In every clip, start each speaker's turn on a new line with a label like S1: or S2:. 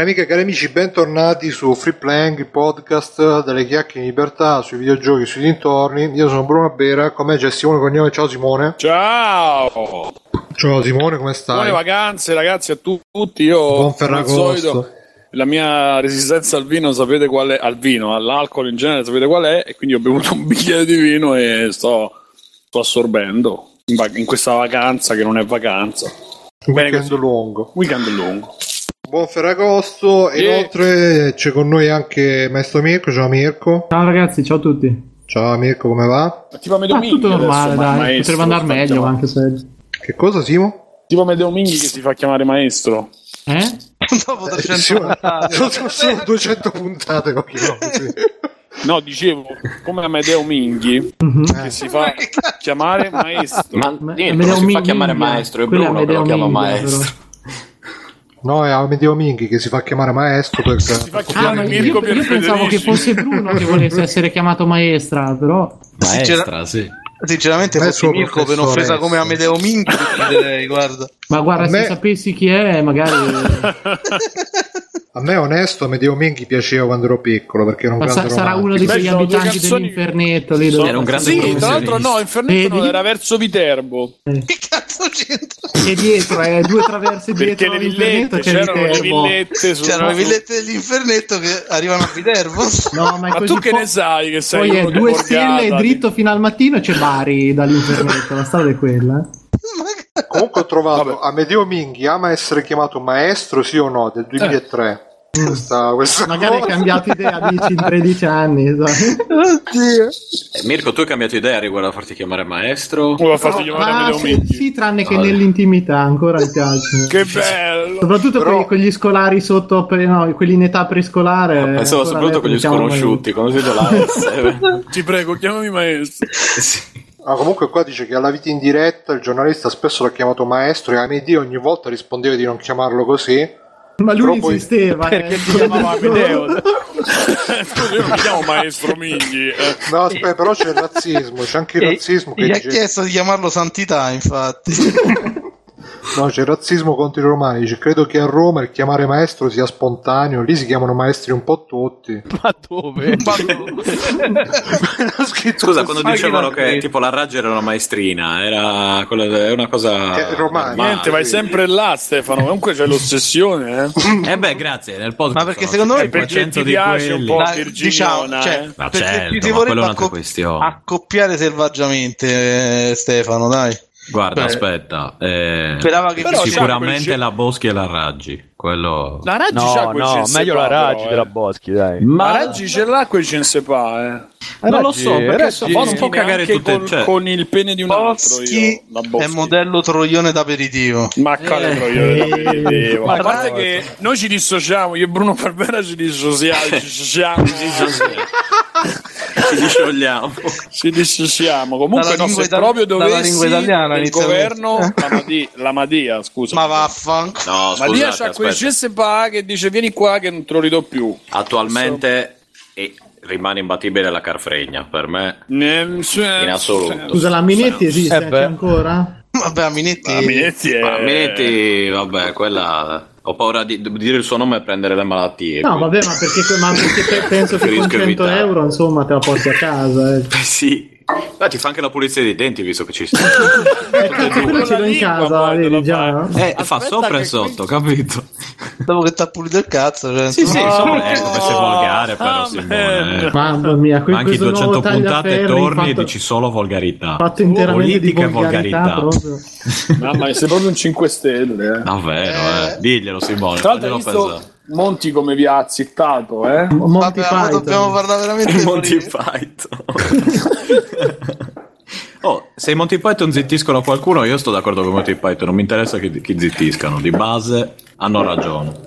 S1: amiche e cari amici, bentornati su Free Playing, il podcast delle chiacchiere in libertà sui videogiochi e sui dintorni. Io sono Bruno Bera, con me c'è Simone Cognome. Ciao Simone.
S2: Ciao!
S1: Ciao Simone, come stai?
S2: Buone vacanze ragazzi a tu- tutti, io
S1: Buon
S2: come al
S1: Ferragosto.
S2: solito la mia resistenza al vino sapete qual è, al vino, all'alcol in genere sapete qual è e quindi ho bevuto un bicchiere di vino e sto, sto assorbendo in, vac- in questa vacanza che non è vacanza,
S1: Un
S2: Bene
S1: weekend
S2: così.
S1: lungo.
S2: weekend lungo.
S1: Buon Ferragosto. E
S2: Sì.
S1: inoltre c'è con noi anche Maestro Mirko. Ciao Mirko.
S3: Ciao ragazzi, ciao a tutti.
S1: Ciao Mirko, come va?
S2: Ma Tipo Amedeo
S3: Ah,
S2: Minghi
S3: tutto
S2: adesso,
S3: normale,
S2: ma-
S3: dai.
S2: maestro,
S3: Potrebbe andare
S2: si fa
S3: meglio, ma
S2: chiamare.
S3: anche se.
S1: Che cosa, Simo?
S2: Tipo Amedeo Minghi che si fa chiamare maestro.
S3: Eh?
S4: dopo
S1: Eh,
S4: 200
S1: Simone,
S4: puntate.
S1: sono solo 200 puntate. con chi no, sì.
S2: No, dicevo, come Amedeo Minghi
S3: Mhm.
S2: che si fa chiamare maestro.
S5: Ma
S3: Ma-
S5: niente,
S3: Amedeo
S5: non si fa
S3: Minghia.
S5: chiamare maestro, è
S3: Quello
S5: Bruno che
S3: Amedeo
S5: lo chiama
S3: Minghia,
S5: maestro.
S1: No, è Amedeo Minghi che si fa chiamare maestro perché...
S2: Si fa
S3: però. Ah, ma
S2: chiamare
S3: io,
S2: Mirko
S3: io pensavo
S2: Pierfederici.
S3: che fosse Bruno che volesse essere chiamato maestra, però.
S4: Maestra,
S5: sì.
S4: Sinceramente,
S1: Me
S4: fossi
S1: sono
S4: Mirko per
S1: professoressa.
S4: un'offesa come Amedeo Minchi, chiederei, guarda.
S3: Ma guarda,
S1: eh, A me-
S3: se sapessi chi è, magari.
S1: A me onesto Amedeo Minghi piaceva quando ero piccolo perché era un
S3: ma sa-
S1: grande
S3: sarà
S1: romantico.
S3: uno di
S2: Beh,
S3: quegli
S2: sono due
S3: abitanti
S2: canzoni-
S3: dell'infernetto lì dove-
S5: Era un grande
S2: Sì, tra l'altro no, Infernetto non
S3: Vedi?
S2: era verso Viterbo.
S3: Eh,
S4: Che cazzo c'entra?
S3: E dietro, eh, due traverse
S2: Perché
S3: dietro
S2: le
S3: all'infernetto
S2: villette,
S3: c'è il
S2: c'erano le
S3: Viterbo.
S2: villette sul-
S4: C'erano le villette dell'infernetto che arrivano a Viterbo.
S3: No, ma, è
S2: Ma
S3: così
S2: tu che
S3: po-
S2: ne sai che sei
S3: Poi è
S2: uno di
S3: due
S2: borgata,
S3: stelle e
S2: di-
S3: dritto fino al mattino e c'è Bari dall'infernetto. La strada è quella. eh.
S4: Ma-
S1: Comunque ho trovato
S2: Vabbè.
S1: Amedeo Minghi ama essere chiamato maestro sì o no del
S5: Eh.
S1: 2003. Questa, questa
S3: Magari hai
S2: Oh,
S1: cosa-
S3: cambiato idea dici in 13 anni. sai.
S4: Oddio.
S5: Eh, Mirko, tu hai cambiato idea riguardo a farti chiamare maestro?
S2: Oh, ha fatto chiamare
S3: Ah,
S2: Amedeo
S3: sì,
S2: Minghi.
S3: sì, tranne che
S5: Vabbè.
S3: nell'intimità ancora mi piace.
S2: Che bello!
S3: Soprattutto
S1: Però-
S3: con- con gli scolari sotto, pre- no, quelli in età prescolare.
S5: Pensavo
S3: ancora
S5: soprattutto
S3: adesso
S5: con
S3: li
S5: gli
S3: chiamano
S5: sconosciuti, quando si la S.
S2: Ti prego, chiamami maestro.
S5: Sì.
S1: Ah, comunque qua dice che alla vita in diretta il giornalista spesso l'ha chiamato maestro e Amedeo ogni volta rispondeva di non chiamarlo così.
S3: maestro. Ma lui
S1: Però poi-
S3: insisteva.
S6: perché
S3: eh.
S6: si chiamava Amedeo.
S2: Scusa, io non mi chiamo maestro Minghi. eh.
S1: No, aspetta, però c'è il razzismo, c'è
S6: Eh,
S1: anche il
S4: E-
S1: razzismo che
S4: Eh, Gli ha
S1: dice-
S4: chiesto di chiamarlo Santità, infatti.
S1: No, c'è il razzismo contro i romani, dice credo che a Roma il chiamare maestro sia spontaneo, lì si chiamano maestri un po' tutti.
S6: Ma dove?
S4: Ma no.
S1: Ha scritto
S5: Scusa,
S1: così.
S5: quando
S6: Ma che
S5: dicevano
S6: ragione.
S5: che tipo la raggia era una maestrina, era quella- è una cosa
S1: Che romana.
S5: normale.
S2: Niente, vai sempre là, Stefano. Comunque c'è l'ossessione, eh.
S5: Eh beh, grazie, nel podcast.
S4: Ma perché
S5: sono
S4: secondo me-
S5: 100%
S2: Perché ti
S5: di
S2: piace
S5: quelli.
S2: un po'.
S4: Ma,
S2: Virginiana,
S4: diciamo, cioè,
S2: eh.
S5: Ma
S4: perché
S5: certo,
S4: ti vorrebbe
S5: ma quella è un'altra
S4: accop-
S5: questione.
S4: accoppiare selvaggiamente, eh, Stefano, dai.
S5: Guarda,
S4: Beh.
S5: aspetta, eh,
S4: Sperava che
S2: Però
S4: mi-
S2: c'ha
S5: sicuramente
S2: quel-
S5: la Boschi e la Raggi, quello...
S2: La Raggi c'ha
S6: No,
S2: quel
S6: no,
S2: Cinsepa,
S6: meglio la Raggi
S2: però, eh.
S6: della Boschi, dai.
S2: Ma Raggi ce l'ha quel Cinsepa, eh.
S5: non lo so, perché so-
S6: Raggi-
S5: forse- Non può
S2: Neanche
S5: cagare tutte-
S2: con,
S5: cioè-
S2: con il pene di un altro io,
S4: Boschi
S2: la
S4: è
S2: Boschi.
S4: modello troione d'aperitivo.
S2: Ma quale
S5: Eh.
S2: troione? Ma a
S6: Ma
S2: parte
S6: no,
S2: che noi ci dissociamo, io e Bruno Parvera ci dissociamo, ci dissociamo,
S5: Ci disciogliamo.
S2: ci dissociamo. Comunque
S4: Dalla
S2: no, se
S4: lingua ita-
S2: proprio
S4: dalla
S2: dovessi
S4: lingua italiana,
S2: il
S4: inizialmente.
S2: governo, la Madia, la Madia, scusa.
S4: Ma vaffanculo.
S5: No,
S2: Madia
S5: scusate,
S2: c'ha quel
S5: aspetta.
S2: CSPA che dice vieni qua che non te lo ridò più.
S5: Attualmente eh, rimane imbattibile la Carfregna, per me
S2: Nel senso-
S5: in assoluto.
S3: Scusa, la Minetti esiste
S6: Eh beh.
S3: anche ancora?
S4: Vabbè, Aminetti.
S2: Ah, Minetti è...
S5: Ma Minetti, vabbè, quella... Ho paura di di dire il suo nome e prendere le malattie.
S3: No,
S5: quindi-
S3: vabbè, ma perché, ma perché pe- penso che con
S5: Preferisco
S3: 100
S5: evitare.
S3: euro, insomma, te la porti a casa. eh.
S5: Eh sì. Ma ti fa anche la pulizia dei denti, visto che ci sta.
S3: Ecco, quello ce l'ho in
S2: lingua,
S3: casa,
S2: poi,
S3: vedi
S2: della
S3: già.
S5: Eh,
S2: Aspetta
S5: fa sopra
S2: che
S5: e sotto, capito?
S4: Dopo che ti ha pulito il cazzo, cioè,
S5: Sì, sì,
S2: Eh,
S4: insomma,
S5: sopra e sotto, per sei volgare, però,
S2: Ah,
S5: Simone. eh.
S3: Mamma mia, que-
S5: Ma anche
S3: questo nuovo
S5: 200 puntate
S3: tagliaferri
S5: torni e
S3: fatto-
S5: dici solo volgarità.
S3: fatto interamente di
S5: Politica e
S3: volgarità proprio.
S2: Mamma mia, sei proprio un 5 stelle. eh.
S5: Davvero, eh. Diglielo, Simone.
S2: Tra l'altro hai
S5: Faglielo
S2: visto
S5: pensare.
S2: Monti come vi ha zittato, eh?
S3: Monty
S4: vabbè, ma
S3: Python.
S4: dobbiamo parlare veramente
S5: Monty
S4: di
S5: Python. oh, se i Monty Python zittiscono qualcuno, io sto d'accordo con Monty Python. Non mi interessa chi, chi zittiscano. Di base hanno ragione.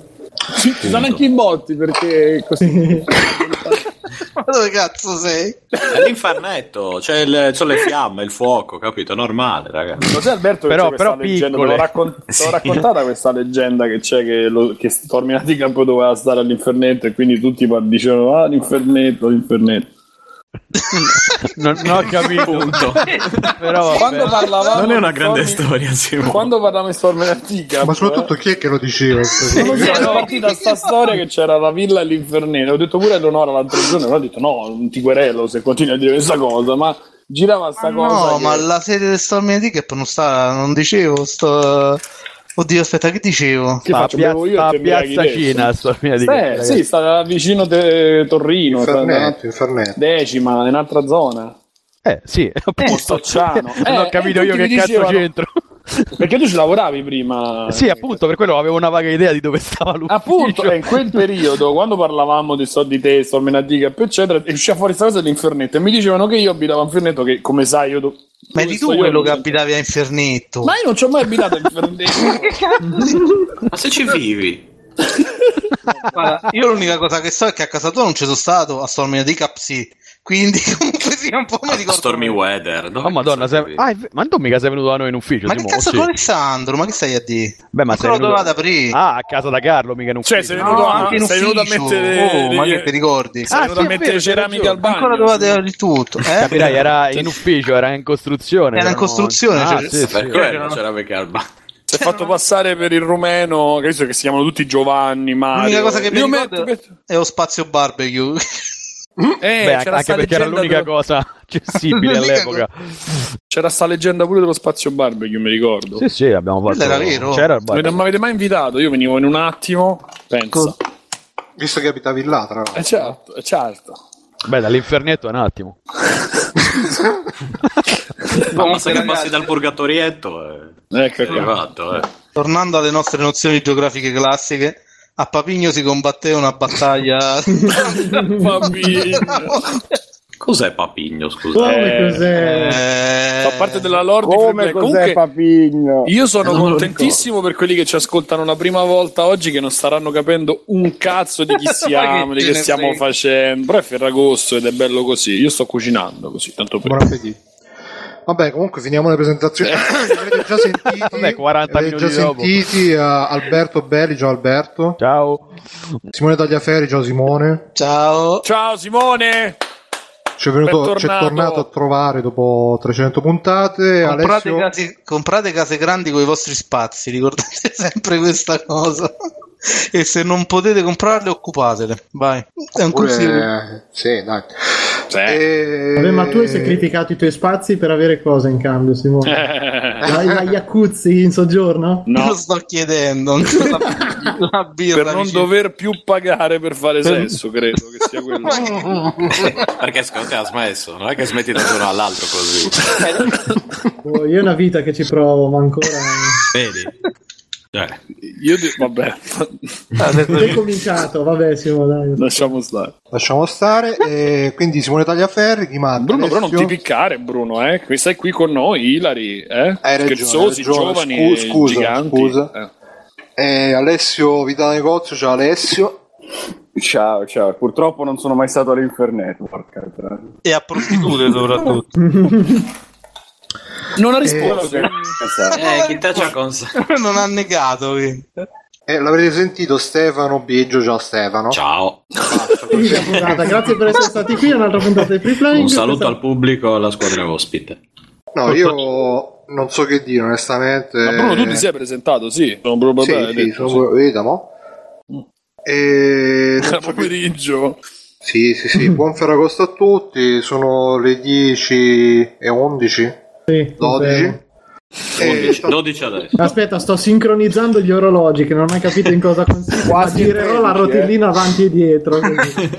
S2: Ci ci sono anche i botti perché così.
S4: Ma dove cazzo sei?
S5: È l'infernetto, c'è il- c'ho le fiamme, il fuoco, capito? È normale, raga.
S2: Lo sai Alberto che
S6: Però-
S2: c'è questa
S6: però
S2: leggenda? Te
S6: piccole.
S2: l'ho, raccon- te l'ho
S5: Sì.
S2: raccontata questa leggenda che c'è che, lo- che Torminati Campo doveva stare all'infernetto e quindi tutti pa- dicevano ah l'infernetto, l'infernetto.
S6: Non, non ho capito,
S5: Punto.
S6: però
S2: Quando
S6: vabbè.
S2: parlavamo
S5: Non è una
S2: di
S5: grande
S2: Sony-
S5: storia, Simone.
S2: Quando parlavamo di Storm Antica,
S1: Ma soprattutto chi è che lo diceva?
S2: Non so, è partita sta storia che c'era la villa e l'infernere. Ho detto pure a Eleonora l'altro giorno, però ho detto no, un tiguerello se continui a dire questa cosa, ma girava sta cosa.
S4: No,
S2: che-
S4: ma la sede del Stormy Handicap non sta, non dicevo, sto... Oddio, aspetta, che dicevo?
S2: che
S6: Sta a
S2: faccio? Bevo io
S6: piazza, a
S2: e te ubriachi
S6: piazza
S2: adesso?
S6: Cina, sto mia di
S2: Eh, sì, sta vicino de- Torrino, sta-
S1: Infernetto, infernetto.
S2: decima, in un'altra zona.
S6: eh, sì, appunto.
S2: Mostacciano.
S6: non ho
S2: Eh,
S6: capito
S2: e
S6: io
S2: tutti
S6: che
S2: mi
S6: cazzo
S2: dicevano-
S6: c'entro.
S2: Perché tu ci lavoravi prima?
S6: sì, appunto, per quello avevo una vaga idea di dove stava l'ufficio.
S2: Appunto, e in quel periodo, quando parlavamo di so di te, so menadica, eccetera, e usciva fuori questa cosa dell'infernetto e mi dicevano che io abitavo a Infernetto, che come sai io... do-
S4: Ma
S2: dove
S4: eri tu
S2: sto io,
S4: quello che
S2: non-
S4: abitavi a Infernetto.
S2: eh, Ma io non ci ho mai abitato a Infernetto.
S5: Ma se ci vivi?
S4: Guarda, io l'unica cosa che so è che a casa tua non ci sono stato, a Stormy Handicap sì. Quindi comunque sia un po' mi ricordo...
S5: Stormy Weather. dove
S6: Oh madonna,
S5: cazzo
S6: sei...
S5: vivi?
S6: ah, è ve- ma tu mica sei venuto da noi in ufficio,
S4: Ma che
S6: Simo,
S4: cazzo
S6: sì.
S4: con Alessandro? Ma che stai a dire?
S6: Beh, ma sei
S4: Però doveva
S6: venuto...
S4: ad aprire.
S6: Ah, a casa da Carlo, mica in ufficio.
S2: Cioè, sei
S4: No,
S2: venuto, a,
S4: anche in
S2: sei venuto a
S4: ufficio.
S2: mettere...
S4: Oh, ma che ti ricordi?
S2: Sei
S6: Ah,
S2: venuto
S6: sì,
S2: a
S6: è
S2: mettere
S6: vero,
S2: ceramiche al
S6: ragione.
S2: bagno.
S4: Ancora doveva avere il tutto, eh?
S6: Capirai, era Cioè, in ufficio, era in costruzione.
S4: Era in costruzione,
S6: Ah,
S4: cioè-
S6: sì,
S5: Per
S6: sì.
S5: quello c'era perché al ba-
S2: Si è fatto passare per il rumeno, che so che si chiamano tutti Giovanni, Mario.
S4: L'unica cosa che mi
S2: Io
S4: ricordo
S2: metto-
S4: è lo spazio barbecue.
S2: Eh,
S6: Beh,
S2: c'era
S6: anche
S2: sta
S6: perché era
S2: leggenda
S6: l'unica
S2: dello-
S6: cosa accessibile
S4: L'unica
S6: all'epoca.
S2: C'era sta leggenda pure dello spazio barbecue, mi ricordo.
S6: Sì, sì, abbiamo fatto.
S4: Quello era vero.
S6: C'era il
S2: Non
S6: bar.
S2: mi avete mai invitato, io venivo in un attimo, penso.
S4: Co-
S1: Visto che abitavi là, tra l'altro.
S2: Eh certo, eh, certo.
S6: Beh, dall'infernetto è un attimo.
S5: Ma basta che passi dal purgatorietto. eh,
S2: Ecco
S5: È
S2: qua.
S5: fatto, eh.
S4: Tornando alle nostre nozioni geografiche classiche, a Papigno si combatté una battaglia.
S2: Papigno.
S5: Cos'è Papigno, scusa?
S2: Eh,
S4: Eh,
S2: Fa parte della Lord di Free Play. Comunque,
S7: Papigno?
S2: io sono
S5: Non me lo
S2: contentissimo per quelli che ci ascoltano la prima volta oggi che non staranno capendo un cazzo di chi siamo,
S4: Ma che
S2: di
S4: te
S2: che
S4: ne
S2: stiamo
S4: frega.
S2: facendo. Però è Ferragosto ed è bello così. Io sto cucinando così, tanto per
S1: Buon appetito. Vabbè, comunque finiamo le presentazioni. Li avete già sentiti,
S6: Vabbè, 40
S1: li avete
S6: minuti
S1: già
S6: dopo.
S1: sentiti a Alberto Belli, ciao Alberto,
S6: Ciao.
S1: Simone Tagliaferri, ciao Simone.
S4: Ciao.
S2: Ciao Simone!
S1: Ci è venuto,
S2: Bentornato.
S1: ci è tornato a trovare dopo 300 puntate.
S4: Comprate,
S1: Eh, Alessio,
S4: case, comprate case grandi con i vostri spazi, ricordate sempre questa cosa. E se non potete comprarle, occupatele. Vai. È un
S1: pure-
S4: consiglio.
S1: eh, Sì, dai. Eh,
S2: Sì.
S1: E-
S3: Vabbè, ma tu hai sempre criticato i tuoi spazi per avere cosa in cambio, Simone? La, la Iacuzzi in soggiorno?
S4: Lo
S2: No,
S4: sto chiedendo. La, la birra
S2: per non
S4: vicino.
S2: dover più pagare per fare sesso, credo che sia quello.
S5: Perché secondo te ha smesso? Non è che smetti da un giorno all'altro così.
S3: Oh, io è una vita che ci provo, ma ancora.
S5: Vedi? Cioè,
S2: Io di- vabbè,
S3: Non è cominciato, vabbè, Simone, dai.
S2: lasciamo stare.
S1: Lasciamo stare. E quindi Simone Tagliaferri, chi manda?
S2: Bruno, però non
S1: Alessio?
S2: ti piccare, Bruno, eh? Qui- Sei qui con noi, Ilari, eh?
S1: Hai ragione,
S2: Scherzosi,
S1: hai ragione.
S2: giovani,
S1: Scu- scusa,
S2: giganti.
S1: scusa.
S2: Eh.
S1: E Alessio Vitale Negozio, ciao Alessio.
S7: Ciao, ciao. Purtroppo non sono mai stato eh, all'infernetto. Porca tra-
S4: E a prostitute, soprattutto.
S2: Non ha
S1: Eh,
S2: risposto.
S5: eh, chi te c'ha consa-
S4: non ha negato. quindi.
S1: E Eh, l'avrete sentito Stefano Biggio, ciao Stefano.
S5: Ciao.
S3: Quindi, puntata. Grazie per essere stati qui. Un'altra puntata di Free Flying.
S5: Un saluto al pubblico e alla squadra ospite.
S1: No, io non so che dire, onestamente.
S2: Ma Bruno, tu ti sei presentato, sì. Sono proprio
S1: Sì,
S2: bene,
S1: sì,
S2: hai detto,
S1: sono
S2: sì.
S1: quello- vediamo. E...
S2: Era pomeriggio.
S1: Sì, sì, sì, buon Ferragosto a tutti, sono le 10 e 11,
S3: Sì,
S1: 12. E-
S5: 11, 12 adesso.
S3: Aspetta, sto sincronizzando gli orologi che non ho mai capito in cosa consiste. ma
S7: Quasi eh.
S3: girerò la
S7: 13,
S3: rotellina avanti e dietro. così.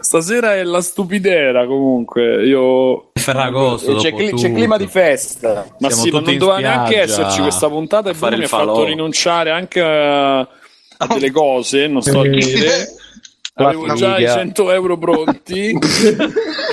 S2: Stasera è la stupidera, comunque. Io...
S5: Ferragosto.
S7: C'è,
S5: dopo
S7: cli- c'è
S5: tutto.
S7: clima di festa.
S2: Ma
S5: Siamo
S2: sì, ma
S5: tutti
S2: non
S5: in
S2: doveva
S5: spiaggia
S2: neanche esserci questa puntata
S5: a
S2: e
S5: fare
S2: Bruno mi
S5: il
S2: ha fatto
S5: falò.
S2: rinunciare anche a, a delle cose, non sto a dire. Avevo
S6: La
S2: già i
S6: figa.
S2: 100 euro pronti,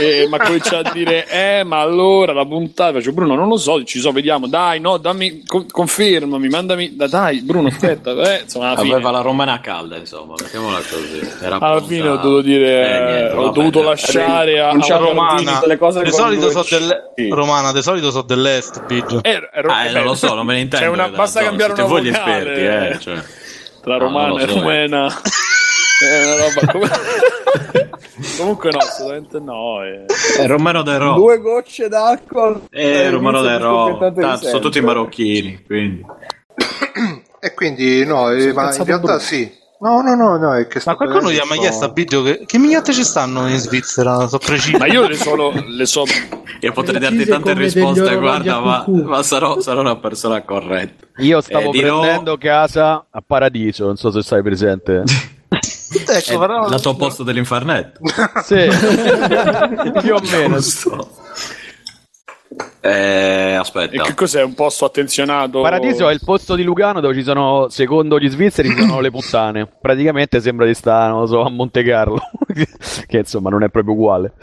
S2: e, ma comincia a dire: Eh, ma allora la puntata. Faccio, Bruno, non lo so, ci so, vediamo. Dai, no, dammi, co- confermami, mandami. da- dai, Bruno, aspetta. eh, insomma, alla fine,
S5: Aveva la romana calda, insomma, mettiamola così. Era
S2: alla
S5: pronta-
S2: fine ho dovuto dire:
S5: Eh, niente,
S2: Ho
S5: va
S2: dovuto
S5: bene.
S2: lasciare a,
S7: Non
S2: a
S7: c'è
S2: un
S7: romana.
S2: partito-
S7: tutte le cose
S4: di
S7: con
S4: solito
S7: due
S4: so del-
S7: C.
S4: Romana, di solito so dell'est, Biggio.
S2: Eh, ero-
S5: Ah, eh, non lo so, non me ne
S2: C'è
S5: intendo.
S2: una-
S5: dai,
S2: basta
S5: no,
S2: cambiare
S5: siete
S2: una
S5: voi gli
S2: vocale.
S5: esperti, eh. Cioè.
S2: tra
S5: No, non
S2: romana
S5: lo
S2: e
S5: so.
S2: rumena. È una roba come. Comunque no, assolutamente no. eh.
S5: Eh, Romero del Ro.
S7: Due gocce d'acqua.
S5: Eh, Romero del Ro.
S7: Tanto
S5: Tanto, sono
S3: cioè.
S5: tutti marocchini, quindi.
S1: E quindi no, eh, ma in
S6: cazzato
S1: realtà
S6: brutto.
S1: sì. No, no, no, no, è che sta
S4: Qualcuno gli ha mai
S1: sono-
S4: chiesto a Biggio che, che mignotte ci stanno in Svizzera? So preciso.
S2: Ma io le sono, le so
S5: Io
S3: Precise
S5: potrei darti tante
S3: come degli
S5: risposte,
S3: orologi
S5: guarda,
S3: a
S5: ma,
S3: cucù.
S5: ma sarò, sarò una persona corretta.
S6: Io stavo
S5: Eh, dirò-
S6: prendendo casa a Paradiso, non so se stai presente.
S4: Ecco,
S2: Eh,
S5: È
S4: però-
S5: la tua posto dell'infernetto.
S6: sì, più o meno.
S5: Giusto. Eh,
S2: E
S5: aspetta.
S2: che cos'è? Un posto attenzionato?
S6: Paradiso è il posto di Lugano dove ci sono, secondo gli svizzeri, ci sono le puttane. Praticamente sembra di stare, non lo so, a Monte Carlo, che insomma non è proprio uguale.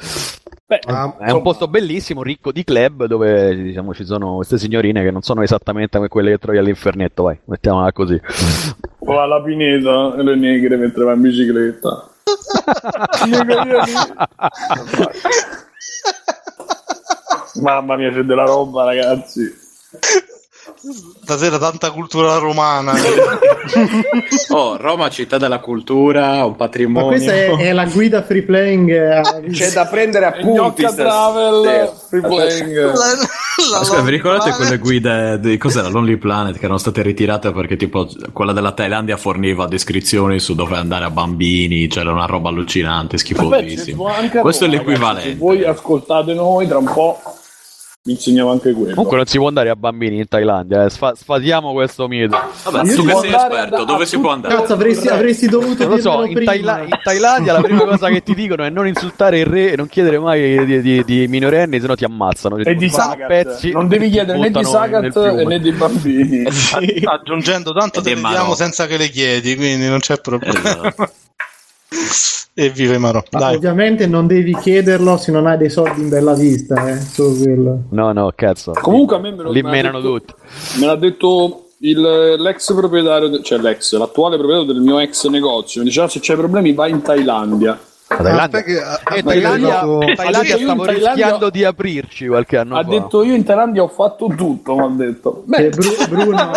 S2: Beh,
S1: Ma-
S6: È un posto bellissimo, ricco di club, dove diciamo ci sono queste signorine che non sono esattamente come quelle che trovi all'infernetto, vai, mettiamola così.
S2: o alla pineta e le negre mentre va in bicicletta. Mamma mia, c'è della roba, ragazzi.
S4: Stasera tanta cultura romana.
S5: Oh, Roma, città della cultura, un
S3: Ma
S5: patrimonio.
S3: questa è, è la guida free playing. eh,
S7: C'è da prendere a punti.
S2: Gnocca Travel, free playing.
S4: La- la-
S5: Scusa, vi ricordate
S4: la-
S5: quelle guide di cos'era l'Only Planet che erano state ritirate perché tipo quella della Thailandia forniva descrizioni su dove andare a bambini, c'era una roba allucinante,
S2: Vabbè, ci può
S5: schifosissima.
S2: anche a
S5: Questo è
S2: Roma,
S5: l'equivalente.
S2: ragazzi. Se voi ascoltate noi, tra un po' vi insegniamo anche quello.
S6: Comunque non si può andare a bambini in Thailandia, eh. sfa- sfatiamo questo mito.
S5: Vabbè, tu
S2: si
S5: che
S2: può
S5: sei
S2: andare
S5: esperto,
S2: a-
S5: dove
S2: a
S5: si può andare?
S3: Cazzo, avresti, avresti dovuto
S6: Non lo so,
S3: dirmelo
S6: in,
S3: prima.
S6: Taila- in Thailandia la prima cosa che ti dicono è non insultare il re e non chiedere mai di, di- di minorenni, se no ti ammazzano.
S2: E di
S6: Fanno
S2: Sagat.
S6: pezzi,
S2: non devi
S6: ti
S2: chiedere né di
S6: buttano nel
S2: Sagat
S6: fiume.
S2: né di bambini.
S4: A- Aggiungendo tanto
S5: Ed
S4: te
S5: è
S4: le
S5: Marò.
S4: diamo senza che le chiedi, quindi non c'è problema.
S5: Esatto.
S4: Evviva i Marò.
S3: Ma
S4: Dai.
S3: Ovviamente non devi chiederlo se non hai dei soldi in bella vista, eh. Solo quello.
S6: No, no, cazzo.
S2: Comunque a me me lo
S6: Li
S2: me l'ha
S6: menano
S2: detto-
S6: tutti.
S2: Me l'ha detto il- l'ex proprietario, de- cioè l'ex, l'attuale proprietario del mio ex negozio. Mi diceva se c'hai problemi vai in Thailandia.
S6: Ma
S1: Aspetta
S6: Thailandia,
S1: che- aspetta
S3: Ah,
S6: eh,
S1: che
S6: Thailandia,
S1: vado-
S6: Thailandia
S2: Ha detto io in
S6: stavo
S2: Thailandia-
S6: rischiando di aprirci qualche anno
S2: ha
S6: fa.
S2: detto io in Thailandia ho fatto tutto, mi ha detto.
S3: Eh, Bru- Bruno,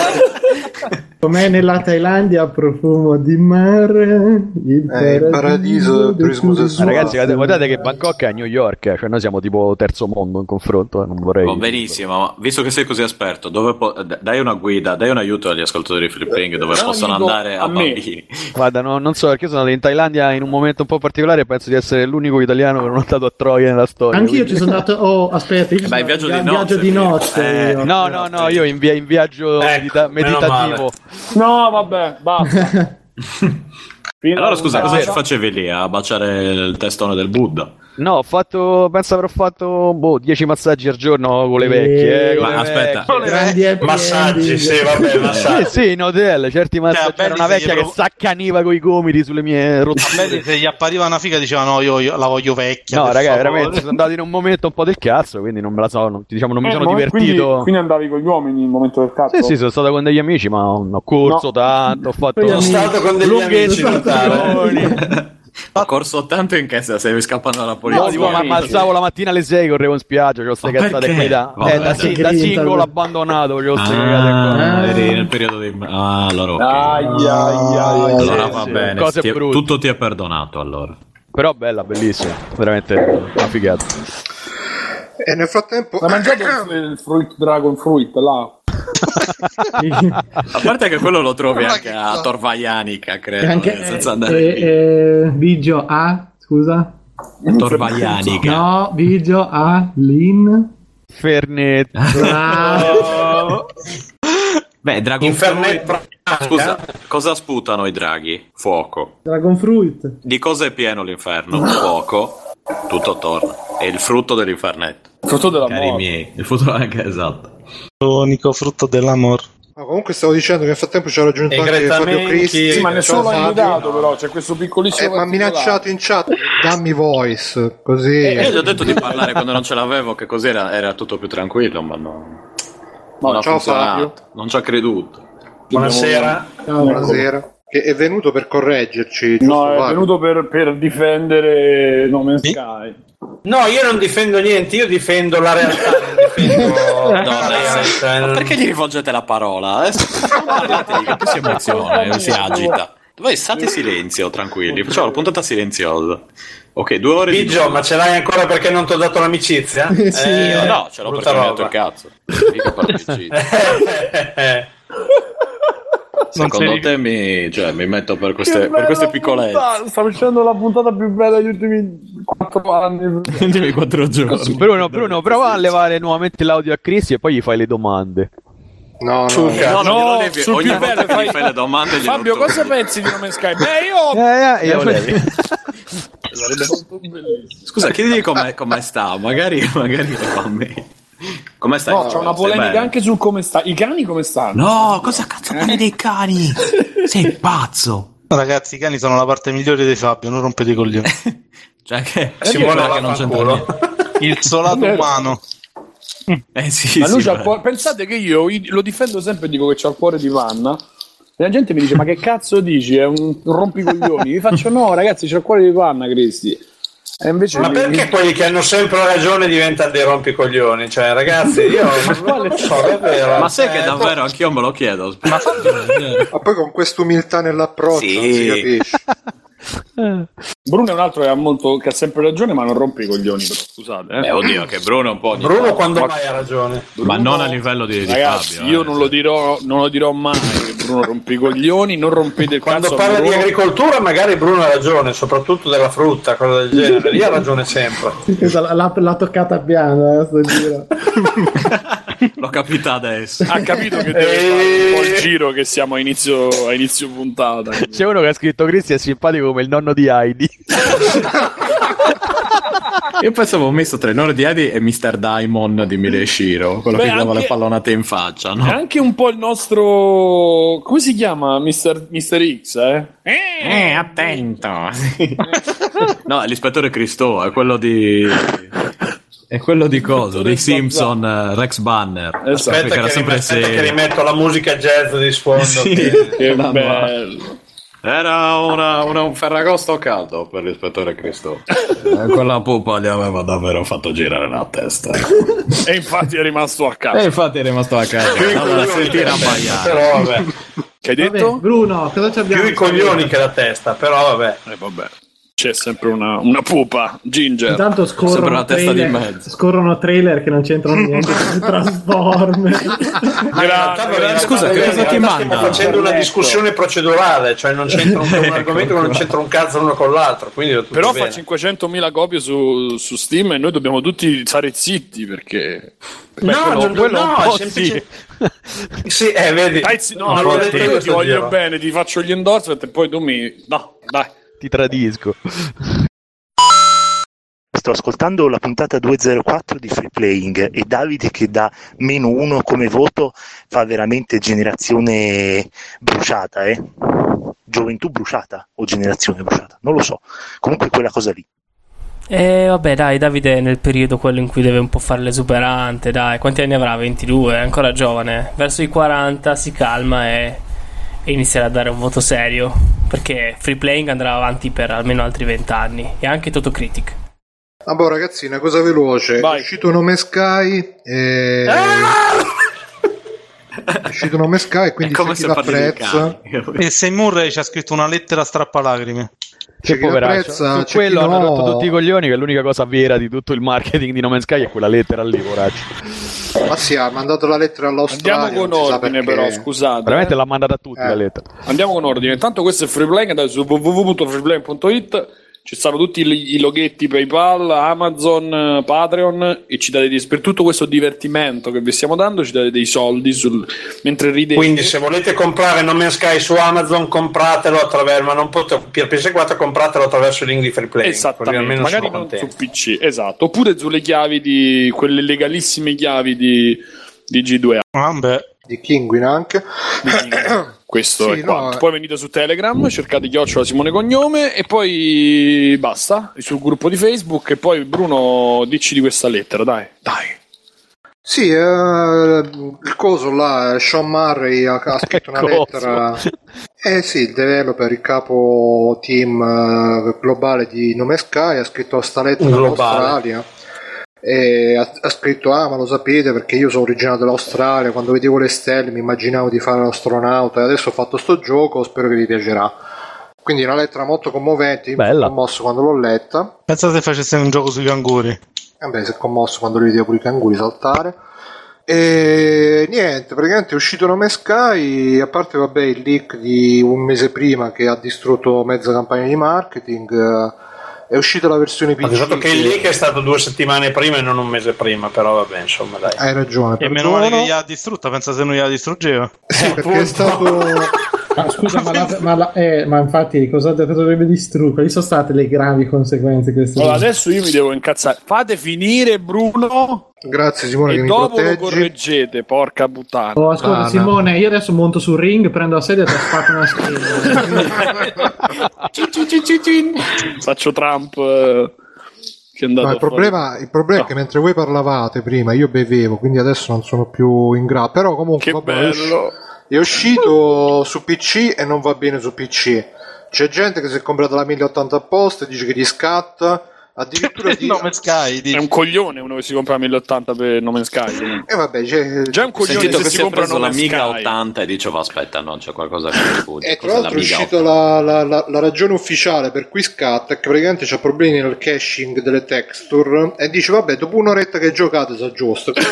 S3: com'è nella Thailandia, profumo di mare, il,
S1: Eh, il paradiso del turismo
S6: Ma
S1: sessuale.
S6: ragazzi, guardate, guardate che Bangkok è a New York, eh, cioè noi siamo tipo terzo mondo in confronto, eh, non vorrei...
S2: Oh.
S5: Va Oh, benissimo, ma visto che sei così esperto, dove po- d- dai una guida, dai un aiuto agli ascoltatori di Flipping
S6: Eh,
S5: dove
S2: No,
S5: possono
S2: dico
S5: andare a,
S2: a me.
S5: bambini.
S6: Guarda, no, non so perché sono andato in Thailandia in un momento un po' particolare e penso di essere l'unico italiano che non è andato a Troia nella storia.
S3: Anch'io
S6: quindi-
S3: ci sono andato. Oh, aspetta, io ci
S5: Eh, ma
S3: sono
S5: il viaggio di
S3: andato-
S5: nozze,
S3: viaggio di
S5: quindi.
S3: nozze,
S5: Eh,
S3: io.
S6: No, no, no, io in, via- in viaggio medita- meditativo.
S2: No, vabbè, basta. Fino
S5: Allora
S2: alla
S5: scusa,
S2: puntata.
S5: cosa facevi lì? A baciare il testone del Buddha?
S6: No, ho fatto, penso avrò fatto boh, 10 massaggi al giorno con le vecchie. eh, con
S5: Ma
S6: le
S5: aspetta.
S6: vecchie.
S3: Grandi happy
S8: Massaggi,
S3: ending.
S8: sì, vabbè,
S6: Sì,
S8: massaggi.
S6: sì, in hotel, certi
S4: Cioè, a
S6: massaggi. C'era
S4: Belli
S6: una
S4: se gli
S6: vecchia che
S4: provo-
S6: saccaniva coi gomiti sulle mie
S4: Vedi,
S6: rotture.
S4: se gli appariva una figa diceva no, io, io la voglio vecchia.
S6: No,
S4: per
S6: raga,
S4: favore.
S6: veramente sono andato in un momento un po' del cazzo, quindi non me la so, non, diciamo, non mi
S2: Eh,
S6: sono
S2: ma
S6: divertito.
S2: Quindi, quindi andavi con gli uomini nel momento del cazzo?
S6: Sì, sì, sono stato con degli amici, ma non ho corso
S2: No.
S6: tanto, ho fatto
S3: Sono
S8: stato con degli
S6: lunghe
S8: amici,
S6: escursioni.
S5: Ho corso tanto in che se stavi scappando dalla polizia.
S6: No, tipo, ma ammazzavo la mattina alle 6, correvo in spiaggia, c'ho ste
S5: Ma
S6: cazzate
S5: perché?
S6: qui da,
S5: Vabbè.
S6: eh, da, si- da singolo abbandonato, c'ho ste cagate qua.
S5: Ah,
S3: Ah.
S5: eri nel periodo di... Ah, allora ok.
S2: Aia, aia, aia.
S5: allora
S6: sì,
S5: va
S6: sì,
S5: bene,
S6: cose
S5: ti-
S6: brutte.
S5: tutto ti è perdonato allora.
S6: Però bella, bellissima, veramente una figata.
S1: E nel frattempo...
S2: Hai mangiato il, il fruit dragon fruit là?
S5: A parte che quello lo trovi
S4: Ma
S5: anche
S4: che
S5: a
S4: cosa?
S5: Torvaianica,
S3: E
S5: credo.
S3: anche
S5: eh, senza
S3: eh,
S5: andare lì.
S3: eh, eh, Biggio A, scusa.
S5: Torvaianica.
S3: No, Biggio A, Lin. Ah.
S6: Fernetto.
S3: Bravo.
S5: Beh, Dragon
S8: Infernet
S5: Fruit- Scusa, cosa sputano i draghi? Fuoco.
S3: Dragon Fruit.
S5: Di cosa è pieno l'inferno? Fuoco. Tutto attorno. È il frutto dell'infernetto.
S2: Frutto della
S5: Cari
S2: morte.
S5: miei. Il frutto anche esatto.
S4: L'unico frutto dell'amor.
S1: No, comunque stavo dicendo che nel frattempo ci ha raggiunto
S8: E
S1: anche
S8: Greta
S1: Fabio
S8: Menchi.
S1: Cristi. cioè,
S2: Sì, ma nessuno l'ha
S1: Fabio.
S2: invitato però, c'è questo piccolissimo...
S1: Eh, ma ha
S2: particolare.
S1: minacciato in chat, dammi voice, così...
S5: Eh, Io gli ho detto di parlare quando non ce l'avevo, che così era, era tutto più tranquillo, ma no. Non ha
S1: ciao,
S5: funzionato. Non ci ha creduto.
S8: Buonasera.
S3: Ciao.
S1: Buonasera. Che è venuto per correggerci. giusto,
S2: No, è
S1: Fabio?
S2: venuto per, per difendere No Man's
S4: Sì.
S2: Sky.
S8: No, io non difendo niente, io difendo la realtà. non difendo...
S5: No, dai, Eh, sì. Ma perché gli rivolgete la parola? Adesso- che si emoziona, eh, si agita. Voi state in silenzio, tranquilli. Facciamo la puntata silenziosa. Ok, due ore di...
S8: Biggio, ma ce l'hai ancora perché non ti ho dato l'amicizia?
S3: Sì,
S5: Eh, no, ce l'ho
S8: brutta
S5: perché mi ha detto
S8: roba.
S5: il cazzo. Mica parlo di giri. Secondo te mi, cioè, mi metto per queste, per queste piccolezze?
S7: Sta facendo la puntata più bella degli ultimi 4 anni.
S5: Sentimi quattro giorni.
S6: Bruno, Bruno, prova a levare nuovamente l'audio a Chris e poi gli fai le domande.
S1: No, no.
S8: Succa.
S5: No,
S2: No,
S5: no, non levi.
S2: sul
S5: ogni
S2: più
S5: volta
S2: bello
S5: che
S2: fai-
S5: gli fai le domande glielo
S2: Fabio,
S5: togli.
S2: cosa pensi di Roman Sky? Beh, io
S6: Eh, eh, io levi.
S5: Scusa, chiedili com'è, com'è sta, magari, magari lo fa a me. Come stai?
S2: No, c'è una
S5: Stai
S2: polemica
S5: bene?
S2: anche sul come sta. I cani come stanno?
S5: No, cosa cazzo parli dei cani? Sei pazzo.
S4: Ragazzi, i cani sono la parte migliore di Fabio, non rompete i coglioni.
S5: Cioè che
S8: Simone
S5: che
S8: la
S5: non
S8: non
S5: c'entra
S8: culo.
S5: niente.
S4: Il solato umano.
S5: Eh sì,
S2: Ma lui
S5: sì,
S2: c'ha il
S5: beh.
S2: cuore- Pensate che io i- lo difendo sempre e dico che c'ha il cuore di panna. E la gente mi dice: Ma che cazzo dici? È un rompicoglioni. Vi faccio: No, ragazzi, c'ha il cuore di panna, Cristi. E invece
S8: Ma
S2: mi-
S8: perché quelli che hanno sempre ragione diventano dei rompicoglioni? Cioè, ragazzi, io non lo so, davvero.
S5: Ma sai che
S8: Eh,
S5: davvero anch'io me lo chiedo. Ma
S1: Ma poi con quest'umiltà nell'approccio
S5: Sì.
S1: non si capisce.
S2: Bruno è un altro che ha, molto, che ha sempre ragione, ma non rompe i coglioni. però, Scusate, eh.
S5: Eh, oddio, che Bruno è un po'. ogni
S8: Bruno
S5: tanto-
S8: quando mai ha ragione?
S5: Ma non a livello di, di
S2: Ragazzi,
S5: Fabio.
S2: io
S5: eh,
S2: non, lo
S5: cioè.
S2: dirò, non lo dirò mai che Bruno rompe i coglioni, non rompete il
S8: Quando
S2: cazzo a
S8: parla di
S2: Bruno.
S8: agricoltura, magari Bruno ha ragione, soprattutto della frutta, cosa del genere. Lì ha ragione sempre.
S3: Scusa, l'ha, l'ha toccata piano, eh, sto giro.
S5: L'ho capita adesso.
S2: Ha capito che deve fare un po'
S1: Eh.
S2: il giro che siamo a inizio, a inizio puntata.
S6: C'è uno che ha scritto Cristi è simpatico come il nonno di Heidi.
S5: Io penso avevo messo tre ore di Eddie e Mr. Daimon di Mileshiro, quello
S2: Beh,
S5: che gli dava
S2: anche-
S5: le pallonate in faccia,
S2: È
S8: Eh?
S5: no?
S2: anche un po' il nostro. come si chiama Mr. Mr. X? Eh?
S5: Eh, attento! no, l'ispettore Cristo è quello di... È quello di cosa? Dei Simpson, eh, Rex Banner.
S2: Esatto.
S5: Perché
S8: Aspetta,
S5: era
S8: che,
S5: sempre
S8: rimet- aspetta
S5: serio.
S8: che rimetto la musica jazz di sfondo.
S5: Sì.
S8: che-
S2: Che
S5: Mamma.
S2: bello.
S5: Era una- una- un ferragosto caldo per l'ispettore Cristo. Eh, quella pupa gli aveva davvero fatto girare la testa.
S2: E infatti è rimasto a casa.
S5: e Eh, infatti è rimasto a
S2: Cioè,
S5: casa.
S8: Più i
S5: Non la
S8: coglioni che
S5: sentire
S8: la testa,
S5: abbaiare.
S8: però vabbè.
S2: Che hai
S3: Vabbè,
S2: detto?
S3: Bruno, cosa ci abbiamo?
S8: Più i coglioni che la testa, però vabbè.
S2: Eh, vabbè. C'è sempre una, una pupa, Ginger.
S3: Intanto
S5: Sembra
S3: scorrono
S5: una Certo. testa di
S3: trailer,
S5: mezzo.
S3: scorrono trailer che non c'entrano niente, si trasforme.
S2: Grazie.
S5: Scusa, che cosa ti manda?
S8: Stiamo facendo
S1: Ecco.
S8: una discussione procedurale, cioè non c'entra un, un argomento che non c'entra un cazzo l'uno con l'altro. Quindi va tutto
S2: Però
S8: bene.
S2: fa 500.000 copie su, su Steam e noi dobbiamo tutti stare zitti perché.
S8: No,
S6: quello-
S8: no,
S6: quello
S8: no,
S6: un po'
S8: semplice- Sì, eh, vedi.
S2: Dai, zi- no,
S8: Non l'ho
S2: allora
S8: detto
S2: io ti
S8: questo
S2: voglio
S8: giro.
S2: bene, ti faccio gli endorsement e poi tu mi. No, dai.
S6: Ti tradisco.
S9: Sto ascoltando la puntata 204 di Free Playing e Davide che da meno uno come voto fa veramente generazione bruciata, eh? Gioventù bruciata o generazione bruciata, non lo so. Comunque quella cosa lì.
S10: E Eh, vabbè, dai, Davide è nel periodo quello in cui deve un po' fare l'esuberante, dai. Quanti anni avrà? 22, è ancora giovane. Verso i 40 si calma e, e inizierà a dare un voto serio. Perché free playing andrà avanti per almeno altri 20 anni. E anche Totocritic.
S1: Ah, boh, ragazzi, una cosa veloce.
S2: Vai. Eh!
S1: È uscito nome Sky. E... È uscito nome Sky,
S5: È
S1: quindi
S5: come
S1: c'è
S5: se
S1: chi
S5: parli di
S1: l'apprezza.
S5: cani.
S4: E se Murray ci ha scritto una lettera strappalacrime.
S1: C'è
S6: Che
S1: chi
S6: poveraccio.
S1: l'apprezza,
S6: Su
S1: c'è Cioè, chi
S6: quello hanno rotto
S1: no.
S6: tutti i coglioni che è l'unica cosa vera di tutto il marketing di No Man's Sky è quella lettera lì, poraccio.
S1: Ma sì, ha mandato la lettera all'Australia.
S2: Andiamo con
S1: non si sa
S2: ordine,
S1: perché.
S2: però, scusate.
S6: Veramente l'ha mandata a tutti
S1: Eh.
S6: la lettera.
S2: Andiamo con ordine. Intanto questo è Freeplane, andate su www.freeplane.it, ci stanno tutti i i loghetti PayPal, Amazon, eh, Patreon e ci date dei- per tutto questo divertimento che vi stiamo dando, ci date dei soldi sul- mentre ridete.
S8: Quindi se volete comprare No Man's Sky su Amazon, compratelo attraverso, ma non potete per PS4 compratelo attraverso i link di Free Play. Così
S2: Esattamente,
S8: almeno
S2: magari
S8: sono
S2: non
S8: contenti.
S2: su PC, esatto, oppure sulle chiavi di quelle legalissime chiavi di, di G2A.
S4: Vabbè.
S1: Di Kinguin anche.
S2: Questo
S1: Sì,
S2: è
S1: no,
S2: quanto.
S1: eh.
S2: Poi venite su Telegram, cercate Chiocciola Simone Cognome e poi basta. Sul gruppo di Facebook. E poi Bruno, dici di questa lettera, dai, dai.
S1: Sì, eh, il coso là, Sean Murray ha, ha scritto una
S6: Coso.
S1: lettera. Eh sì, il developer, il capo team eh, globale di Nome Sky ha scritto sta lettera
S8: Globale.
S1: all'Australia. E ha, ha scritto: Ah, ma lo sapete perché io sono originario dell'Australia. Quando vedevo le stelle mi immaginavo di fare l'astronauta e adesso ho fatto sto gioco. Spero che vi piacerà. Quindi una lettera molto commovente, io mi sono
S6: Bella.
S1: commosso quando l'ho letta.
S4: Pensate se facesse un gioco sui canguri.
S1: E beh, si è commosso quando lui vede pure i canguri saltare. E niente, praticamente è uscito Nome Sky, a parte vabbè il leak di un mese prima che ha distrutto mezza campagna di marketing, eh, è uscita la versione PC.
S8: Ho pensato che il leak è stato due settimane prima e non un mese prima, però vabbè, insomma, dai.
S1: Hai ragione,
S4: E meno male che gliela distrutta, pensa se non gliela distruggeva.
S1: Sì, perché è stato...
S3: Ma scusa, ma, la- ma la- eh, ma infatti cosa cosa dovrebbe distruggere? Quali sono state le gravi conseguenze di
S1: Oh,
S3: queste
S2: Allora, adesso io mi devo incazzare. Fate finire Bruno
S1: Grazie Simone
S2: e
S1: che mi
S2: dopo lo
S1: proteggi.
S2: correggete, porca puttana.
S3: Oh, ascolta
S1: Ah, no.
S3: Simone, io adesso monto sul ring, prendo la sedia e ti spacco una schiena.
S2: Faccio Trump eh, che è andato
S1: No, il
S2: a fare-
S1: problema, il problema è che mentre voi parlavate prima io bevevo, quindi adesso non sono più in grado. Però comunque
S2: Che
S1: vabbè, è usci-
S2: bello.
S1: è uscito su PC e non va bene su PC. C'è gente che si è comprata la 1080 apposta e dice che gli scatta. Addirittura di...
S4: Nome Sky,
S2: È
S4: dici.
S2: un coglione uno che si compra la 1080 per No Man's Sky. comunque.
S1: E vabbè, c'è...
S2: Già è un
S5: Ho
S2: coglione
S5: sentito
S2: se
S5: che
S2: si
S5: si è
S2: compra
S5: preso
S2: No
S5: la
S2: Man's
S5: Miga
S2: Sky.
S5: 80 e dicevo aspetta no c'è qualcosa che mi sfugge.
S1: E tra
S5: Cos'è
S1: l'altro è
S5: Miga
S1: uscita
S5: 80?
S1: la, la- la- la ragione ufficiale per cui scatta, è che praticamente c'ha problemi nel caching delle texture e dice vabbè dopo un'oretta che giocate si aggiusta. è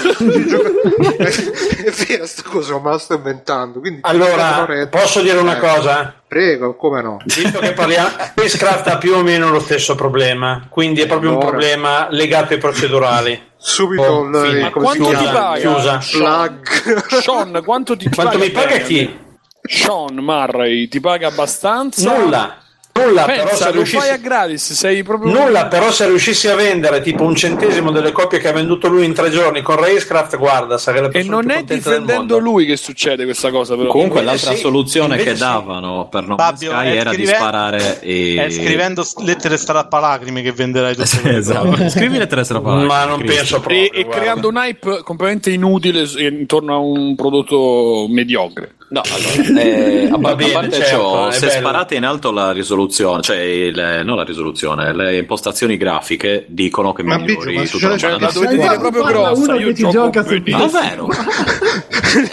S1: vero sta cosa, ma la sto inventando. Quindi dopo
S8: Allora,
S1: un'oretta-
S8: posso dire una
S1: Eh,
S8: cosa?
S1: Prego, come no?
S8: Visto che parliamo, Witchcraft ha più o meno lo stesso problema, quindi è proprio un
S1: Allora.
S8: problema legato ai procedurali.
S1: Subito
S8: Oh,
S1: il-
S8: sì, ma
S1: come si
S2: quanto
S1: chiama?
S2: ti paga?
S8: Chiusa.
S1: Plug.
S2: Sean, quanto ti
S8: Quanto mi paga chi?
S2: Sean Murray ti paga abbastanza?
S8: Nulla. Nulla, però
S2: Pensa,
S8: se
S2: lo fai a
S8: riuscissi...
S2: gratis, sei proprio
S8: Nulla, però se riuscissi a vendere tipo un centesimo delle copie che ha venduto lui in tre giorni con Racecraft, guarda, sarebbe la
S2: E
S8: persona
S2: non
S8: più
S2: è
S8: contenta del
S2: difendendo
S8: mondo.
S2: lui che succede questa cosa, però.
S5: Comunque
S8: Invece
S5: l'altra
S8: sì,
S5: soluzione che
S8: invece sì.
S5: davano per non
S4: Fabio,
S5: Sky
S4: è
S5: era di
S4: scrive-
S5: sparare e...
S4: È Eh, scrivendo s- lettere strappalacrime che venderai tutto.
S5: Sì, esatto. Scrivi le tre strapalate.
S8: Ma non
S5: Cristo.
S8: penso proprio.
S2: e, e
S8: guarda.
S2: creando un hype completamente inutile s- intorno a un prodotto mediocre.
S5: No, allora, eh, a,
S8: Va
S5: par-
S8: bene,
S5: a parte
S8: certo,
S5: ciò,
S8: è
S5: se
S8: bello.
S5: sparate in alto la risoluzione, cioè il- non la risoluzione, le impostazioni grafiche dicono che
S1: Ma
S5: migliori
S1: Biggio, ma
S5: tutto il
S1: cioè,
S5: mondo.
S1: la
S2: Dovete dire proprio
S3: Guarda
S2: grossa.
S3: uno
S2: io
S3: che ci
S2: gioco
S3: gioca
S2: un
S3: su
S2: PD.
S5: Ma vero? Eh,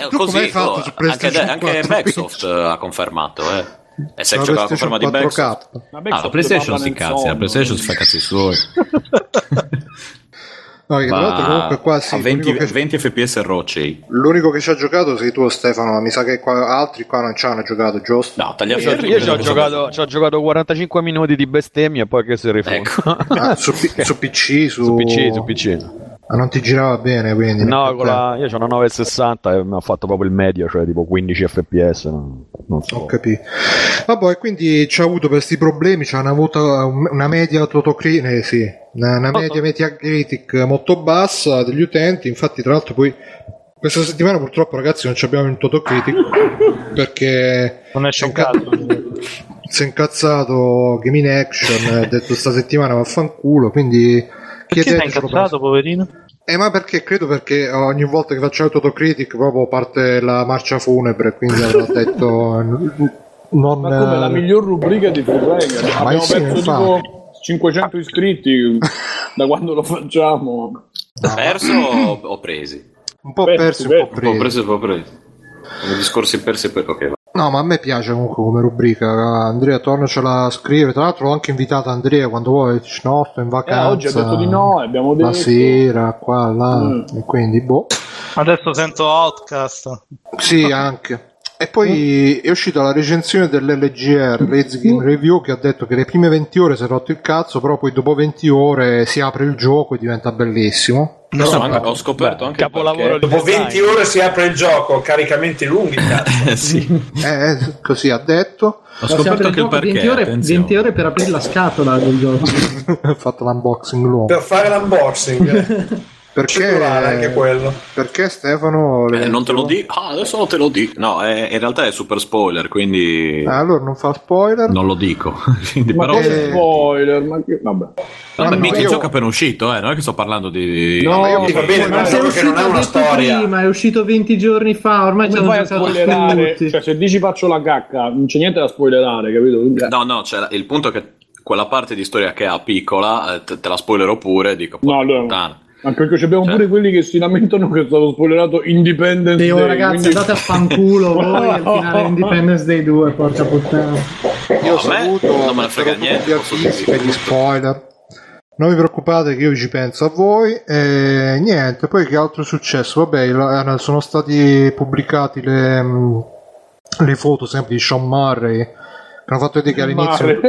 S1: tu come hai fatto
S5: oh,
S1: su
S5: anche,
S1: PlayStation
S5: anche
S1: 4?
S5: Microsoft ha confermato, eh. E se
S1: La
S5: c'è la
S1: PlayStation
S5: conferma di Microsoft...
S1: 4K.
S2: Vabbè,
S5: Ah, la
S2: sotto
S5: PlayStation
S2: parla
S5: si
S2: nel
S5: incazza, la
S2: sonno.
S5: PlayStation si fa i cazzi suoi.
S1: No, che tra l'altro
S5: Ma
S1: comunque qua sì,
S5: a 20,
S1: l'unico che-
S5: 20 fps rocci.
S1: L'unico che ci ha giocato sei tu, Stefano. ma Mi sa che qua- altri qua non ci hanno giocato, giusto?
S5: No, tagliato
S6: Io, io ci ho giocato, ci ho giocato 45 minuti di bestemmia e poi che se rifonda.
S5: Ecco.
S1: Ah, su, P- su PC, su...
S6: su PC, su PC.
S1: Ah, non ti girava bene, quindi.
S6: No,
S1: perché-
S6: con la- io ho una 960 e mi ha fatto proprio il medio, cioè tipo 15 fps. Non, non so.
S1: Ho capito. Vabbè, quindi ci ha avuto questi problemi, ci hanno avuto una media autocritica, sì, una, una media Metacritic molto bassa degli utenti, infatti tra l'altro poi questa settimana purtroppo ragazzi non ci abbiamo un Totocritic perché
S4: Non esce un caldo.
S1: si è incazzato Game in Action, ha detto sta settimana vaffanculo, quindi
S4: Perché ti hai
S1: chiedetecelo per-
S4: incazzato, poverino?
S1: eh, ma perché credo perché ogni volta che faccio l'autocritic proprio parte la marcia funebre, quindi avrò detto n- n- non
S2: Ma come la
S1: eh,
S2: miglior rubrica di Free Player? Abbiamo
S1: sì,
S2: perso
S1: infatti.
S2: tipo 500 iscritti da quando lo facciamo.
S5: Perso o, o presi?
S1: un po'
S2: persi,
S1: persi, un po'
S5: Ho
S2: persi.
S1: presi.
S5: preso e poi presi. Come discorsi persi e poi... Ok, va.
S1: No, ma a me piace comunque come rubrica. Andrea tornacela a scrivere. Tra l'altro ho anche invitato Andrea quando vuoi, dice, no, sto in
S2: Eh,
S1: vacanza.
S2: oggi ha detto di no, e abbiamo detto...
S1: La sera, qua, là,
S2: Mm.
S1: e quindi boh.
S4: Adesso sento Outcast.
S1: Sì, anche. E
S2: Mm.
S1: poi è uscita la recensione dell'LGR, Let's Game Review, che ha detto che le prime 20 ore si è rotto il cazzo, però poi dopo 20 ore si apre il gioco e diventa bellissimo.
S5: Però anche- ho scoperto anche il
S6: Capolavoro
S8: Dopo
S6: design.
S8: 20 ore si apre il gioco, caricamenti lunghi, cazzo.
S5: perché. Eh, sì.
S1: Eh, così ha detto,
S5: Ho scoperto anche il perché.
S3: 20 ore,
S5: attenzione.
S3: 20 ore per aprire la scatola del gioco.
S1: ha fatto l'unboxing lungo.
S8: per fare l'unboxing.
S1: Perché,
S8: Cellulare, anche quello.
S1: perché Stefano... le-
S5: Eh, non te lo dico. Ah, adesso non te lo dico. No, eh, in realtà è super spoiler, quindi
S1: Ah, allora non fa spoiler.
S5: non lo dico. Quindi,
S2: Ma
S5: però,
S2: cosa
S1: eh,
S2: spoiler? Ma che... Vabbè.
S5: Vabbè,
S1: no,
S5: mica
S1: io-
S5: il gioco è appena uscito, eh, non è che sto parlando di...
S2: No,
S1: ma io
S8: Sì, va bene,
S3: Ma
S8: ma
S3: se è
S8: che
S3: uscito
S8: non è una
S3: detto
S8: storia.
S3: prima, è uscito 20 giorni fa, ormai ci
S2: Come
S3: hanno
S2: fai a
S3: giocato
S2: spoilerare?
S3: tutti.
S2: Cioè, se dici faccio la cacca, non c'è niente da spoilerare, capito? Quindi-
S5: No, no, c'è la- il punto è che quella parte di storia che ha piccola, eh, te, te la spoilerò pure, dico...
S2: No,
S5: porca
S2: allora no.
S5: puttana.
S2: Ma perché ci abbiamo
S5: Cioè.
S2: pure quelli che si lamentano che è stato spoilerato Independence
S3: Sì, oh,
S2: Day,
S3: ragazzi,
S2: quindi-
S3: andate a fanculo voi al finale di Independence Day 2, porca puttana.
S1: Io
S5: a me
S1: saluto,
S5: non me ne frega
S1: metterò
S5: niente,
S1: tutti gli
S5: posso
S1: avvisi
S5: dire.
S1: per gli spoiler. Non vi preoccupate che io ci penso a voi. E niente, poi che altro è successo? Vabbè, il- eh, sono stati pubblicati le, mm, le foto sempre di Sean Murray. Che hanno fatto vedere che all'inizio...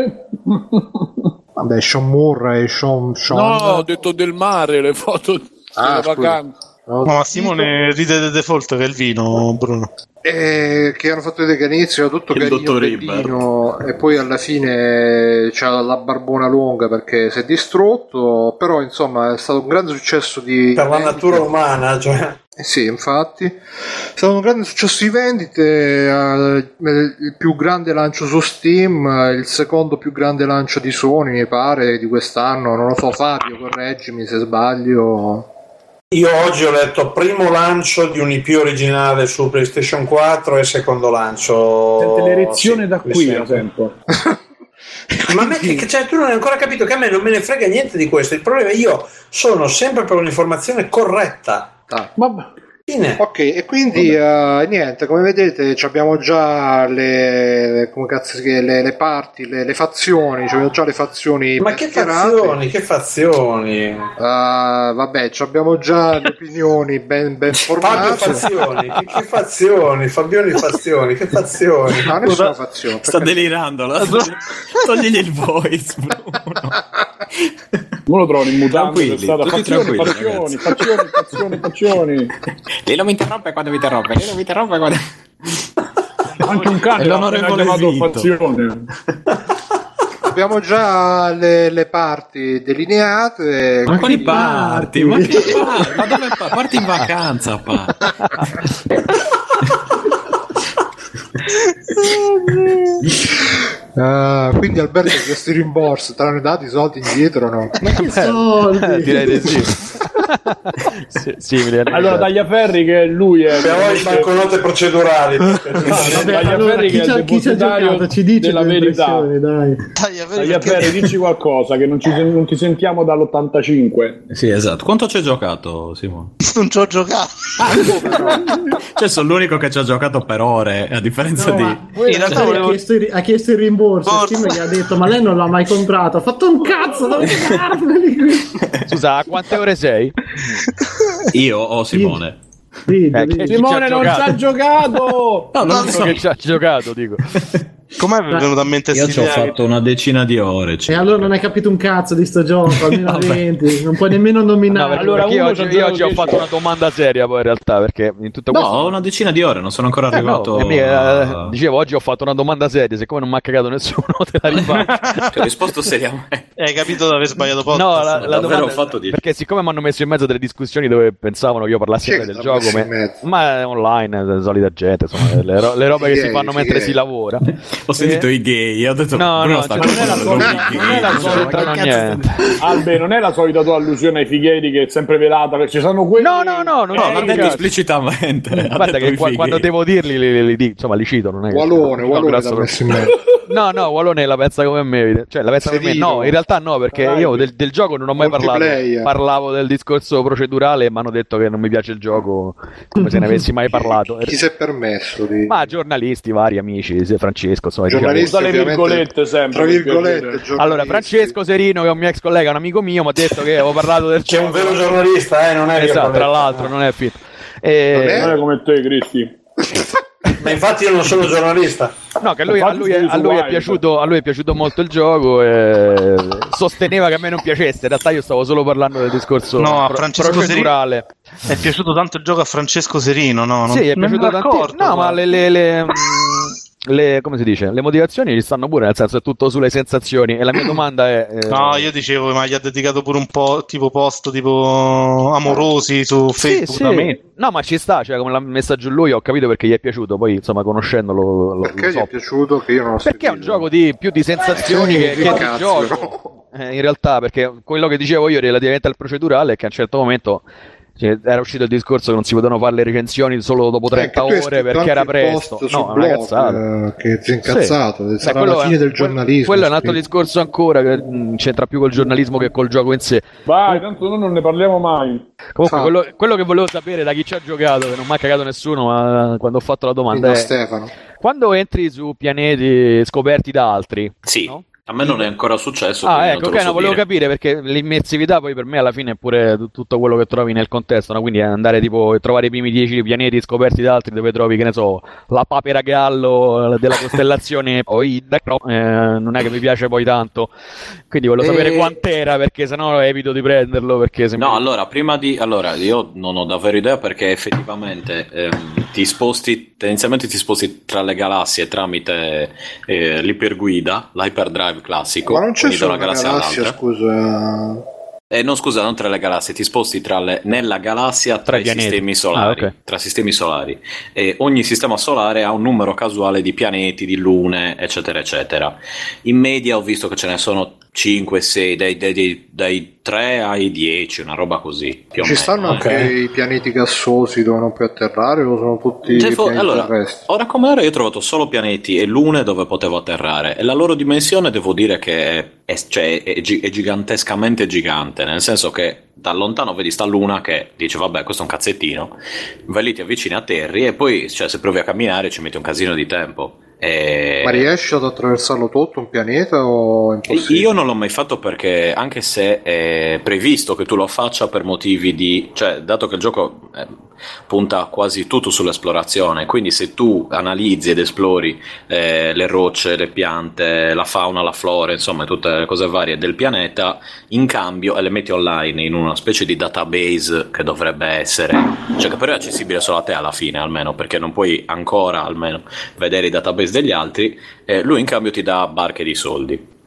S1: Vabbè, Sean Murray, Sean... Sean...
S2: No, ho detto del mare le foto
S1: Ah,
S2: delle
S1: scusa.
S2: vacanze.
S1: No,
S4: ma Simone ride del default che è il vino, Bruno.
S1: Eh, che hanno fatto vedere che all'inizio era tutto
S5: Il
S1: carino
S5: dottor
S1: bellino, e poi alla fine c'ha la barbona lunga perché si è distrutto però insomma è stato un grande successo di
S8: per la
S1: vendite.
S8: natura umana, cioè.
S1: Eh sì infatti è stato un grande successo di vendite eh, il più grande lancio su Steam eh, il secondo più grande lancio di Sony mi pare di quest'anno non lo so Fabio correggimi se sbaglio
S8: Io oggi ho letto primo lancio di un IP originale su PlayStation 4 e secondo lancio.
S7: Sente l'erezione da
S8: sì,
S7: qui, eh.
S8: sì.
S7: la sento.
S8: Ma a me che, che- cioè, tu non hai ancora capito che a me non me ne frega niente di questo. Il problema è io sono sempre per un'informazione corretta.
S1: Ah.
S8: Fine.
S1: Ok, e quindi eh, niente, come vedete ci abbiamo già le, come cazzo si chiama, le, le parti, le, le fazioni, ci abbiamo già le fazioni
S8: Ma che
S1: mascherate.
S8: fazioni, che fazioni.
S1: Eh, vabbè, ci abbiamo già le opinioni ben, ben
S8: Fabio
S1: formate.
S8: Fazioni, che, che fazioni, Fabioni Fazioni, che fazioni.
S1: Ma nessuna fazione.
S5: Sta
S1: perché-
S5: delirando. la- Togligli il voice.
S7: Mo lo trovo in mutante per
S5: Tranquilli,
S7: strada.
S5: tutti
S7: Faccioni,
S5: tranquilli,
S7: faccioni,
S5: ragazzi.
S7: faccioni, faccioni, faccioni.
S5: Lei non mi interrompe quando mi interrompe. Lei non mi interrompe quando.
S7: Anche un cane
S5: È l'onorevole
S7: l'ha chiamato
S5: Vito.
S7: fazione.
S1: Abbiamo già le, le parti delineate.
S5: Ma quali
S1: quindi-
S5: parti? Ma che parti? Ma dove pa- Parti in vacanza, pa.
S1: Eh, quindi Alberto ha chiesto il rimborso, te l'hanno dato i soldi indietro no?
S5: Eh,
S3: Soldi.
S6: Direi di sì. sì simile a-
S7: Allora, Tagliaferri che lui eh. è...
S8: Però le banconote procedurali.
S7: Vabbè,
S3: Ah, allora, chi, c'ha, chi c'ha giocato ci dice
S7: della
S3: la
S7: verità.
S3: verità. Dai.
S4: Taglia vedi
S7: Tagliaferri,
S4: perché-
S7: dici qualcosa, che non, ci sen- non ti sentiamo dall'85.
S5: Sì, esatto. Quanto ci hai giocato, Simone?
S4: non ci ho giocato.
S7: Ah,
S5: Cioè, sono l'unico che ci ha giocato per ore, a differenza
S3: No,
S5: di...
S3: ma poi
S4: In realtà
S3: ha,
S4: volevo-
S3: chiesto il, ha chiesto il rimborso.
S4: Forza.
S3: Steam gli ha detto: Ma lei non l'ha mai comprato. Ha fatto un cazzo. Dove darmeli qui?
S6: Scusa, a quante ore sei?
S5: Io o Simone?
S3: Ride,
S6: Eh, che-
S3: ride.
S6: Chi Simone, ci ha non giocato? ci ha
S7: giocato!
S5: No, non lo so.
S6: Che ci ha giocato, dico.
S4: Com'è mi è venuto a mente
S5: Io
S4: sti
S5: ci ho
S4: idea che-
S5: fatto una decina di ore.
S3: E
S5: cioè.
S3: allora non hai capito un cazzo di sto gioco, almeno
S5: Vabbè.
S3: 20, non puoi nemmeno
S6: No,
S3: nominare.
S6: perché-
S7: allora
S6: perché io
S7: uno
S6: oggi,
S7: c'ha
S6: io
S7: giocato
S6: oggi ho
S7: dieci
S6: fatto
S7: ore.
S6: una domanda seria poi Eh, boh, in realtà, perché in tutta
S5: No,
S6: questa...
S5: ho una decina di ore, non sono ancora
S6: Eh, no,
S5: arrivato.
S6: e mi- eh,
S5: a-
S6: dicevo oggi ho fatto una domanda seria, siccome non mi ha cagato nessuno te la rifaccio.
S5: Ti ho risposto seriamente.
S6: Eh,
S4: Hai capito di aver sbagliato poco?
S6: No, la, la
S5: davvero
S6: domanda
S5: ho fatto dieci.
S6: perché siccome mi hanno messo in mezzo delle discussioni dove pensavano che io
S1: Chi
S6: parlassi
S1: è
S6: male
S1: che
S6: del
S1: t'ha messo
S6: gioco,
S1: in mezzo?
S6: ma, ma online, eh, solita gente, insomma, le, ro- le robe che si
S1: Gay,
S6: fanno
S1: sì,
S6: mentre
S1: gay.
S6: si lavora.
S5: Ho sentito i gay, ho detto...
S6: No,
S5: Bruno
S6: no,
S5: sta
S6: cioè,
S7: non è la
S5: con-
S7: solita,
S5: con-
S7: non è la
S5: con-
S7: solita,
S5: con-
S6: non niente.
S7: Albe, non è la solita tua allusione ai fighieri che è sempre velata, perché ci sono quelli... Eh,
S6: No, no, no, non
S5: No,
S6: è
S5: l'ha
S6: un
S5: detto
S6: cazzo.
S5: esplicitamente. ha
S6: Guarda
S5: detto
S6: che
S5: i
S6: qua-
S5: fighi.
S6: quando devo dirli li, li- li dico, insomma li cito, non è che-
S1: Walone,
S6: no,
S1: Walone
S6: grosso
S1: l'ha messo in
S6: problema.
S1: mezzo.
S6: No, no, Walone la pensa come me, vede. cioè la pensa come me.
S1: Serino.
S6: No, in realtà no, perché
S7: Dai.
S6: io del, del gioco non ho mai parlato.
S1: Multiplayer.
S6: Parlavo del discorso procedurale e mi hanno detto che non mi piace il gioco come se ne avessi mai parlato.
S1: Chi si è permesso di...
S6: Ma giornalisti, vari amici, se Francesco, insomma,
S1: Giornalisti,
S7: Usa le
S1: ovviamente,
S7: virgolette sempre,
S1: Tra
S7: per
S1: virgolette,
S7: piacere.
S1: giornalisti.
S6: diciamo- Allora, Francesco Serino, che è un mio ex collega, un amico mio, mi ha detto che avevo parlato del
S8: C'è un
S6: gioco.
S8: vero giornalista, eh, non è
S6: Esatto,
S8: virgolette.
S6: tra l'altro, Eh, non è finto. E-
S1: Non è?
S7: Non è come te, Cristi.
S8: Ma infatti io non sono giornalista.
S6: No, che a lui, a lui- a lui è piaciuto, a
S7: cioè.
S6: lui è piaciuto molto il gioco e sosteneva che a me non piacesse. In realtà io stavo solo parlando del discorso
S4: No, a
S6: pro-
S4: Francesco
S6: procedurale.
S4: È piaciuto tanto il gioco a Francesco Serino, no? Non-
S6: Sì, è
S4: non me
S6: piaciuto
S4: l'ero
S6: tantissimo.
S4: accorto,
S6: No, ma
S4: guarda.
S6: le, le- le- mm, le- come si dice? Le motivazioni ci stanno pure, nel senso è tutto sulle sensazioni. E la mia domanda è... eh,
S4: No, io dicevo, ma gli ha dedicato pure un po' tipo post tipo amorosi su
S6: Sì,
S4: Facebook
S6: sì.
S4: da me.
S6: No, ma ci sta, cioè come l'ha messa giù lui, ho capito perché gli è piaciuto, poi insomma conoscendolo lo, lo
S1: Perché gli
S6: so.
S1: è piaciuto che io non ho
S6: Perché è un
S1: seguito?
S6: gioco di, più di sensazioni
S1: Eh,
S6: che,
S1: sì,
S6: che di
S1: cazzo.
S6: gioco. Eh, in realtà, perché quello che dicevo io relativamente al procedurale è che a un certo momento Cioè, era uscito il discorso che non si potevano fare le recensioni solo
S1: Cioè,
S6: dopo 30 ore perché era presto. No, è una cazzata.
S1: eh, che si è incazzato,
S6: Sì.
S1: sarà
S6: Eh, quello
S1: la
S6: è-
S1: fine del
S6: quel-
S1: giornalismo.
S6: Quello è un altro
S1: sì.
S6: discorso ancora che mh, c'entra più col giornalismo che col gioco in sé.
S2: Vai, tanto noi non ne parliamo mai.
S6: Comunque, quello, quello che volevo sapere da chi ci ha giocato, che non mi ha cagato nessuno, ma eh, quando ho fatto la domanda
S1: Quindi
S6: è:
S1: a Stefano.
S6: quando entri su pianeti scoperti da altri,
S5: Sì, a me non è ancora successo.
S6: ah,
S5: quindi non
S6: ecco,
S5: te
S6: ok,
S5: lo
S6: no,
S5: so
S6: volevo
S5: dire.
S6: capire perché l'immersività poi per me alla fine è pure tu- tutto quello che trovi nel contesto, no? quindi andare tipo e trovare i primi 10 pianeti scoperti da altri dove trovi, che ne so, la papera gallo della costellazione o Ida, no, eh, non è che mi piace poi tanto, quindi volevo sapere
S5: Eh.
S6: quant'era perché sennò evito di prenderlo perché se
S5: No, allora, prima di... Allora, io non ho davvero idea perché effettivamente ehm, ti sposti, tendenzialmente ti sposti tra le galassie tramite eh, l'iperguida, l'hyperdrive classico,
S1: Ma non c'è
S5: quindi da
S1: solo
S5: Ecco, una
S1: una
S5: galassia
S1: galassia,
S5: all'altra.
S1: scusa.
S5: Eh, no, scusa, non tra le galassie, ti sposti tra le- nella galassia tra, i
S6: pianeti.
S5: sistemi solari.
S6: Ah, ok.
S5: Tra sistemi solari. E ogni sistema solare ha un numero casuale di pianeti, di lune, eccetera, eccetera. In media ho visto che ce ne sono 5, 6, dai, dai- dai- dai 3 ai 10, una roba così. Più o
S1: Ci
S5: meno,
S1: stanno
S5: eh.
S1: anche i pianeti gassosi dove non puoi atterrare o sono tutti
S5: Cioè, fo-
S1: pianeti
S5: allora,
S1: terrestri?
S5: ora come ora io ho trovato solo pianeti e lune dove potevo atterrare e la loro dimensione devo dire che è, è- cioè, è gi- è gigantescamente gigante, nel senso che da lontano vedi sta luna che dice vabbè questo è un cazzettino, vai lì ti avvicini a terri e poi cioè, se provi a camminare ci metti un casino di tempo. E...
S1: Ma riesci ad attraversarlo tutto un pianeta o è impossibile?
S5: Io non l'ho mai fatto perché, anche se è previsto che tu lo faccia per motivi di. cioè, dato che il gioco eh, punta quasi tutto sull'esplorazione, quindi se tu analizzi ed esplori eh, le rocce, le piante, la fauna, la flora, insomma, tutte le cose varie del pianeta, in cambio e le metti online in una specie di database che dovrebbe essere. cioè, che però è accessibile solo a te alla fine, almeno, perché non puoi ancora, almeno, vedere i database degli altri, eh, lui in cambio ti dà barche di soldi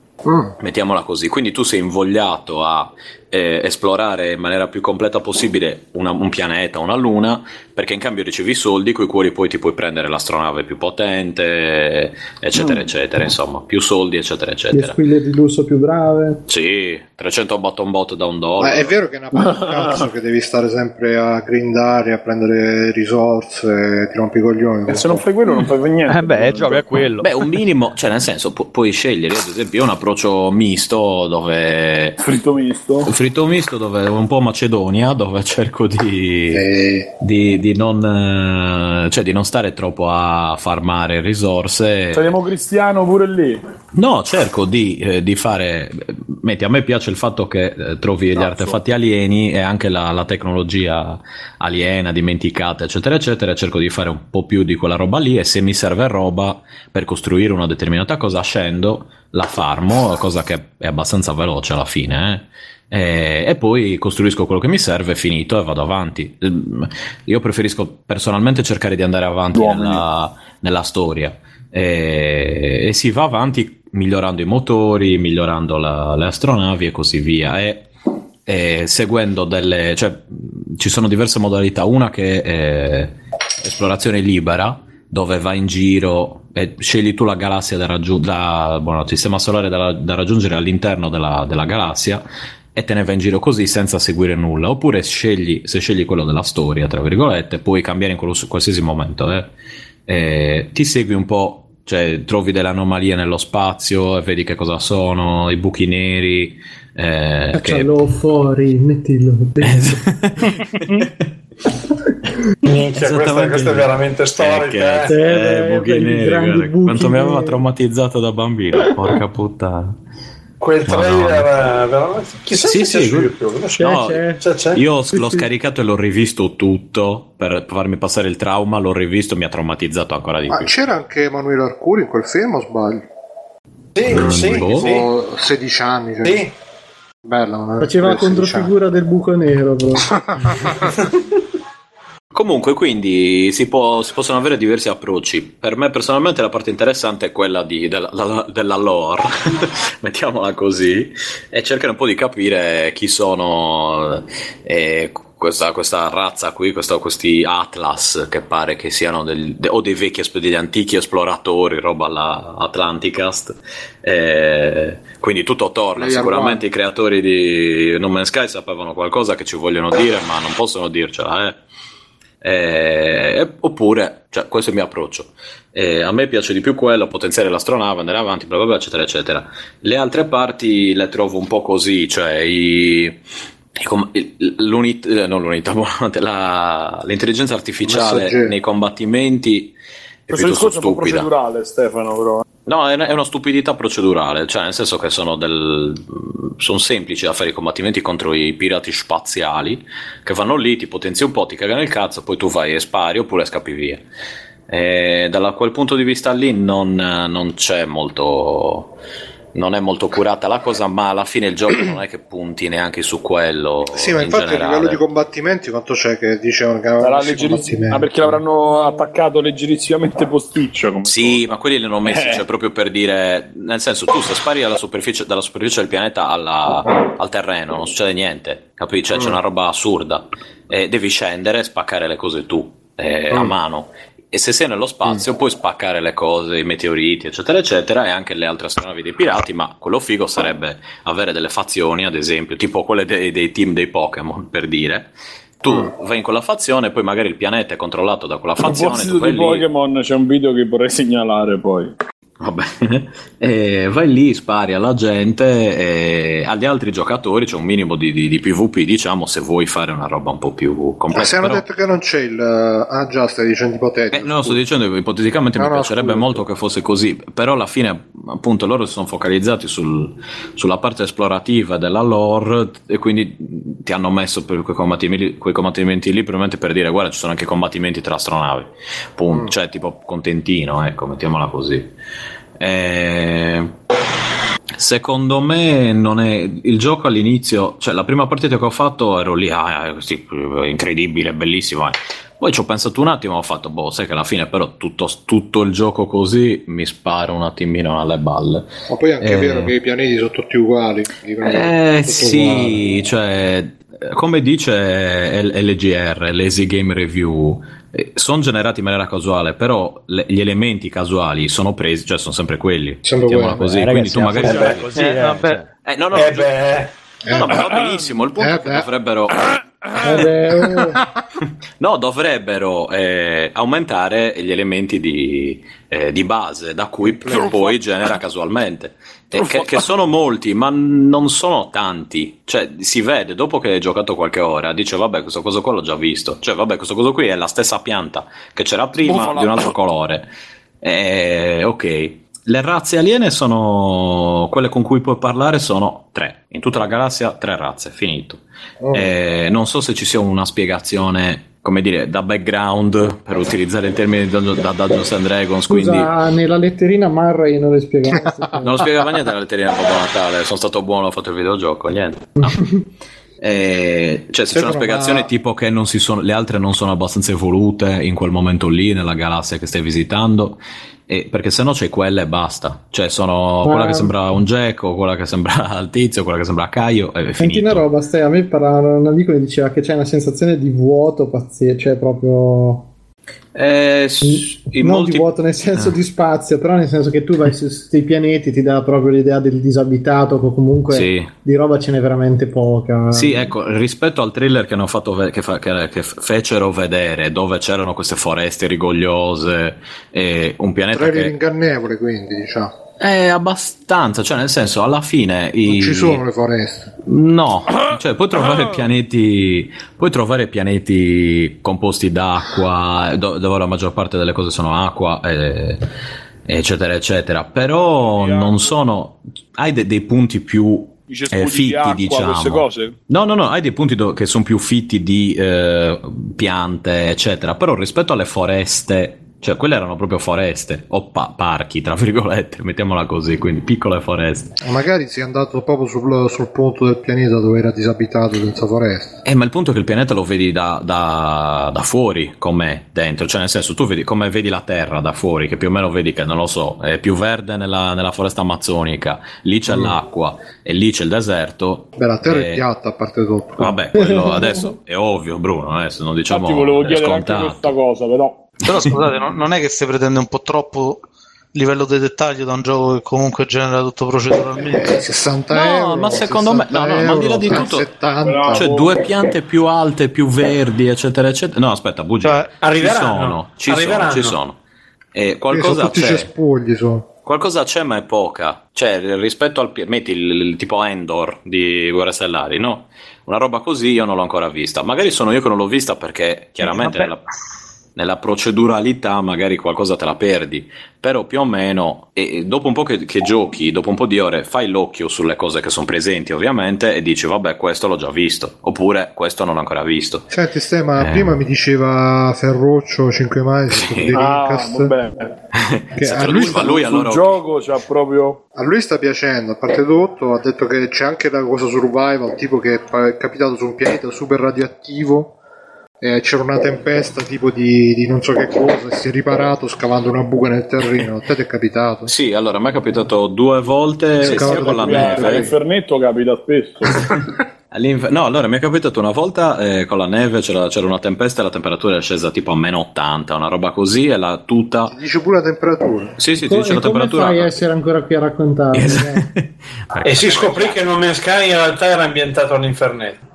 S5: mettiamola così. Quindi tu sei invogliato a eh, esplorare in maniera più completa possibile una- un pianeta, una luna, perché in cambio ricevi soldi coi quali poi ti puoi prendere l'astronave più potente, eccetera, eccetera. Insomma, più soldi, eccetera,
S3: Le
S5: eccetera.
S3: squille di lusso più brave.
S5: Sì, 300 bottom bot da un
S1: Ma
S5: dollaro.
S1: è vero che è una parte di cazzo che devi stare sempre a grindare, a prendere risorse, ti rompi i coglioni.
S5: se non fai
S2: quello non fai niente.
S6: Eh beh, gioca a quello.
S5: Beh, un minimo, cioè nel senso, pu- puoi scegliere, io, ad esempio, un approccio misto dove...
S2: Fritto misto?
S5: Fritto misto dove un po' Macedonia, dove cerco di, di, di non, eh, cioè, di non stare troppo a farmare risorse.
S2: Saremo cristiano pure lì.
S5: No, cerco di, eh, di fare. Metti, a me piace il fatto che eh, trovi gli artefatti alieni e anche la, la tecnologia aliena, dimenticata, eccetera, eccetera. Cerco di fare un po' più di quella roba lì. E se mi serve roba per costruire una determinata cosa, scendo, la farmo, cosa che è abbastanza veloce alla fine. eh. E, e poi costruisco quello che mi serve, finito e vado avanti. Ehm, Io preferisco personalmente cercare di andare avanti nella, nella storia e, e si va avanti migliorando i motori, migliorando la- le astronavi e così via. E, e seguendo delle, cioè, mh, ci sono diverse modalità. Una che è esplorazione libera, dove vai in giro e scegli tu la galassia da raggiungere, il sistema solare da, da raggiungere all'interno della, della galassia. E te ne vai in giro così senza seguire nulla. Oppure scegli, se scegli quello della storia, tra virgolette, puoi cambiare in quello- su qualsiasi momento. eh eh, ti segui un po', cioè trovi delle anomalie nello spazio e vedi che cosa sono, i buchi neri. eh, che- Esatto.
S3: Caccialo fuori, mettilo dentro.
S8: Minchia, questa,
S5: Esattamente
S8: questa è
S5: lì.
S8: veramente storica.
S5: Cazzo,
S8: eh.
S5: eh, buchi
S8: quelli
S5: neri,
S8: grandi
S5: guarda,
S8: buchi
S5: quanto mi aveva
S8: neri.
S5: traumatizzato da bambino, porca puttana.
S8: Quel
S5: Madonna.
S8: trailer, eh, veramente. Chissà
S5: Sì,
S8: se c'è
S5: sì,
S8: su
S5: quel-
S8: YouTube. Non so.
S5: No,
S8: C'è, c'è.
S5: Io
S8: Sì,
S5: l'ho
S8: sì.
S5: scaricato e l'ho rivisto tutto per farmi passare il trauma, l'ho rivisto, mi ha traumatizzato ancora di
S1: Ma
S5: più.
S1: c'era anche Emanuele Arcuri in quel film o sbaglio?
S5: Mm, sì, boh.
S1: Tipo 16 anni. Cioè.
S8: Sì.
S1: Bella, ma-
S3: Faceva la
S1: 16 anni.
S3: controfigura del buco nero, bro.
S5: Comunque, quindi si, può- si possono avere diversi approcci. Per me personalmente la parte interessante è quella di- della, la- della lore, mettiamola così, e cercare un po' di capire chi sono, eh, questa, questa razza qui, questa- questi Atlas che pare che siano del- de- o dei vecchi, es- degli antichi esploratori, roba alla Atlanticast. Eh, quindi tutto torna.
S11: Player
S5: Sicuramente i creatori di No Man's Sky sapevano qualcosa che ci vogliono dire, ma non possono dircela, eh. Eh, oppure, cioè, questo è il mio approccio. Eh, a me piace di più quello, potenziare l'astronave, andare avanti, bla bla bla, eccetera, eccetera. Le altre parti le trovo un po' così, cioè i, i com- il- l'unit- eh, non l'unità, buonanotte, la- l'intelligenza artificiale
S7: Messaggero.
S5: nei combattimenti è
S7: Questo
S5: piuttosto
S7: discorso è un po'
S5: stupida.
S7: procedurale, Stefano, però.
S5: No, è una, è una stupidità procedurale, cioè nel senso che sono, del, sono semplici da fare i combattimenti contro i pirati spaziali che vanno lì, ti potenzi un po', ti cagano il cazzo, poi tu vai e spari oppure scappi via. E da quel punto di vista lì non, non c'è molto... non è molto curata la cosa, ma alla fine il gioco non è che punti neanche su quello.
S1: Sì, ma
S5: in
S1: infatti a
S5: generale.
S1: livello di combattimenti quanto c'è che dicevano che avevano
S2: Sarà
S1: messo i
S2: leggerissi-
S1: combattimenti?
S2: ah, perché l'avranno attaccato leggerissimamente posticcio. Come
S5: Sì, ma quelli li hanno messi
S2: Eh.
S5: cioè, proprio per dire, nel senso, tu se spari dalla superficie, dalla superficie del pianeta alla- al terreno, non succede niente, capisci? Cioè, c'è
S11: Mm.
S5: una roba assurda. Eh, devi scendere e spaccare le cose tu, eh, a
S11: Mm.
S5: mano. E se sei nello
S2: Mm.
S5: spazio puoi spaccare le cose, i meteoriti, eccetera, eccetera, e anche le altre astronavi dei pirati, ma quello figo sarebbe avere delle fazioni, ad esempio, tipo quelle dei, dei team dei Pokémon, per dire. Tu
S2: Mm.
S5: vai in quella fazione, poi magari il pianeta è controllato da quella
S2: A
S5: fazione, tu
S2: proposito
S5: vai
S2: di
S5: lì,
S2: Pokémon, c'è un video che vorrei segnalare poi.
S5: Vabbè, e vai lì, spari alla gente e agli altri giocatori c'è un minimo di, di- di PvP, diciamo, se vuoi fare una roba un po' più
S1: Ma se
S5: complessa.
S1: hanno
S5: Però,
S1: detto che non c'è il... eh, Ah già, stai dicendo ipotetico.
S5: eh, no, sto dicendo che ipoteticamente
S1: No,
S5: mi
S1: no,
S5: piacerebbe molto che fosse così, però alla fine appunto loro si sono focalizzati sul- sulla parte esplorativa della lore e quindi ti hanno messo per quei combattimenti, quei combattimenti lì probabilmente per dire guarda ci sono anche combattimenti tra astronavi,
S1: Mm.
S5: Punto. cioè tipo contentino, ecco, mettiamola così. Eh, Secondo me non è il gioco all'inizio, cioè la prima partita che ho fatto ero lì, ah, sì, incredibile, bellissimo. eh. Poi ci ho pensato un attimo, ho fatto, boh, sai che alla fine però tutto, tutto il gioco così mi spara un attimino alle balle.
S1: Ma poi è anche
S5: Eh.
S1: vero che i pianeti sono tutti uguali. dicono che sono
S5: Eh
S1: tutti uguali.
S5: sì, cioè, come dice L- LGR, Lazy Game Review, sono generati in maniera casuale, però le- gli elementi casuali sono presi, cioè sono sempre quelli.
S1: Sempre
S5: mettiamola
S1: quelli.
S5: così,
S1: Eh,
S5: quindi
S1: ragazzi,
S5: tu magari...
S1: siamo sempre
S5: così,
S1: così, eh,
S5: no, no,
S8: Eh
S5: giu- no, no, ma va benissimo, il punto è che
S1: Eh,
S5: dovrebbero...
S3: oh,
S5: No, dovrebbero eh, aumentare gli elementi di, eh, di base da cui poi genera casualmente, Eh, che, che sono molti, ma non sono tanti. Cioè, si vede dopo che hai giocato qualche ora, dice vabbè, questo coso qua l'ho già visto. Cioè, vabbè, questo coso qui è la stessa pianta che c'era prima
S11: Bufola.
S5: di un altro colore. Eh, ok. Le razze aliene sono quelle con cui puoi parlare sono tre. In tutta la galassia tre razze, finito.
S11: Oh.
S5: Eh, non so se ci sia una spiegazione, come dire, da background, per utilizzare il termine di Dungeon- da Dungeons and Dragons,
S3: Scusa,
S5: quindi...
S3: nella letterina Marray non le spiegavo.
S5: Non lo spiegava niente la letterina di Babbo Natale, sono stato buono, ho fatto il videogioco, niente. No. Eh, cioè, se c'è
S11: Sembra
S5: una spiegazione
S11: una-
S5: tipo che non si sono- le altre non sono abbastanza evolute in quel momento lì, nella galassia che stai visitando, e- perché se no c'è quella e basta. Cioè, sono
S3: Ma-
S5: quella che sembra un Gecko, quella che sembra il tizio, quella che sembra Caio, e
S3: Senti
S5: finito.
S3: una roba, stai, a me parlavano un amico e diceva che c'è una sensazione di vuoto pazzesca, cioè proprio... Mm,
S5: Eh, s- in
S3: non
S5: molti-
S3: di vuoto nel senso
S5: Ah.
S3: di spazio, però nel senso che tu vai su questi pianeti ti dà proprio l'idea del disabitato, che comunque
S5: Sì.
S3: di roba ce n'è veramente poca.
S5: Sì, ecco, rispetto al thriller che, hanno fatto ve- che fa- che- che f- fecero vedere, dove c'erano queste foreste rigogliose e un pianeta
S1: Trailer
S5: che...
S1: ingannevole quindi, diciamo.
S5: È abbastanza, cioè nel senso, alla fine... i-
S1: Non ci sono le foreste.
S5: No, cioè puoi
S2: Ah.
S5: trovare pianeti, puoi trovare pianeti composti d'acqua, do- dove la maggior parte delle cose sono acqua, eh, eccetera, eccetera, però non sono... Hai de- dei punti più
S2: I
S5: eh,
S2: cespugli di
S5: fitti,
S2: acqua, queste
S5: diciamo.
S2: cose.
S5: No, no, no, hai dei punti do- che sono più fitti di eh, piante, eccetera, però rispetto alle foreste Cioè, quelle erano proprio foreste, o pa- parchi, tra virgolette, mettiamola così, quindi piccole foreste.
S1: Magari si è andato proprio sul, sul punto del pianeta dove era disabitato senza foresta.
S5: Eh, ma il punto è che il pianeta lo vedi da, da- da fuori com'è dentro, cioè nel senso tu vedi come vedi la Terra da fuori, che più o meno vedi che non lo so, è più verde nella, nella foresta amazzonica, lì c'è
S1: Mm.
S5: l'acqua e lì c'è il deserto.
S1: Beh, la terra è
S5: E-
S1: piatta a parte tutto.
S5: Vabbè, quello adesso è ovvio, Bruno, adesso non diciamo
S2: Ti volevo
S5: è
S2: chiedere anche
S5: scontato.
S2: questa cosa, però.
S4: Però scusate, non, non è che si pretende un po' troppo livello di dettaglio da un gioco che comunque genera tutto
S1: Eh,
S4: proceduralmente.
S1: 60
S5: No, ma secondo me, no, no, ma al di là di tutto, cioè due piante più alte, più verdi, eccetera, eccetera. No, aspetta, bugia. ci
S8: arriveranno,
S5: sono, ci
S8: arriveranno.
S5: sono, ci sono. E
S1: sono
S5: qualcosa
S1: tutti
S5: c'è.
S1: cespugli sono.
S5: Qualcosa c'è, ma è poca. Cioè, rispetto al. pi- Metti il, il tipo Endor di Guerre Stellari, no? Una roba così io non l'ho ancora vista. Magari sono io che non l'ho vista perché chiaramente
S6: Vabbè.
S5: nella, nella proceduralità magari qualcosa te la perdi. Però più o meno, e e dopo un po' che, che giochi, dopo un po' di ore, fai l'occhio sulle cose che sono presenti, ovviamente, e dici, vabbè, questo l'ho già visto. Oppure, questo non l'ho ancora visto.
S1: Senti, Ste, ma
S5: Eh.
S1: prima mi diceva Ferroccio 5 mani di
S2: Ah,
S1: Rincast,
S2: vabbè.
S1: che
S5: Se
S1: a
S5: te lo
S1: lui
S5: dico a
S1: sta-
S5: lui, allora.
S2: Sul gioco c'ha proprio...
S1: A lui sta piacendo, a parte tutto, ha detto che c'è anche la cosa survival, tipo che è pa- è capitato su un pianeta super radioattivo, eh, c'era una tempesta tipo di, di non so che cosa, e si è riparato scavando una buca nel terreno, a te ti è capitato.
S5: Sì, allora, mi è capitato due volte
S1: Scavato
S5: sia con la
S1: da
S2: Eh,
S1: qui,
S5: neve.
S2: L'infernetto capita spesso.
S5: All'inf- No, allora mi è capitato una volta eh, con la neve c'era, c'era una tempesta e la temperatura è scesa tipo a meno 80, una roba così e la tuta...
S1: Ti dice pure la temperatura.
S5: Sì, sì, ti
S3: Co-
S5: dice
S3: e
S5: la
S3: come
S5: temperatura...
S3: fai a essere ancora qui a raccontarlo?
S5: Esatto.
S3: dai?
S8: E si scoprì che No Man's Sky in realtà era ambientato all'infernetto.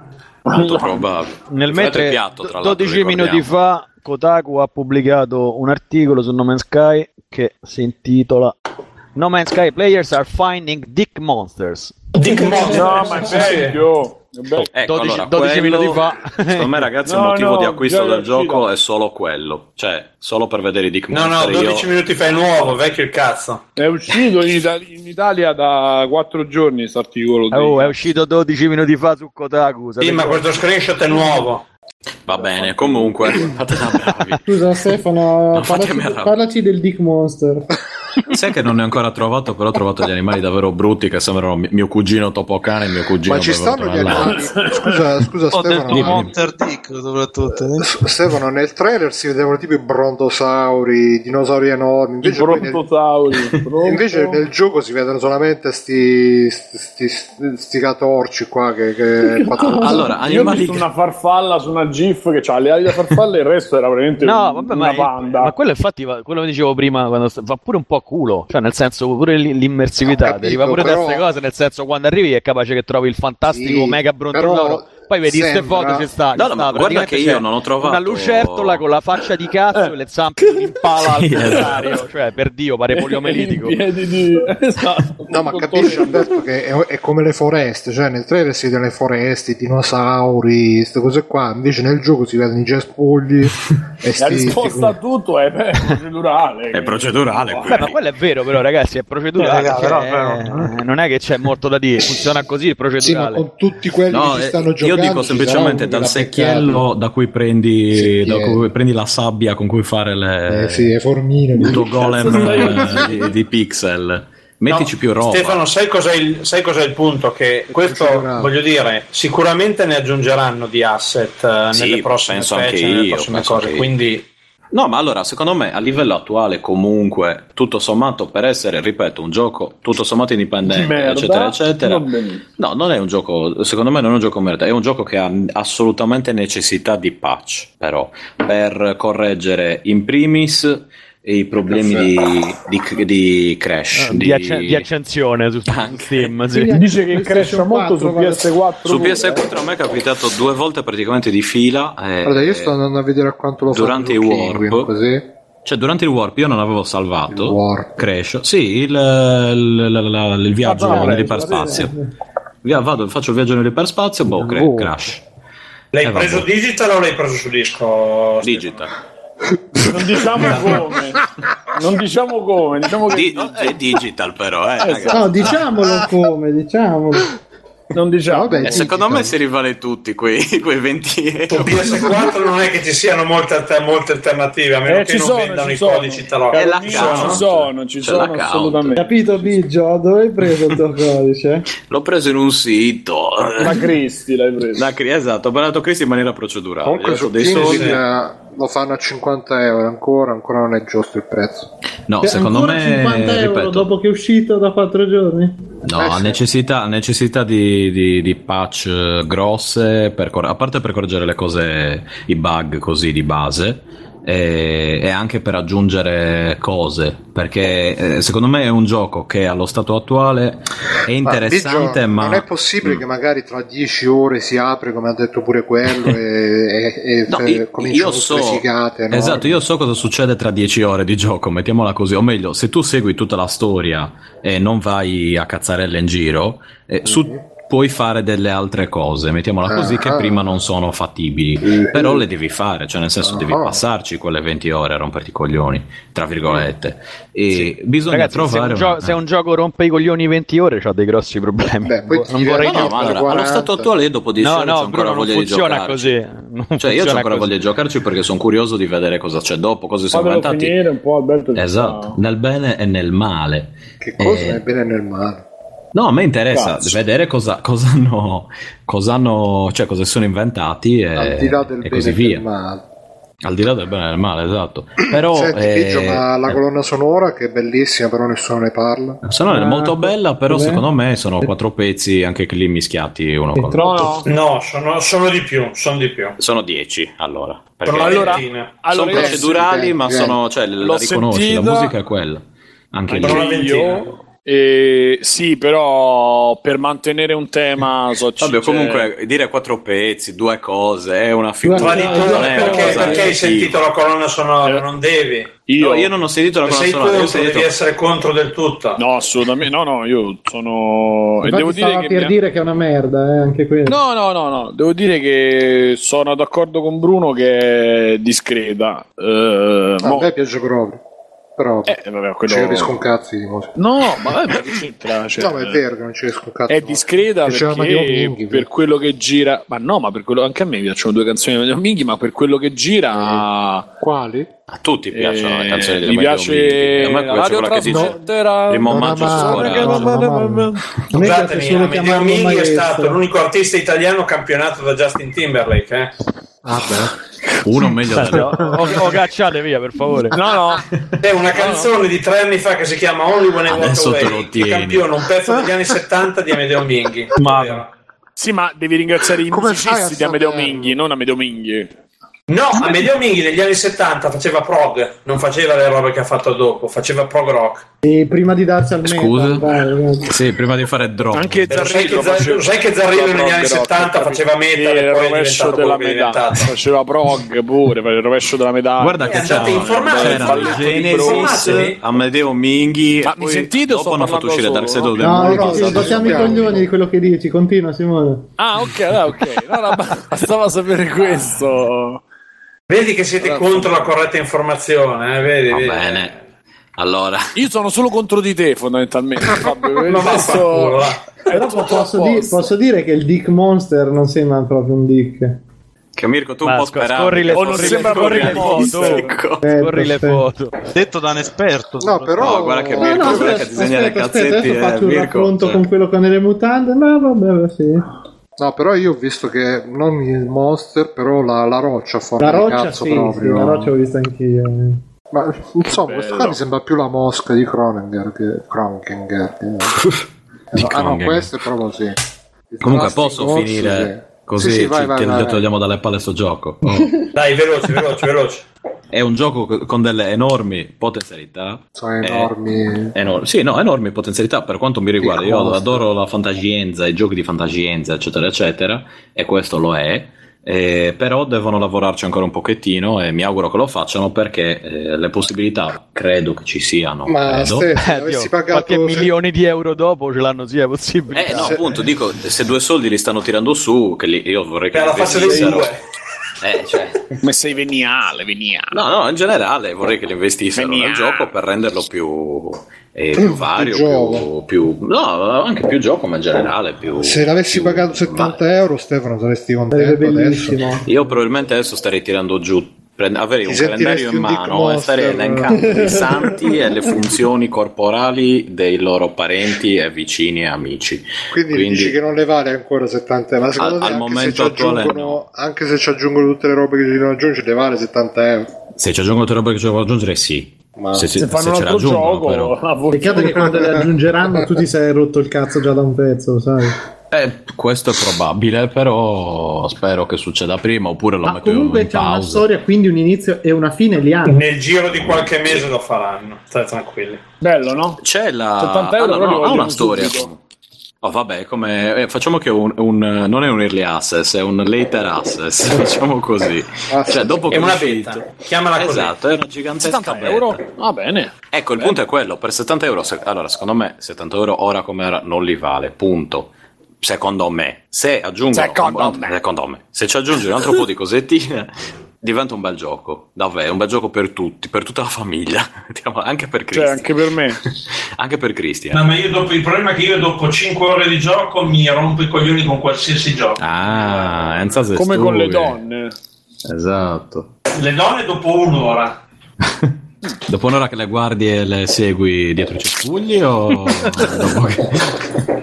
S5: Molto probabile.
S6: Nel
S5: Tra l'altro
S6: mentre
S5: è piatto, tra l'altro,
S6: 12
S5: ricordiamo.
S6: minuti fa Kotaku ha pubblicato un articolo su No Man's Sky che si intitola No Man's Sky players are finding dick monsters.
S8: Dick Monster.
S2: No, ma è vecchio. È vecchio.
S5: Ecco,
S6: 12
S5: allora,
S6: 12
S5: quello-
S6: minuti fa.
S5: Secondo me ragazzi
S2: No,
S5: il motivo
S2: no,
S5: di acquisto
S2: già era
S5: del gioco
S2: uscito.
S5: è solo quello, cioè solo per vedere i Dick
S8: No, no,
S5: Monster, io-
S8: 12 minuti fa è nuovo, vecchio il cazzo.
S2: È uscito in, Itali- in Italia da quattro giorni questo articolo.
S6: Oh, è uscito 12 minuti fa su Kotaku.
S8: Sì,
S6: sapete?
S8: ma questo screenshot è nuovo.
S5: Va bene, comunque, fate da bravi.
S3: Eh, Scusa Stefano,
S5: No,
S3: parlaci,
S5: fatemi arrabbiare.
S3: parlaci del Dick Monster.
S5: Sai che non ne ho ancora trovato, però ho trovato gli animali davvero brutti che sembrano mi- mio cugino Topocane e mio cugino...
S1: Ma ci stanno gli
S5: Benvenuto nell'altro.
S1: animali? Scusa, scusa
S4: Ho
S1: Stefano,
S4: detto
S1: ma-
S4: Monster Dick soprattutto. eh.
S1: Stefano, nel trailer si vedevano tipo i brontosauri, i dinosauri enormi,
S2: I
S1: invece, poi nel-
S2: brontosauri. pronto?
S1: invece nel gioco si vedono solamente sti, sti, sti, sti catorci qua che... che
S5: Allora,
S2: Eh, Io ho
S5: animali
S2: visto
S5: che...
S2: una farfalla su una GIF che ha le ali da farfalla e il resto era veramente
S6: No,
S2: un-
S6: vabbè,
S2: una
S6: ma,
S2: panda.
S6: ma quello infatti, va- quello che dicevo prima, quando sta- va pure un po' a culo, cioè nel senso pure l- l'immersività,
S1: Ho capito,
S6: deriva pure da
S1: però-
S6: queste cose, nel senso quando arrivi è capace che trovi il fantastico
S1: Sì,
S6: mega
S1: però
S6: brontoloro, poi vedi queste
S1: sembra-
S6: foto ci sta, ci
S5: No, no,
S6: sta,
S5: ma guarda
S6: praticamente
S5: che io
S6: c'è
S5: non ho trovato...
S6: una lucertola con la faccia di cazzo e le zampe di impala al
S5: Sì, esatto.
S6: contrario, cioè per Dio pare poliomelitico.
S2: I piedi di... Esatto.
S1: No, ma capisci Alberto che è, è come le foreste, cioè nel trailer si vedono le foreste, i dinosauri, queste cose qua, invece nel gioco si vedono i cespugli e
S2: La
S1: sti- sti-
S2: risposta a tutto è beh, procedurale.
S5: È procedurale,
S2: No,
S6: Beh, ma quello è vero però ragazzi, è procedurale,
S4: Eh, raga, però,
S6: cioè,
S4: però.
S6: non è che c'è molto da dire, funziona così, è
S1: eh. Sì, ma
S6: procedurale.
S1: con tutti quelli
S5: No,
S1: che
S5: eh,
S1: ci stanno
S5: io
S1: giocando.
S5: dico
S1: ci
S5: semplicemente
S1: sarà uno
S5: dal
S1: che l'ha
S5: secchiello da cui prendi, da
S1: Secchiello.
S5: cui prendi la sabbia con cui fare
S1: beccato.
S5: le,
S1: Eh, sì, è formina.
S5: il tuo
S2: Cazzo,
S5: golem eh, di, di pixel. Mettici
S8: No,
S5: più roba.
S8: Stefano, sai cos'è il, sai cos'è il punto? Che questo,
S1: procedurale.
S8: voglio dire, sicuramente ne aggiungeranno di asset eh,
S5: Sì,
S8: nelle prossime
S5: penso
S8: patch,
S5: anche
S8: nelle
S5: io,
S8: prossime
S5: penso
S8: cose.
S5: anche io.
S8: Quindi,
S5: No, ma allora, secondo me, a livello attuale, comunque, tutto sommato, per essere, ripeto, un gioco tutto sommato indipendente,
S2: merda,
S5: eh, eccetera, eccetera,
S2: non benissimo.
S5: No, non è un gioco, secondo me non è un gioco merda, è un gioco che ha assolutamente necessità di patch, però, per correggere in primis i problemi di, di- di crash.
S6: Eh, di, accen- di accensione su
S5: Anche.
S6: Steam, sì.
S3: Quindi-
S2: Dice che cresce
S3: PlayStation
S2: molto
S3: 4,
S2: su
S3: vale.
S2: PS4.
S5: Su
S2: pure,
S5: PS4
S2: eh.
S5: a me è capitato due volte praticamente di fila. eh,
S1: Guarda, io sto andando a vedere a quanto lo
S5: Durante
S1: fanno su
S5: i
S1: Kinguin,
S5: warp.
S1: così.
S5: Cioè, durante il warp io non avevo salvato.
S1: Il warp.
S5: Crash. Sì, il, il- la- la- il viaggio
S2: Ah, no,
S5: nell'iperspazio. Via- vado, faccio il viaggio nell'iperspazio, boh, cra-
S1: Oh.
S5: crash.
S8: l'hai
S5: Eh,
S8: preso
S5: vabbè.
S8: digital o l'hai preso su disco?
S5: Digital.
S2: Non diciamo come. Non diciamo come. Diciamo che...
S1: Eh,
S5: Di- è digital però, eh. ragazzi.
S3: No, diciamolo come, diciamolo.
S8: Non diciamo.
S11: Eh, secondo me si rivale tutti quei, quei 20 euro.
S8: PS4 non è che ci siano molte, alter- molte alternative, a meno
S2: Eh,
S8: che
S2: ci
S8: non
S2: sono,
S8: vendano
S2: ci
S8: i
S2: sono.
S8: codici talocchi.
S2: È
S5: Cioè,
S2: la account. Ci sono, ci
S11: C'è
S2: sono
S11: l'account.
S2: assolutamente.
S3: Capito Biggio, dove hai preso il tuo codice?
S11: L'ho preso in un sito.
S2: Da Cristi l'hai preso.
S11: Da Cri- esatto, ho parlato a Cristi in maniera
S5: Ah,
S11: procedurale. Gli
S1: Comunque
S11: ho
S1: su
S11: dato dei
S1: Kindle
S11: soldi.
S1: eh, lo fanno a 50 euro ancora, ancora non è giusto il prezzo.
S5: No,
S3: Cioè,
S5: secondo
S3: ancora
S5: me,
S3: 50 euro
S5: ripeto,
S3: dopo che è uscito da 4 giorni?
S5: No,
S1: Eh,
S5: ha necessità, ha necessità di, di- di patch eh, grosse, per cor- a parte per correggere le cose, i bug così di base, e, e anche per aggiungere cose, perché eh, secondo me è un gioco che allo stato attuale è interessante,
S1: Biggio,
S5: ma... mm.
S1: non è possibile che magari tra 10 ore si apre, come ha detto pure quello, e, e, e
S11: No,
S1: fe-
S11: io-
S1: cominciano
S11: io so-
S1: tutte figate. No?
S5: Esatto, io so cosa succede tra 10 ore di gioco, mettiamola così, o meglio, se tu segui tutta la storia e non vai a cazzarelle in giro, eh, su-
S11: Mm-hmm.
S5: puoi fare delle altre cose, mettiamola così, che
S1: Ah.
S5: prima non sono fattibili, però le devi fare, cioè nel senso devi
S1: Ah.
S5: passarci quelle 20 ore a romperti i coglioni, tra virgolette, e bisogna
S6: Ragazzi, se un,
S5: trovare...
S6: gio-
S5: una-
S6: se un gioco rompe i coglioni 20 ore, c'ha dei grossi problemi.
S1: Beh,
S5: Eh,
S1: poi ti
S6: non
S1: dirà-
S6: vorrei
S11: No, no,
S1: Io
S11: ma allora, allo
S1: 40.
S11: stato attuale io dopo 10
S6: No,
S11: ore
S6: no,
S11: c'ho ancora
S6: Bruno, non
S11: voglia
S6: funziona
S11: di giocarci.
S6: così. Non
S11: Cioè io
S6: funziona
S11: ho ancora
S6: così.
S5: voglia di giocarci perché sono curioso di vedere cosa c'è dopo, cosa sono
S2: Fammelo
S5: inventati.
S2: finire un po', Alberto. ci
S5: Esatto,
S2: sta.
S5: nel bene e nel male.
S1: Che cosa
S5: Eh,
S1: nel bene e nel male?
S5: No, a me interessa
S2: Cazzo.
S5: vedere cosa, cosa hanno, cosa hanno, cioè cosa si sono inventati e,
S1: Al di là del
S5: eh,
S1: bene
S5: e così
S1: e
S5: via.
S1: del male.
S5: Al di là del bene e del male, esatto. Però
S1: Senti,
S5: eh,
S1: Biggio, ma la
S5: eh,
S1: colonna sonora che è bellissima, però nessuno ne parla. Eh.
S5: se no, è molto bella, però
S3: com'è?
S5: secondo me sono quattro pezzi anche che lì mischiati uno con l'altro.
S2: No, no.
S8: No, sono, sono di più, sono di più.
S5: Sono dieci, allora. Perché
S8: Sono
S2: allora-
S8: allora,
S2: Allora,
S5: sono
S2: io-
S5: procedurali,
S1: sì,
S5: ma
S1: sì.
S5: sono, cioè, la
S2: L'ho
S5: riconosci,
S2: sentita-
S5: la musica è quella. Anche
S8: Però-
S5: lì.
S8: una ventina.
S2: io eh, sì, però per mantenere un tema so, ci-
S11: Vabbè,
S2: cioè,
S11: comunque dire quattro pezzi, due cose, è una figura.
S8: Ma di tu
S11: non è una
S8: perché,
S11: cosa
S8: perché hai
S11: negativa.
S8: sentito la colonna sonora? Non devi.
S2: io,
S11: No, io non ho sentito la
S8: Se sei
S11: colonna sonora, io ho
S8: contro,
S11: sentito-
S8: devi essere contro del tutto.
S2: no, assolutamente no, no, io sono Boh, e
S3: Infatti
S2: devo dire
S3: stava
S2: che
S3: per
S2: mi ha-
S3: dire che è una merda, eh, anche quello.
S2: No, no, no, no, devo dire che sono d'accordo con Bruno che è discreta. Eh,
S1: Ah,
S2: mo-
S1: A me piace proprio. Però
S2: eh, vabbè, quello-
S1: non ci capisco un cazzo di musica.
S2: No, ma vabbè, che c'entra? Cioè,
S1: no, ma è vero che non ci riesco un cazzo.
S2: È discreta
S1: Che c'era Matteo Minghi,
S8: eh.
S2: perché per
S1: vero.
S2: quello che gira, ma no, ma per quello anche a me piacciono due canzoni di Matteo Minghi, ma per quello che gira
S8: Eh,
S1: Quali?
S11: A tutti piacciono le
S2: eh,
S11: canzoni delle
S2: mi
S11: Matteo Minghi. Eh,
S2: piace
S11: A me piace
S2: Radio
S11: quella che dice
S2: Trasmetterà-
S11: Remo
S1: Non
S11: Maggio
S1: amare,
S11: su
S1: non
S11: Scuola.
S1: amare.
S3: A me piace
S8: Scusatemi,
S3: solo
S8: Amedeo
S3: chiamarlo
S8: Minghi è
S3: maestro.
S8: stato l'unico artista italiano campionato da Justin Timberlake. Eh?
S5: Uno meglio dell'altro.
S6: o, o cacciate via, per favore.
S2: No, no,
S8: C'è una canzone di tre anni fa che si chiama Only When I Walk
S5: Adesso te lo
S8: Away, che
S5: tieni.
S8: campiona un pezzo degli anni 70 di Amedeo Minghi.
S2: Ma- sì, ma devi ringraziare i
S1: Come fai a
S2: musicisti di Amedeo
S1: saperlo?
S2: Minghi, non Amedeo Minghi.
S8: No, Amedeo Minghi negli anni 70 faceva prog, non faceva le robe che ha fatto dopo, faceva prog rock.
S3: E prima di darsi al metal,
S5: Scusa?
S3: dai, ragazzi.
S5: Sì, prima di fare drop.
S2: Anche
S8: Però sai che
S2: Zarrillo
S8: Zar-
S2: faceva-
S8: sai che Zarrillo
S2: faceva
S8: negli anni
S2: prog rock,
S8: 70 faceva
S2: capito?
S8: metal e
S2: Era
S8: poi è
S2: il rovescio
S8: diventato
S2: della
S8: quello che è
S2: medaglia.
S8: diventato. Eh,
S2: Faceva prog pure, faceva il rovescio della medaglia.
S5: Guarda che
S8: andate
S5: c'era-
S8: informati,
S5: c'era
S8: parlate di
S5: Genesis,
S8: informatevi.
S5: Amedeo Minghi.
S2: Ma
S5: e
S2: mi
S5: poi
S2: sentite o
S5: Dopo
S2: sto
S5: hanno fatto uscire
S2: parlando solo?
S5: Dark Side of the
S3: No,
S5: Moon.
S3: no,
S1: sì,
S3: sì, battiamo i
S1: sappiamo.
S3: coglioni di quello che dici, continua Simone.
S2: Ah, ok, allora, ok. No, no, ma bastava sapere questo.
S8: Vedi che siete contro la corretta
S5: Ah,
S8: informazione, eh? vedi?
S11: Va
S8: vedi.
S11: bene. Allora,
S2: Io sono solo contro di te, fondamentalmente. Fabio, per il
S8: Ma vaffanculo,
S2: resto-
S8: va.
S2: è
S3: Però
S2: tutto
S3: posso,
S2: a
S3: di-
S2: posto.
S3: posso dire che il Dick Monster non sembra proprio un Dick.
S11: che Mirko tu
S6: Ma
S11: un po'
S6: sco-
S11: speravi.
S6: scorri le-
S11: che
S2: o non
S11: fosse-
S2: sembra
S11: scorri
S2: proprio
S11: le-
S2: il mondo.
S11: Ecco.
S3: Eh,
S6: Corri le
S3: sì.
S6: foto.
S9: Detto da un esperto.
S1: No, però
S11: No, guarda che
S1: No,
S11: Mirko,
S1: no,
S11: guarda che disegna le calzette,
S3: adesso
S11: eh,
S3: faccio un
S11: Mirko.
S3: raffronto
S11: cioè.
S3: con quello con le mutande, ma vabbè, sì.
S1: No, però io ho visto che non il monster, però la, la roccia fa
S3: La roccia,
S1: Oh, cazzo
S3: sì,
S1: proprio.
S3: sì, la roccia l'ho vista anch'io. eh.
S1: Ma insomma, questo qua
S2: Bello.
S1: mi sembra più la mosca di Cronenberg che Kronkinger. Che... ah,
S5: Di
S1: no,
S5: Kronenberg.
S1: questo è proprio sì. Il
S5: Comunque
S1: Plastic
S5: posso
S1: Horse,
S5: finire
S1: sì.
S5: così
S1: Sì, sì,
S5: ci-
S1: vai, vai,
S5: che
S1: vai,
S5: lo
S1: vai.
S5: togliamo dalle palle sto gioco. Oh.
S8: Dai, veloce, veloce, veloce.
S5: È un gioco co- con delle enormi potenzialità.
S1: Sono
S5: Eh,
S1: enormi.
S5: enor- sì, no, enormi potenzialità per quanto mi riguarda.
S1: Di
S5: Io
S1: costo.
S5: adoro la fantascienza, i giochi di fantascienza, eccetera, eccetera, e questo lo è. Eh, però devono lavorarci ancora un pochettino e mi auguro che lo facciano perché eh, le possibilità credo che ci siano.
S1: Ma
S5: credo.
S1: Stefano,
S6: Eh,
S1: avessi
S6: Dio,
S1: pagato
S6: qualche milione di euro dopo ce l'hanno sia
S5: Eh,
S6: possibile.
S11: Eh no, appunto, dico, se due soldi li stanno tirando su, che li- io vorrei che
S8: Per
S11: li
S8: la faccia dei
S11: vendessero.
S8: due.
S11: Eh, cioè.
S2: Come sei veniale, veniale.
S5: No, no, in generale vorrei che li investissero nel
S2: Veniamo.
S5: gioco per renderlo più, eh, più vario, più,
S1: gioco.
S5: più- no, anche più gioco, ma in generale più...
S1: Se l'avessi pagato 70 euro, Stefano, saresti contento adesso.
S5: Io probabilmente adesso starei tirando giù, prend- avrei
S1: Ti
S5: un
S1: sentiresti
S5: calendario in
S1: un Dick
S5: mano e starei
S1: Monster.
S5: elencando i santi e le funzioni corporali dei loro parenti e vicini e amici.
S1: Quindi,
S5: Quindi-
S1: dici che non le vale ancora 70 euro. Ma secondo
S5: Al-
S1: te
S5: al
S1: anche se,
S5: momento
S1: ci
S5: attuale
S1: aggiungono, anche se ci aggiungono tutte le robe che ci devono aggiungere, le vale 70 euro.
S5: Se ci aggiungo altre robe che ci devo aggiungere, sì. Ma se,
S1: se fanno un
S5: ce
S1: altro
S5: l'aggiungono,
S1: gioco,
S5: però.
S2: Oh,
S3: Peccato che quando le aggiungeranno tu ti sei rotto il cazzo già da un pezzo, lo sai.
S5: Eh, questo è probabile, però spero che succeda prima, oppure lo
S3: Ma
S5: metto in
S3: comunque c'è una
S5: pausa.
S3: storia, quindi un inizio e una fine li hanno.
S8: Nel giro di qualche mese lo faranno, stai tranquilli.
S2: Bello, no?
S5: C'è la...
S8: 70 euro
S5: Ah, no, no,
S8: proprio
S5: ha una
S8: vogliono
S5: storia.
S8: subito.
S5: Oh, vabbè, come... eh, facciamo che un, un- non è un early access, è un later access, diciamo così. Cioè, dopo
S8: È
S5: che
S8: una
S5: uscito-
S8: beta, chiamala così.
S5: Esatto, è una gigantesca
S2: 70
S5: beta.
S2: euro? Va bene.
S5: Ecco, il punto è quello, per 70 euro, se- allora secondo me 70 euro ora come ora non li vale, punto. Secondo me, se aggiungono
S2: Secondo
S5: un- secondo me. se ci aggiungi un altro po' di cosettine diventa un bel gioco, davvero, un bel gioco per tutti, per tutta la famiglia, Diciamo, anche per
S2: Cioè,
S5: Cristian,
S2: anche per me.
S5: anche per Cristian.
S8: No, ma io dopo, il problema è che io dopo 5 ore di gioco mi rompo i coglioni con qualsiasi gioco.
S5: Ah, non so se
S8: Come
S5: tu-
S8: con le donne.
S5: Esatto.
S8: Le donne dopo un'ora.
S5: Dopo un'ora che le guardi e le segui dietro i cespugli o dopo che...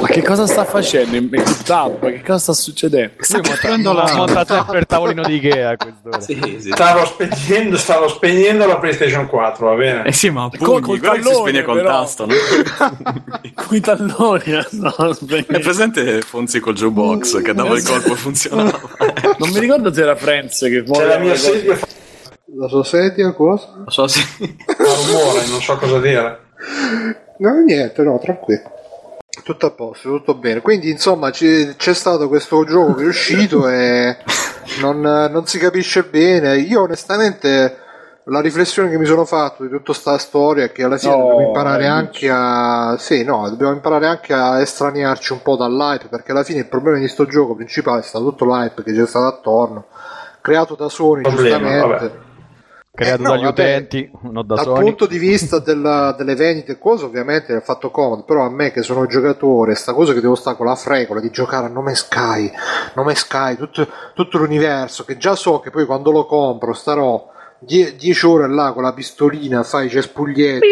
S2: Ma che cosa sta facendo in in tab? Che cosa sta succedendo?
S5: Sta
S6: facendo la-
S2: montatura
S6: per tavolino di Ikea a quest'ora.
S8: Stavo spegnendo, stavo spegnendo la PlayStation 4, va bene?
S5: Eh sì, ma
S2: Con- col tallone, però. con i talloni.
S5: È presente Fonzi col jukebox che dava il colpo e funzionava.
S2: Mm, esatto. Non mi ricordo se era Friends che muove
S8: la mia
S2: le cose.
S8: sedia
S1: La sua sedia, cosa?
S5: Non so se...
S8: fa rumore, non so cosa dire.
S1: No, niente, no, tranquillo. Tutto a posto, tutto bene. Quindi, insomma, ci- c'è stato questo gioco che è uscito e non, non si capisce bene. Io, onestamente, la riflessione che mi sono fatto di tutta sta storia è che alla fine
S2: No,
S1: dobbiamo imparare
S2: eh,
S1: anche a. Sì, no, dobbiamo imparare anche a estraniarci un po' dall'hype, perché alla fine il problema di sto gioco principale è stato tutto l'hype che c'è stato attorno, creato da Sony,
S6: Problema,
S1: giustamente.
S6: vabbè. Creato
S1: Eh, no,
S6: dagli
S1: vabbè.
S6: utenti, non da
S1: dal
S6: Sony.
S1: punto di vista della- delle vendite e cose ovviamente ha fatto comodo però a me che sono giocatore sta cosa che devo stare con la fregola di giocare a Nome Sky Nome Sky tutto, tutto l'universo che già so che poi quando lo compro starò 10 ore là con la pistolina fai i cespuglietti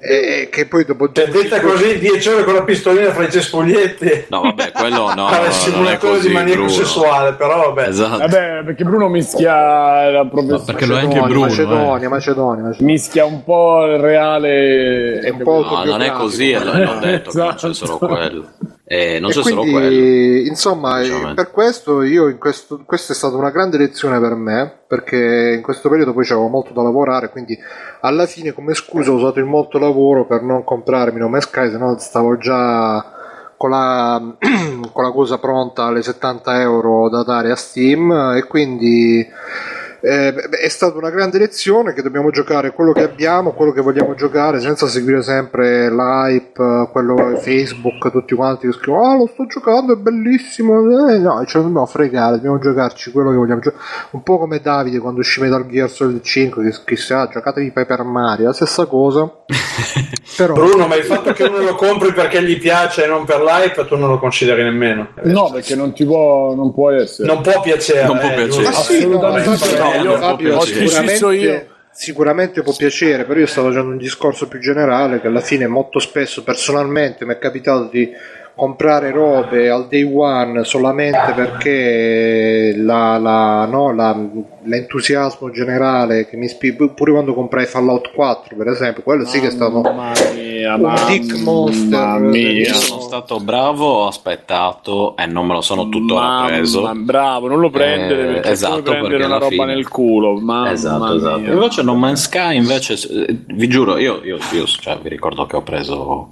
S1: e che poi dopo
S8: Cioè, Detta così, 10 ore con la pistolina fra i cespuglietti.
S5: No, vabbè, quello no,
S8: Era
S5: non
S8: il
S5: è
S8: simulatore
S5: così,
S8: di maniaco
S5: Bruno.
S8: sessuale, però vabbè.
S5: Esatto.
S2: Vabbè, perché Bruno mischia la professione.
S5: perché lo è anche Bruno, eh.
S1: Macedonia, Macedonia, Macedonia.
S2: Mischia un po' il reale. È un
S1: po'
S5: No, non è così, eh, l'ho detto che non c'è solo quello. Eh, non
S1: E
S5: c'è
S1: quindi,
S5: solo quello.
S1: Insomma,
S5: Diciamo.
S1: eh, per questo io in questo, questa è stata una grande lezione per me, perché in questo periodo poi c'avevo molto da lavorare, quindi alla fine come scusa ho usato il molto lavoro per non comprarmi Nome Sky, se no stavo già con la, con la cosa pronta alle 70 euro da dare a Steam e quindi eh, beh, è stata una grande lezione che dobbiamo giocare quello che abbiamo, quello che vogliamo giocare senza seguire sempre l'hype, eh, quello Facebook, tutti quanti che scrivono ah lo sto giocando, è bellissimo eh, no, ce lo dobbiamo fregare, dobbiamo giocarci quello che vogliamo giocare, un po' come Davide quando uscì Metal Gear Solid 5 che scrisse ah giocatevi Paper Mario, la stessa cosa però
S8: Bruno, ma il fatto che uno lo compri perché gli piace e non per l'hype, tu non lo consideri nemmeno.
S2: No, perché non ti può, non può essere.
S8: Non può piacere.
S2: Non può
S8: eh,
S2: piacere.
S8: giusto.
S2: Ma sì,
S1: Assolutamente
S2: no, Fabio,
S1: Ah, no,
S2: io-
S1: Fabio,
S2: ho deciso io.
S1: sicuramente, sicuramente può piacere, però io stavo facendo un discorso più generale che alla fine molto spesso personalmente mi è capitato di comprare robe al day one solamente perché la- la- no, la- l'entusiasmo generale che mi ispira, pure quando comprai Fallout 4 per esempio, quello sì che è stato un dick monster. eh,
S5: Io sono stato bravo, ho aspettato e non me lo sono tuttora
S2: Mamma,
S5: preso.
S2: bravo, non lo prendere
S5: Eh,
S2: perché
S5: esatto,
S2: puoi prendere
S5: perché
S2: una
S5: alla
S2: roba
S5: fine-
S2: nel culo. Mamma
S5: Esatto,
S2: mia.
S5: esatto. Invece No Man's Sky, invece, eh, vi giuro, io, io- io, cioè, vi ricordo che ho preso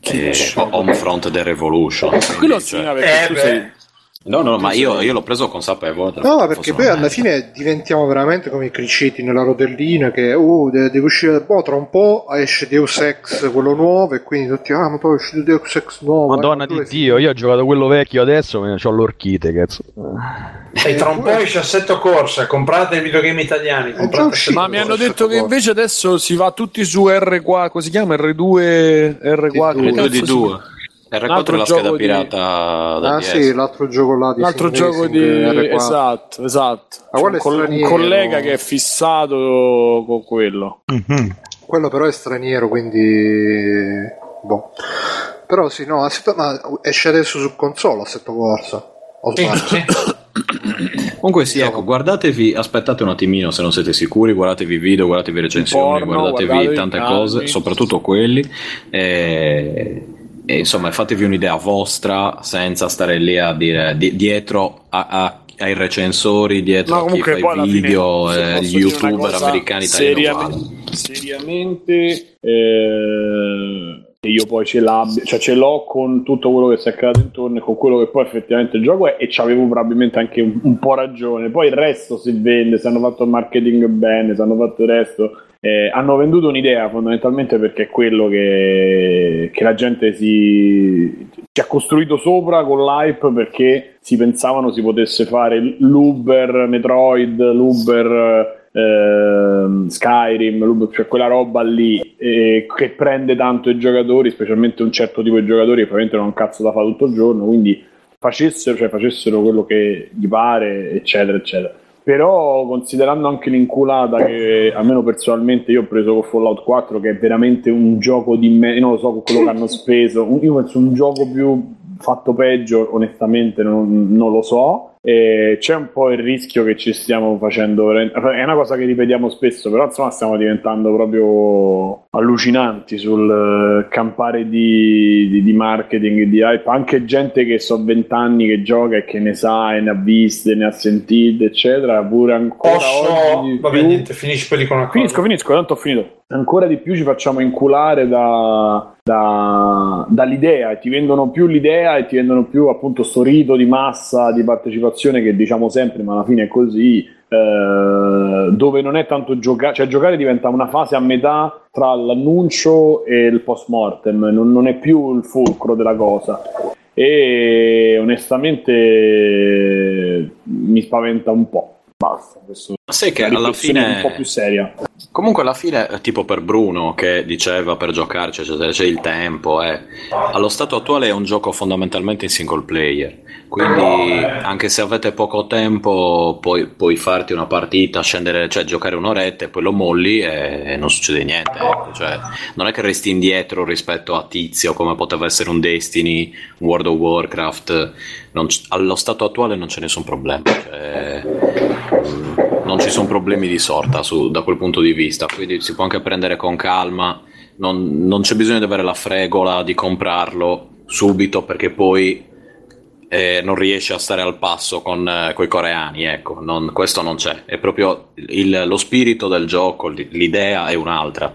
S5: eh, Homefront The Revolution.
S2: Quello
S5: quindi,
S2: sì,
S5: cioè-
S2: no, perché tu sei-
S5: No, no, ma io, io l'ho preso consapevole. del
S1: No,
S5: fatto che
S1: perché
S5: fosse
S1: poi
S5: una
S1: alla fine diventiamo veramente come i criceti nella rotellina che oh, de- deve uscire boh, tra un po' esce Deus Ex quello nuovo e quindi tutti ah ma poi è uscito Deus Ex nuovo.
S6: Madonna
S1: eh, ma
S6: di
S1: dove
S6: Dio, io ho giocato quello vecchio adesso, me ne ho l'orchite, cazzo.
S8: E tra un po' esce assetto corsa, comprate i videogame italiani.
S2: Eh,
S8: Comprate Assetto
S2: Ma mi hanno
S8: Corsa.
S2: detto che invece adesso si va tutti su R4, come si chiama? R2, R4.
S5: R2 di
S2: che
S5: eh,
S2: cazzo si-
S5: 2. R4 è
S2: L'altro
S5: la
S2: gioco
S5: scheda
S2: di-
S5: pirata da
S1: Ah
S5: DS.
S1: sì, l'altro gioco là di
S2: L'altro
S1: Sony
S2: gioco di...
S1: Racing, eh, R4.
S2: Esatto, esatto.
S1: Ma quello è
S2: un, col- un
S1: straniero.
S2: collega che è fissato con quello.
S1: Quello però è straniero, quindi... Boh. Però sì, no, Assetto- ma esce adesso su console Assetto Corsa. Ho sbagliato.
S5: Comunque sì,
S2: Diciamo
S5: ecco, guardatevi, aspettate un attimino se non siete sicuri, guardatevi i video, guardatevi recensioni,
S2: Porno,
S5: guardatevi
S2: guardatevi
S5: tante
S2: i
S5: cose,
S2: canali.
S5: soprattutto quelli. E, e insomma, fatevi un'idea vostra senza stare lì a dire di- dietro a- a- ai recensori, dietro
S2: No,
S5: a chi
S2: comunque
S5: fa
S2: poi alla
S5: i video,
S2: fine, se
S5: eh,
S2: posso
S5: gli
S2: dire una
S5: youtuber
S2: cosa,
S5: americani
S2: seriamente-
S5: italiani.
S2: seriamente eh, che io poi ce l'abbia cioè ce l'ho con tutto quello che si è creato intorno e con quello che poi effettivamente il gioco è e ci avevo probabilmente anche un, un po' ragione poi il resto si vende se hanno fatto il marketing bene se hanno fatto il resto eh, hanno venduto un'idea fondamentalmente perché è quello che, che la gente si ci ha costruito sopra con l'hype perché si pensavano si potesse fare l'Uber Metroid, l'Uber ehm, Skyrim, l'Uber, cioè quella roba lì eh, che prende tanto i giocatori, specialmente un certo tipo di giocatori che probabilmente non ha un cazzo da fare tutto il giorno, quindi facessero, cioè, facessero quello che gli pare, eccetera, eccetera. Però considerando anche l'inculata che almeno personalmente io ho preso con Fallout 4 che è veramente un gioco di me, non lo so con quello che hanno speso, un- io penso un gioco più fatto peggio onestamente non, non lo so, Eh, c'è un po' il rischio che ci stiamo facendo, vera- è una cosa che ripetiamo spesso, però insomma stiamo diventando proprio allucinanti sul eh, campare di, di- di marketing, di hype, anche gente che so vent'anni che gioca e che ne sa e ne ha viste, ne ha sentite, eccetera, pure ancora
S8: Posso...
S2: oggi di
S8: Vabbè,
S2: più-
S8: niente, finisci poi dico una cosa.
S2: Finisco, finisco, tanto ho finito. Ancora di più ci facciamo inculare da, da- dall'idea, e ti vendono più l'idea e ti vendono più appunto sto rito di massa, di partecipazione che diciamo sempre, ma alla fine è così, eh, dove non è tanto giocare, cioè giocare diventa una fase a metà tra l'annuncio e il post-mortem, non- non è più il fulcro della cosa e onestamente mi spaventa un po'. Basta, questo
S5: Ma sai che
S2: la
S5: alla
S2: riflessione
S5: fine-
S2: è un po' più seria.
S5: Comunque alla fine, eh, tipo per Bruno che diceva per giocarci eccetera, c'è il tempo, eh. allo stato attuale è un gioco fondamentalmente in single player, quindi anche se avete poco tempo puoi, puoi farti una partita, scendere, cioè giocare un'oretta e poi lo molli e, e non succede niente, ecco. Cioè, non è che resti indietro rispetto a Tizio come poteva essere un Destiny, un World of Warcraft, Non c- allo stato attuale non c'è nessun problema. Cioè, non ci sono problemi di sorta su- da quel punto di vista, quindi si può anche prendere con calma, non, non c'è bisogno di avere la fregola di comprarlo subito perché poi eh, non riesci a stare al passo con i coreani, ecco, non- questo non c'è, è proprio il- lo spirito del gioco, l- l'idea è un'altra.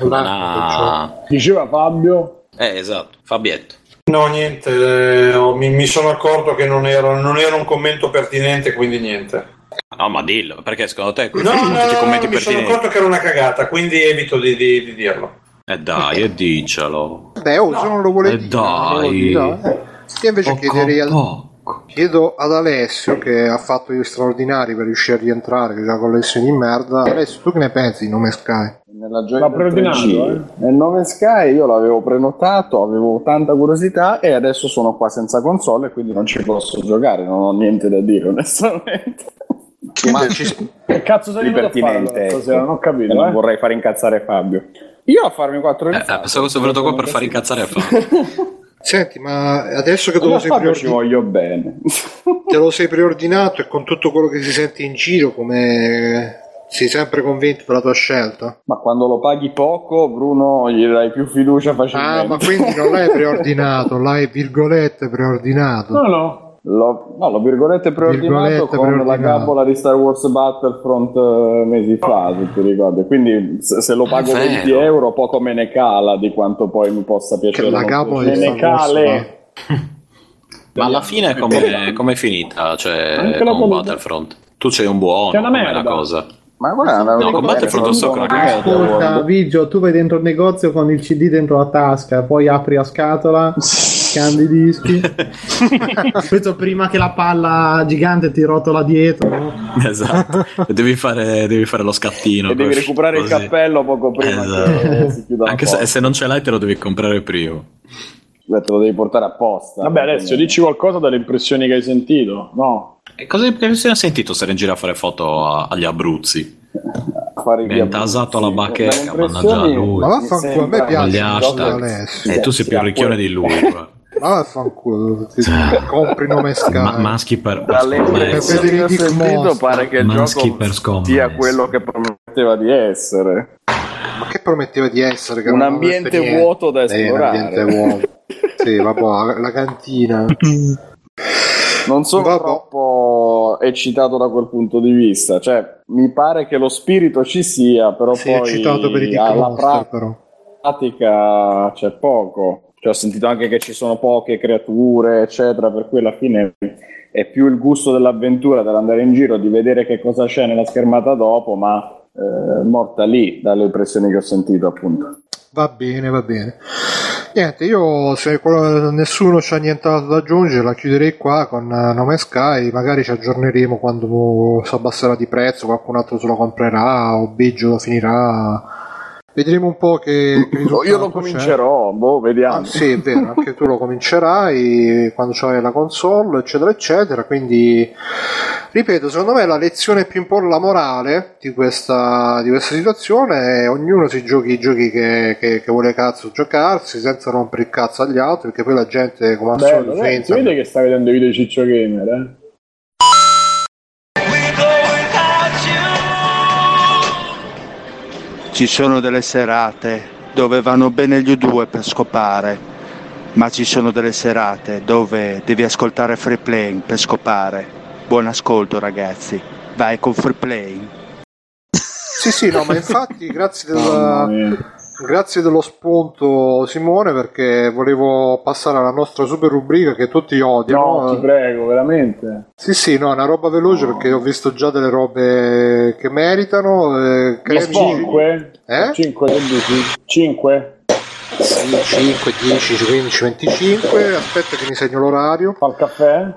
S5: Non ha-
S2: Diceva Fabio,
S5: Eh, esatto, Fabietto.
S8: No, niente, eh, ho- mi, mi sono accorto che non era, non era un commento pertinente, quindi niente.
S5: No, ma dillo, perché secondo te qui
S8: No,
S5: facciamo
S8: no,
S5: tutti i
S8: no,
S5: commenti
S8: no, mi sono
S5: pertinenti.
S8: accorto che era una cagata, quindi evito di, di- di dirlo.
S5: Eh dai, e dicelo.
S1: Beh, oh, se non lo vuole
S5: Eh
S1: dire,
S5: dai.
S1: non lo vuole dire, no, eh. Io invece chiederei al- chiedo ad Alessio che ha fatto gli straordinari per riuscire a rientrare, che è una collezione di merda. Alessio, tu che ne pensi di Nome Sky?
S7: Nella gioia
S2: Ma
S7: del
S2: preordinato, eh.
S7: 3G. Nel nome Sky io l'avevo prenotato, avevo tanta curiosità e adesso sono qua senza console e quindi non ci posso giocare, non ho niente da dire onestamente.
S2: Ma che cazzo sei venuto a fare
S7: Impertinente,
S2: allora
S7: ecco.
S2: stasera? Non ho
S7: E
S2: capito,
S7: non
S2: eh?
S7: vorrei far incazzare Fabio. Io a farmi quattro
S5: Eh, pensavo fosse venuto qua per far incazzare a Fabio.
S1: Senti, ma adesso che te lo,
S7: Io a
S1: sei
S7: Fabio ci
S1: preordin-
S7: voglio bene.
S1: te lo sei preordinato e con tutto quello che si sente in giro, come sei sempre convinto della tua scelta?
S7: Ma quando lo paghi poco, Bruno, gli dai più fiducia facilmente.
S1: Ah, ma quindi non l'hai preordinato, l'hai virgolette preordinato.
S2: No, no.
S7: L'ho, Esatto. no, l'ho virgolette preordinato
S1: Virgolette
S7: con la
S1: preordinato.
S7: gabola di Star Wars Battlefront eh, mesi fa, se ti ricordi. Quindi se, se lo pago
S5: vero.
S7: 20 euro poco me ne cala di quanto poi mi possa piacere.
S1: la
S7: non
S1: gabola
S7: piacere.
S1: di
S7: Me ne
S1: Star Wars
S7: cale.
S5: Ma alla fine come come è finita? Cioè,
S7: Anche la
S5: con
S7: palude.
S5: Battlefront? Tu sei un buono,
S7: Che è una
S5: com'è
S7: merda.
S5: la cosa?
S7: Ma guarda,
S5: No, con Battlefront so che è una merda.
S3: Ascolta, Vigio, tu vai dentro il negozio con il CD dentro la tasca, poi apri la scatola, cambi i dischi. Questo prima che la palla gigante ti rotola dietro. no?
S5: Esatto, devi fare, devi fare lo scattino.
S7: E devi
S5: così.
S7: recuperare il
S5: Così.
S7: cappello poco prima che
S5: Esatto.
S7: si chiuda la
S5: Anche
S7: porta.
S5: se, se non ce l'hai te lo devi comprare prima.
S7: Beh, te lo devi portare apposta.
S12: Vabbè, Alessio, dici qualcosa dalle impressioni che hai sentito, no?
S5: E cosa che si è sentito stare in giro a fare foto a- agli Abruzzi? Mi ha intasato la bacheca,
S7: dalle
S5: mannaggia a
S7: impressioni-
S5: lui.
S1: Ma vaffanculo, a me
S5: Con
S1: piace
S5: gli
S1: il gioco
S5: hashtag.
S1: Alessio.
S12: Eh,
S5: E tu sei più ricchione di lui. guarda.
S1: Ma vaffanculo, ti-
S12: Cioè.
S1: compri nome Sky.
S5: Ma- maschi per, per
S12: Dalle
S5: scommesse.
S1: Per
S12: impressioni che ho
S1: Federico
S12: sentito
S1: Mosta.
S12: pare che il
S5: Maschi
S12: gioco
S5: per scommesse.
S12: sia quello che prometteva di essere.
S1: Ma che prometteva di essere? che
S12: Un
S1: non
S12: ambiente
S1: per niente.
S12: vuoto da
S1: Sì, un
S12: esplorare.
S1: ambiente vuoto. sì, vabbè, la, la cantina.
S7: Non sono troppo eccitato da quel punto di vista. Cioè, mi pare che lo spirito ci sia, però
S1: Sei
S7: poi
S1: eccitato per i Dick
S7: alla
S1: Monster, però.
S7: pratica c'è poco. Cioè, ho sentito anche che ci sono poche creature, eccetera, per cui alla fine è più il gusto dell'avventura dell'andare in giro, di vedere che cosa c'è nella schermata dopo, ma eh, morta lì dalle impressioni che ho sentito, appunto.
S1: Va bene, va bene. Niente, io se qual- nessuno c'ha nient'altro da aggiungere, la chiuderei qua con eh, Nome Sky, magari ci aggiorneremo quando si abbasserà di prezzo, qualcun altro se lo comprerà o Biggio lo finirà. Vedremo un po' che, che risultato
S7: Io lo
S1: c'è.
S7: comincerò, boh, vediamo.
S1: Ah, sì, è vero, anche tu lo comincerai quando c'hai la console, eccetera, eccetera. Quindi, ripeto, secondo me la lezione più importante, la morale di questa, di questa situazione è ognuno si giochi i giochi che, che- che vuole cazzo giocarsi senza rompere il cazzo agli altri, perché poi la gente, come al
S12: Bello,
S1: solito,
S12: guarda,
S1: si
S12: si
S1: entra-
S12: vede che sta vedendo i video di Ciccio Gamer, eh?
S13: Ci sono delle serate dove vanno bene gli U2 per scopare, ma ci sono delle serate dove devi ascoltare free playing per scopare. Buon ascolto ragazzi, vai con free playing.
S1: Sì, sì, no, ma infatti grazie, del-
S13: Mamma
S1: grazie dello spunto Simone perché volevo passare alla nostra super rubrica che tutti odiano.
S12: No, ti prego, veramente.
S1: Sì, sì, no, una roba veloce perché ho visto già delle robe che meritano. Eh, cremi-
S12: 5?
S1: Eh?
S12: 5 5?
S1: 5, 10, 15, 25. Aspetta che mi segno l'orario.
S12: Fa il caffè?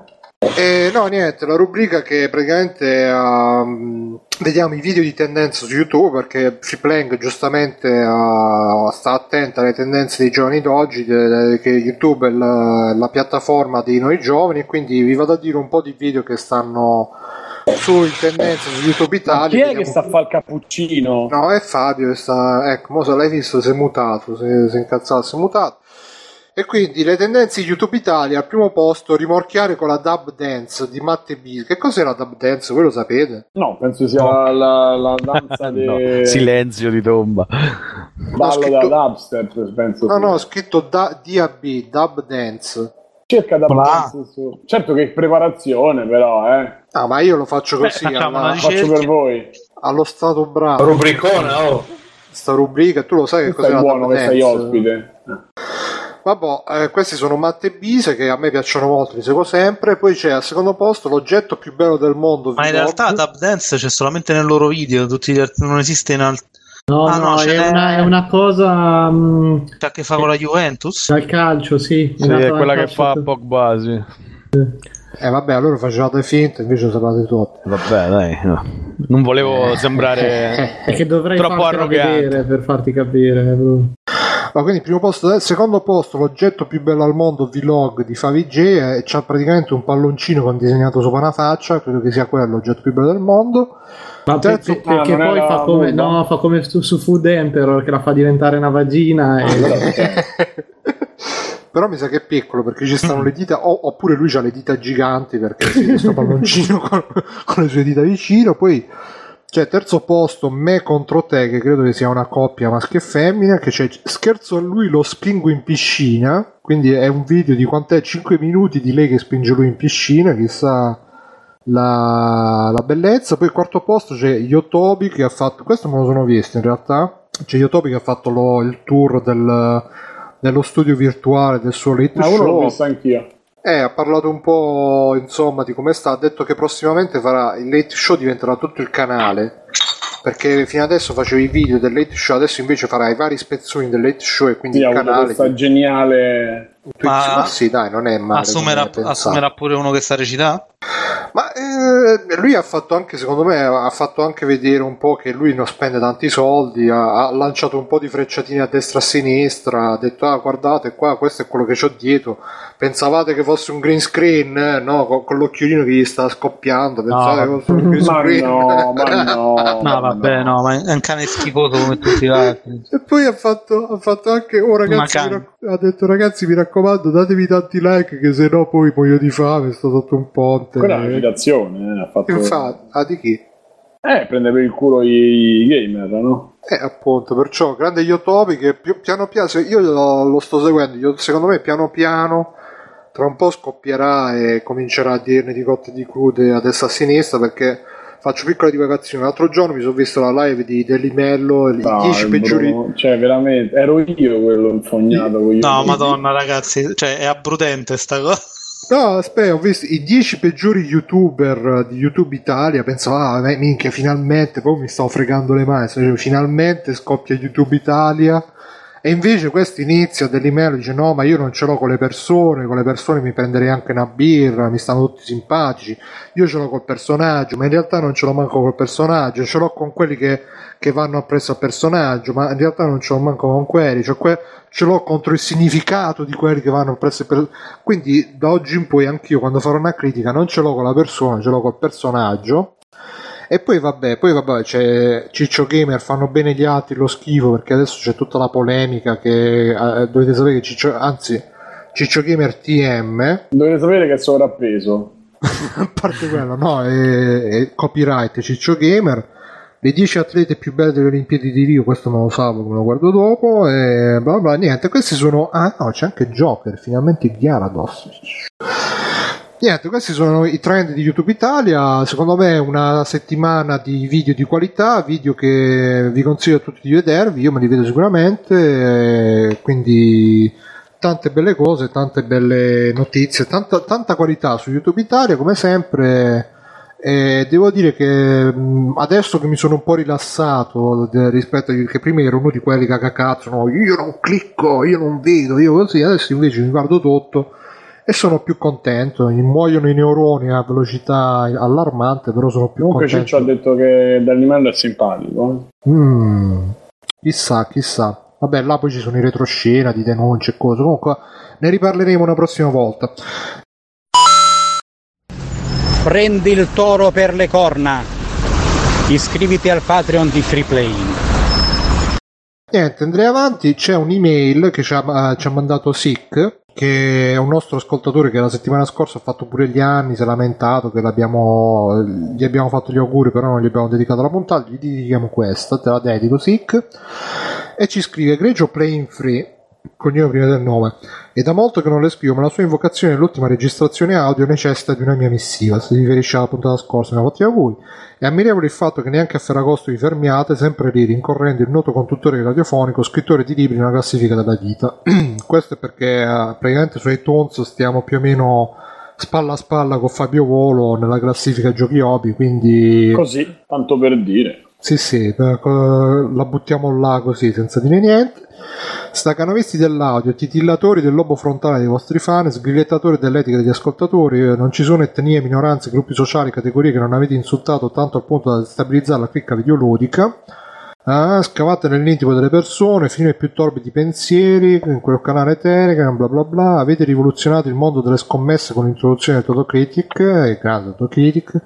S1: Eh, no, niente, la rubrica che praticamente ehm, vediamo i video di tendenza su YouTube perché Freeplank giustamente eh, sta attenta alle tendenze dei giovani d'oggi, de- de- che YouTube è la, la piattaforma di noi giovani, e quindi vi vado a dire un po' di video che stanno su in tendenza su YouTube Italia.
S12: Chi è
S1: Vediamo-
S12: che sta a fare il cappuccino?
S1: No, è Fabio che sta. Ecco, mo se l'hai visto si è mutato, si è, si è incazzato, si è mutato. E quindi le tendenze di YouTube Italia al primo posto rimorchiare con la dub dance di Matte Bill. Che cos'è la dub dance? Voi lo sapete?
S12: No, penso sia la, la- la danza del
S3: Eh.
S6: No, Silenzio di tomba.
S12: ballo
S1: scritto-
S12: da dubstep, penso.
S1: No,
S12: sia.
S1: no, ho scritto da- DAB, dub dance.
S12: Cerca da dubstep su- Certo che preparazione, però, eh.
S1: Ah, ma io lo faccio
S12: Beh,
S1: così
S12: facciamo
S1: alla-
S12: una ricerca. Faccio per voi.
S1: allo stato bravo.
S8: Rubricone, oh.
S1: Sta rubrica, tu lo sai che
S12: Tu sei
S1: cos'è la
S12: buono
S1: dub
S12: che sei
S1: dance?
S12: ospite.
S1: Vabbè, eh, questi sono matte bise che a me piacciono molto, li seguo sempre. Poi c'è al secondo posto l'oggetto più bello del mondo.
S4: Ma in
S1: Vlog.
S4: realtà Tab Dance c'è solamente nel loro video, tutti gli altri non esiste in altri.
S3: No,
S4: Ah,
S3: no,
S4: no, ce
S3: è,
S4: n'è-
S3: una, è una cosa mm,
S4: C'ha che fa con la Juventus?
S3: dal calcio, sì.
S6: Sì,
S3: nata
S6: è
S3: dal
S6: quella che
S3: calcio.
S6: fa Pogba, sì.
S1: Eh vabbè, allora facevate finta, invece sapevate tutti.
S6: Vabbè, dai. no. Non
S1: Eh.
S6: volevo sembrare
S3: Perché dovrei
S6: troppo
S3: fartela
S6: arrogante.
S3: vedere per farti capire. Bruno.
S1: Ma quindi primo posto, eh, secondo posto l'oggetto più bello al mondo vlog di Favij e c'ha praticamente un palloncino con disegnato sopra una faccia, credo che sia quello l'oggetto più bello del mondo.
S3: Ma per- per- perché
S12: non
S3: poi
S12: era
S3: fa come,
S12: nudo?
S3: no, fa come su, su Food Emperor che la fa diventare una vagina.
S1: Ah,
S3: e-
S1: Però mi sa che è piccolo perché ci stanno le dita, o- oppure lui ha le dita giganti perché sì, questo palloncino con, con le sue dita vicino. Poi c'è terzo posto me contro te, che credo che sia una coppia maschio e femmina, che c'è scherzo a lui lo spingo in piscina, quindi è un video di quant'è 5 minuti di lei che spinge lui in piscina, chissà la, la bellezza. Poi quarto posto c'è Yotobi che ha fatto. Questo me lo sono visto in realtà. C'è Yotobi che ha fatto lo- il tour del, dello studio virtuale del suo late
S12: Ma Ah, uno l'ho
S1: show.
S12: visto anch'io.
S1: Eh, ha parlato un po', insomma, di come sta. Ha detto che prossimamente farà il late show, diventerà tutto il canale. Perché fino adesso facevi i video del late show, adesso invece farai vari spezzoni del late show e quindi
S12: Sì, ha
S1: il
S12: avuto
S1: canale.
S12: questa geniale...
S1: Ma... sì, dai, non è male.
S4: assumerà,
S1: come pensavo.
S4: assumerà pure uno che sa recitare?
S1: Ma eh, lui ha fatto anche, secondo me, ha fatto anche vedere un po' che lui non spende tanti soldi, ha, ha lanciato un po' di frecciatine a destra e a sinistra, ha detto ah guardate qua, questo è quello che ho dietro, pensavate che fosse un green screen, Eh, no, con, con l'occhiolino che gli sta scoppiando, pensavate che fosse un green
S12: Ma
S1: screen.
S12: no, ma no.
S4: No, vabbè, no, ma è un cane schifoso come tutti gli altri.
S1: E poi ha fatto, ha fatto anche, oh ragazzi,
S4: Una
S1: mi rac- ha detto ragazzi mi raccomando datevi tanti like che sennò poi muoio di fame, sto sotto un ponte.
S12: Quella è una citazione, eh, ha fatto...
S1: Infatti, ah, di chi?
S12: Eh, prende per il culo i, i gamer, no?
S1: Eh, appunto, perciò grande Yotobi che più- piano piano, se- io lo, lo sto seguendo, io- secondo me piano piano tra un po' scoppierà e comincerà a dirne di cotte e di crude a destra e a sinistra perché faccio piccole divagazioni. L'altro giorno mi sono visto la live di Delimello, i
S12: Dai,
S1: 10 peggiori...
S12: Bruno, Cioè, veramente, ero io quello infognato. con gli
S4: No,
S12: occhi.
S4: madonna, ragazzi, cioè è abbrutente sta cosa.
S1: No, aspetta, ho visto i 10 peggiori youtuber di YouTube Italia, pensavo, ah, beh, minchia, finalmente, poi mi stavo fregando le mani, cioè, finalmente scoppia YouTube Italia, e invece questo inizia dell'email, dice, no, ma io non ce l'ho con le persone, con le persone mi prenderei anche una birra, mi stanno tutti simpatici, io ce l'ho col personaggio, ma in realtà non ce l'ho manco col personaggio, ce l'ho con quelli che, che vanno appresso al personaggio, ma in realtà non ce l'ho manco con quelli, cioè que- ce l'ho contro il significato di quelli che vanno appresso al personaggio. Quindi da oggi in poi anch'io quando farò una critica non ce l'ho con la persona, ce l'ho col personaggio. E poi vabbè, poi vabbè, c'è Ciccio Gamer, fanno bene gli altri, lo schifo, perché adesso c'è tutta la polemica che eh, dovete sapere che Ciccio, anzi, Ciccio Gamer TM,
S12: Dovete sapere che è sovrappeso.
S1: a parte quello, no, è, è copyright Ciccio Gamer. Le 10 atlete più belle delle Olimpiadi di Rio, questo non lo salvo, me lo guardo dopo. E bla bla, niente. Questi sono. Ah, no, c'è anche Joker, finalmente Gyarados. Niente, questi sono i trend di YouTube Italia. Secondo me, una settimana di video di qualità, video che vi consiglio a tutti di vedervi. Io me li vedo sicuramente. eh, Quindi, tante belle cose, tante belle notizie, tanta, tanta qualità su YouTube Italia, come sempre. E devo dire che mh, adesso che mi sono un po' rilassato de- rispetto a che prima ero uno di quelli che cacazzano, io non clicco, io non vedo, io così, adesso invece mi guardo tutto e sono più contento, mi muoiono i neuroni a velocità allarmante, però sono più
S12: Comunque
S1: contento.
S12: Ciccio ha detto che Danimello è
S7: eh.
S12: simpatico.
S1: Mm, chissà, chissà. Vabbè, là poi ci sono i retroscena di denunce e cose. Comunque, ne riparleremo una prossima volta.
S14: Prendi il toro per le corna. Iscriviti al Patreon di Freeplaying.
S1: Niente, andrei avanti. C'è un'email che ci ha, eh, ci ha mandato Sick, che è un nostro ascoltatore che la settimana scorsa ha fatto pure gli anni, si è lamentato che l'abbiamo- gli abbiamo fatto gli auguri, però non gli abbiamo dedicato la puntata. Gli dedichiamo questa, te la dedico Sick. E ci scrive Greggio Playing Free, cognome prima del nome. È da molto che non le scrivo, ma la sua invocazione nell'ultima registrazione audio necessita di una mia missiva. Si riferisce alla puntata scorsa, ne ho fatti auguri. È ammirevole il fatto che neanche a Ferragosto vi fermiate, sempre lì rincorrendo il noto conduttore radiofonico, scrittore di libri nella classifica della vita. Questo è perché eh, praticamente su iTunes stiamo più o meno spalla a spalla con Fabio Volo nella classifica giochi hobby, quindi...
S12: Così, tanto per dire.
S1: Sì, sì, per- co- la buttiamo là così senza dire niente. Stacanovisti dell'audio, titillatori del lobo frontale dei vostri fan, sgrigliatori dell'etica degli ascoltatori, eh, non ci sono etnie, minoranze, gruppi sociali, categorie che non avete insultato tanto al punto da destabilizzare la clicca videoludica. Ah, scavate nell'intimo delle persone, film più torbidi pensieri, in quel canale Telegram, bla bla bla. Avete rivoluzionato il mondo delle scommesse con l'introduzione del Totocritic, e grande Totocritic.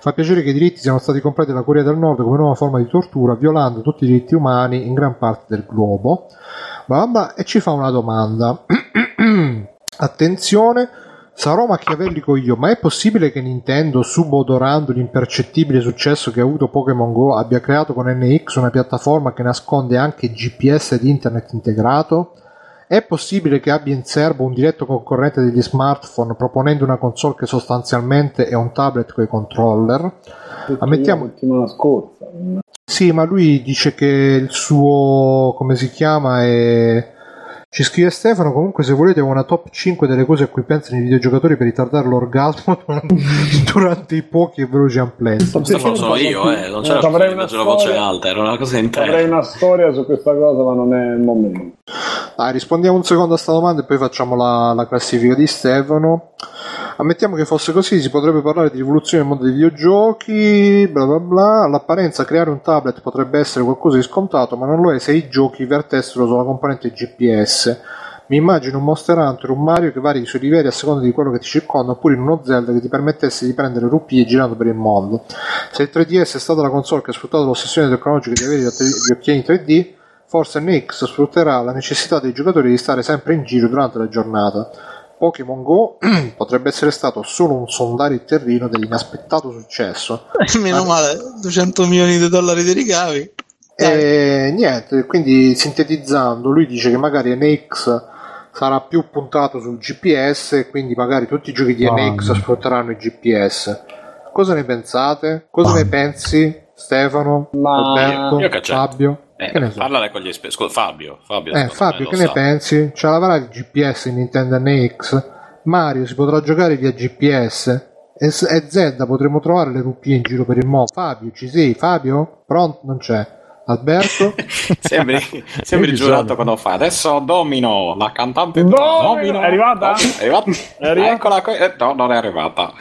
S1: Fa piacere che i diritti siano stati comprati dalla Corea del Nord come nuova forma di tortura, violando tutti i diritti umani in gran parte del globo. Bla bla, bla, e ci fa una domanda. Attenzione, sarò machiavellico io, ma è possibile che Nintendo, subodorando l'impercettibile successo che ha avuto Pokémon Go, abbia creato con NX una piattaforma che nasconde anche il GPS ed internet integrato? È possibile che abbia in serbo un diretto concorrente degli smartphone proponendo una console che sostanzialmente è un tablet con i controller?
S6: Ah,
S1: Ammettiamo,
S12: La settimana scorsa.
S1: sì, ma lui dice che il suo, come si chiama, è, Ci scrive Stefano, comunque se volete una top 5 delle cose a cui pensano i videogiocatori per ritardare l'orgasmo durante, durante i pochi e veloci unplanned.
S12: Stefano,
S11: sono io, eh, non c'era
S12: Avrei
S11: Filippo,
S12: una
S11: c'era la voce
S12: storia-
S11: alta, era una cosa
S12: Avrei
S11: interna.
S12: una storia su questa cosa, ma non è il momento.
S1: Ah, rispondiamo un secondo a sta domanda e poi facciamo la, la classifica di Stefano. Ammettiamo che fosse così, si potrebbe parlare di rivoluzione nel mondo dei videogiochi, bla bla bla. All'apparenza creare un tablet potrebbe essere qualcosa di scontato, ma non lo è se i giochi vertessero sulla componente GPS. Mi immagino un Monster Hunter, un Mario che varia i suoi livelli a seconda di quello che ti circonda, oppure in uno Zelda che ti permettesse di prendere rupie girando per il mondo. Se il 3DS è stata la console che ha sfruttato l'ossessione tecnologica di avere gli otte- gli occhiali 3D, forse Nix sfrutterà la necessità dei giocatori di stare sempre in giro durante la giornata. Pokémon Go potrebbe essere stato solo un sondare il terreno dell'inaspettato successo.
S4: Meno male, 200 milioni di dollari di ricavi.
S1: E niente, quindi sintetizzando, lui dice che magari NX sarà più puntato sul GPS, quindi magari tutti i giochi di NX sfrutteranno il GPS. Cosa ne pensate? Cosa ne pensi, Stefano? Alberto?
S11: Io caccetto.
S1: Fabio?
S11: Eh,
S1: che ne so?
S11: parlare con gli esperti. Scusa, Fabio. Fabio,
S1: Eh,
S11: secondo
S1: Fabio,
S11: me,
S1: che
S11: lo
S1: ne
S11: sa.
S1: pensi? Ce l'avrà il GPS in Nintendo NX? Mario si potrà giocare via GPS? E, S- e Zelda potremo trovare le rupie in giro per il mondo. Fabio, ci sei? Fabio? Pronto? Non c'è. Alberto?
S15: Sembri, sembri
S1: Io ci
S15: giurato
S1: sono.
S15: quando fa adesso Domino, la cantante
S12: Domino!
S15: Domino.
S12: È arrivata?
S15: È arrivata. Eccola qui. Eh, no, non è arrivata.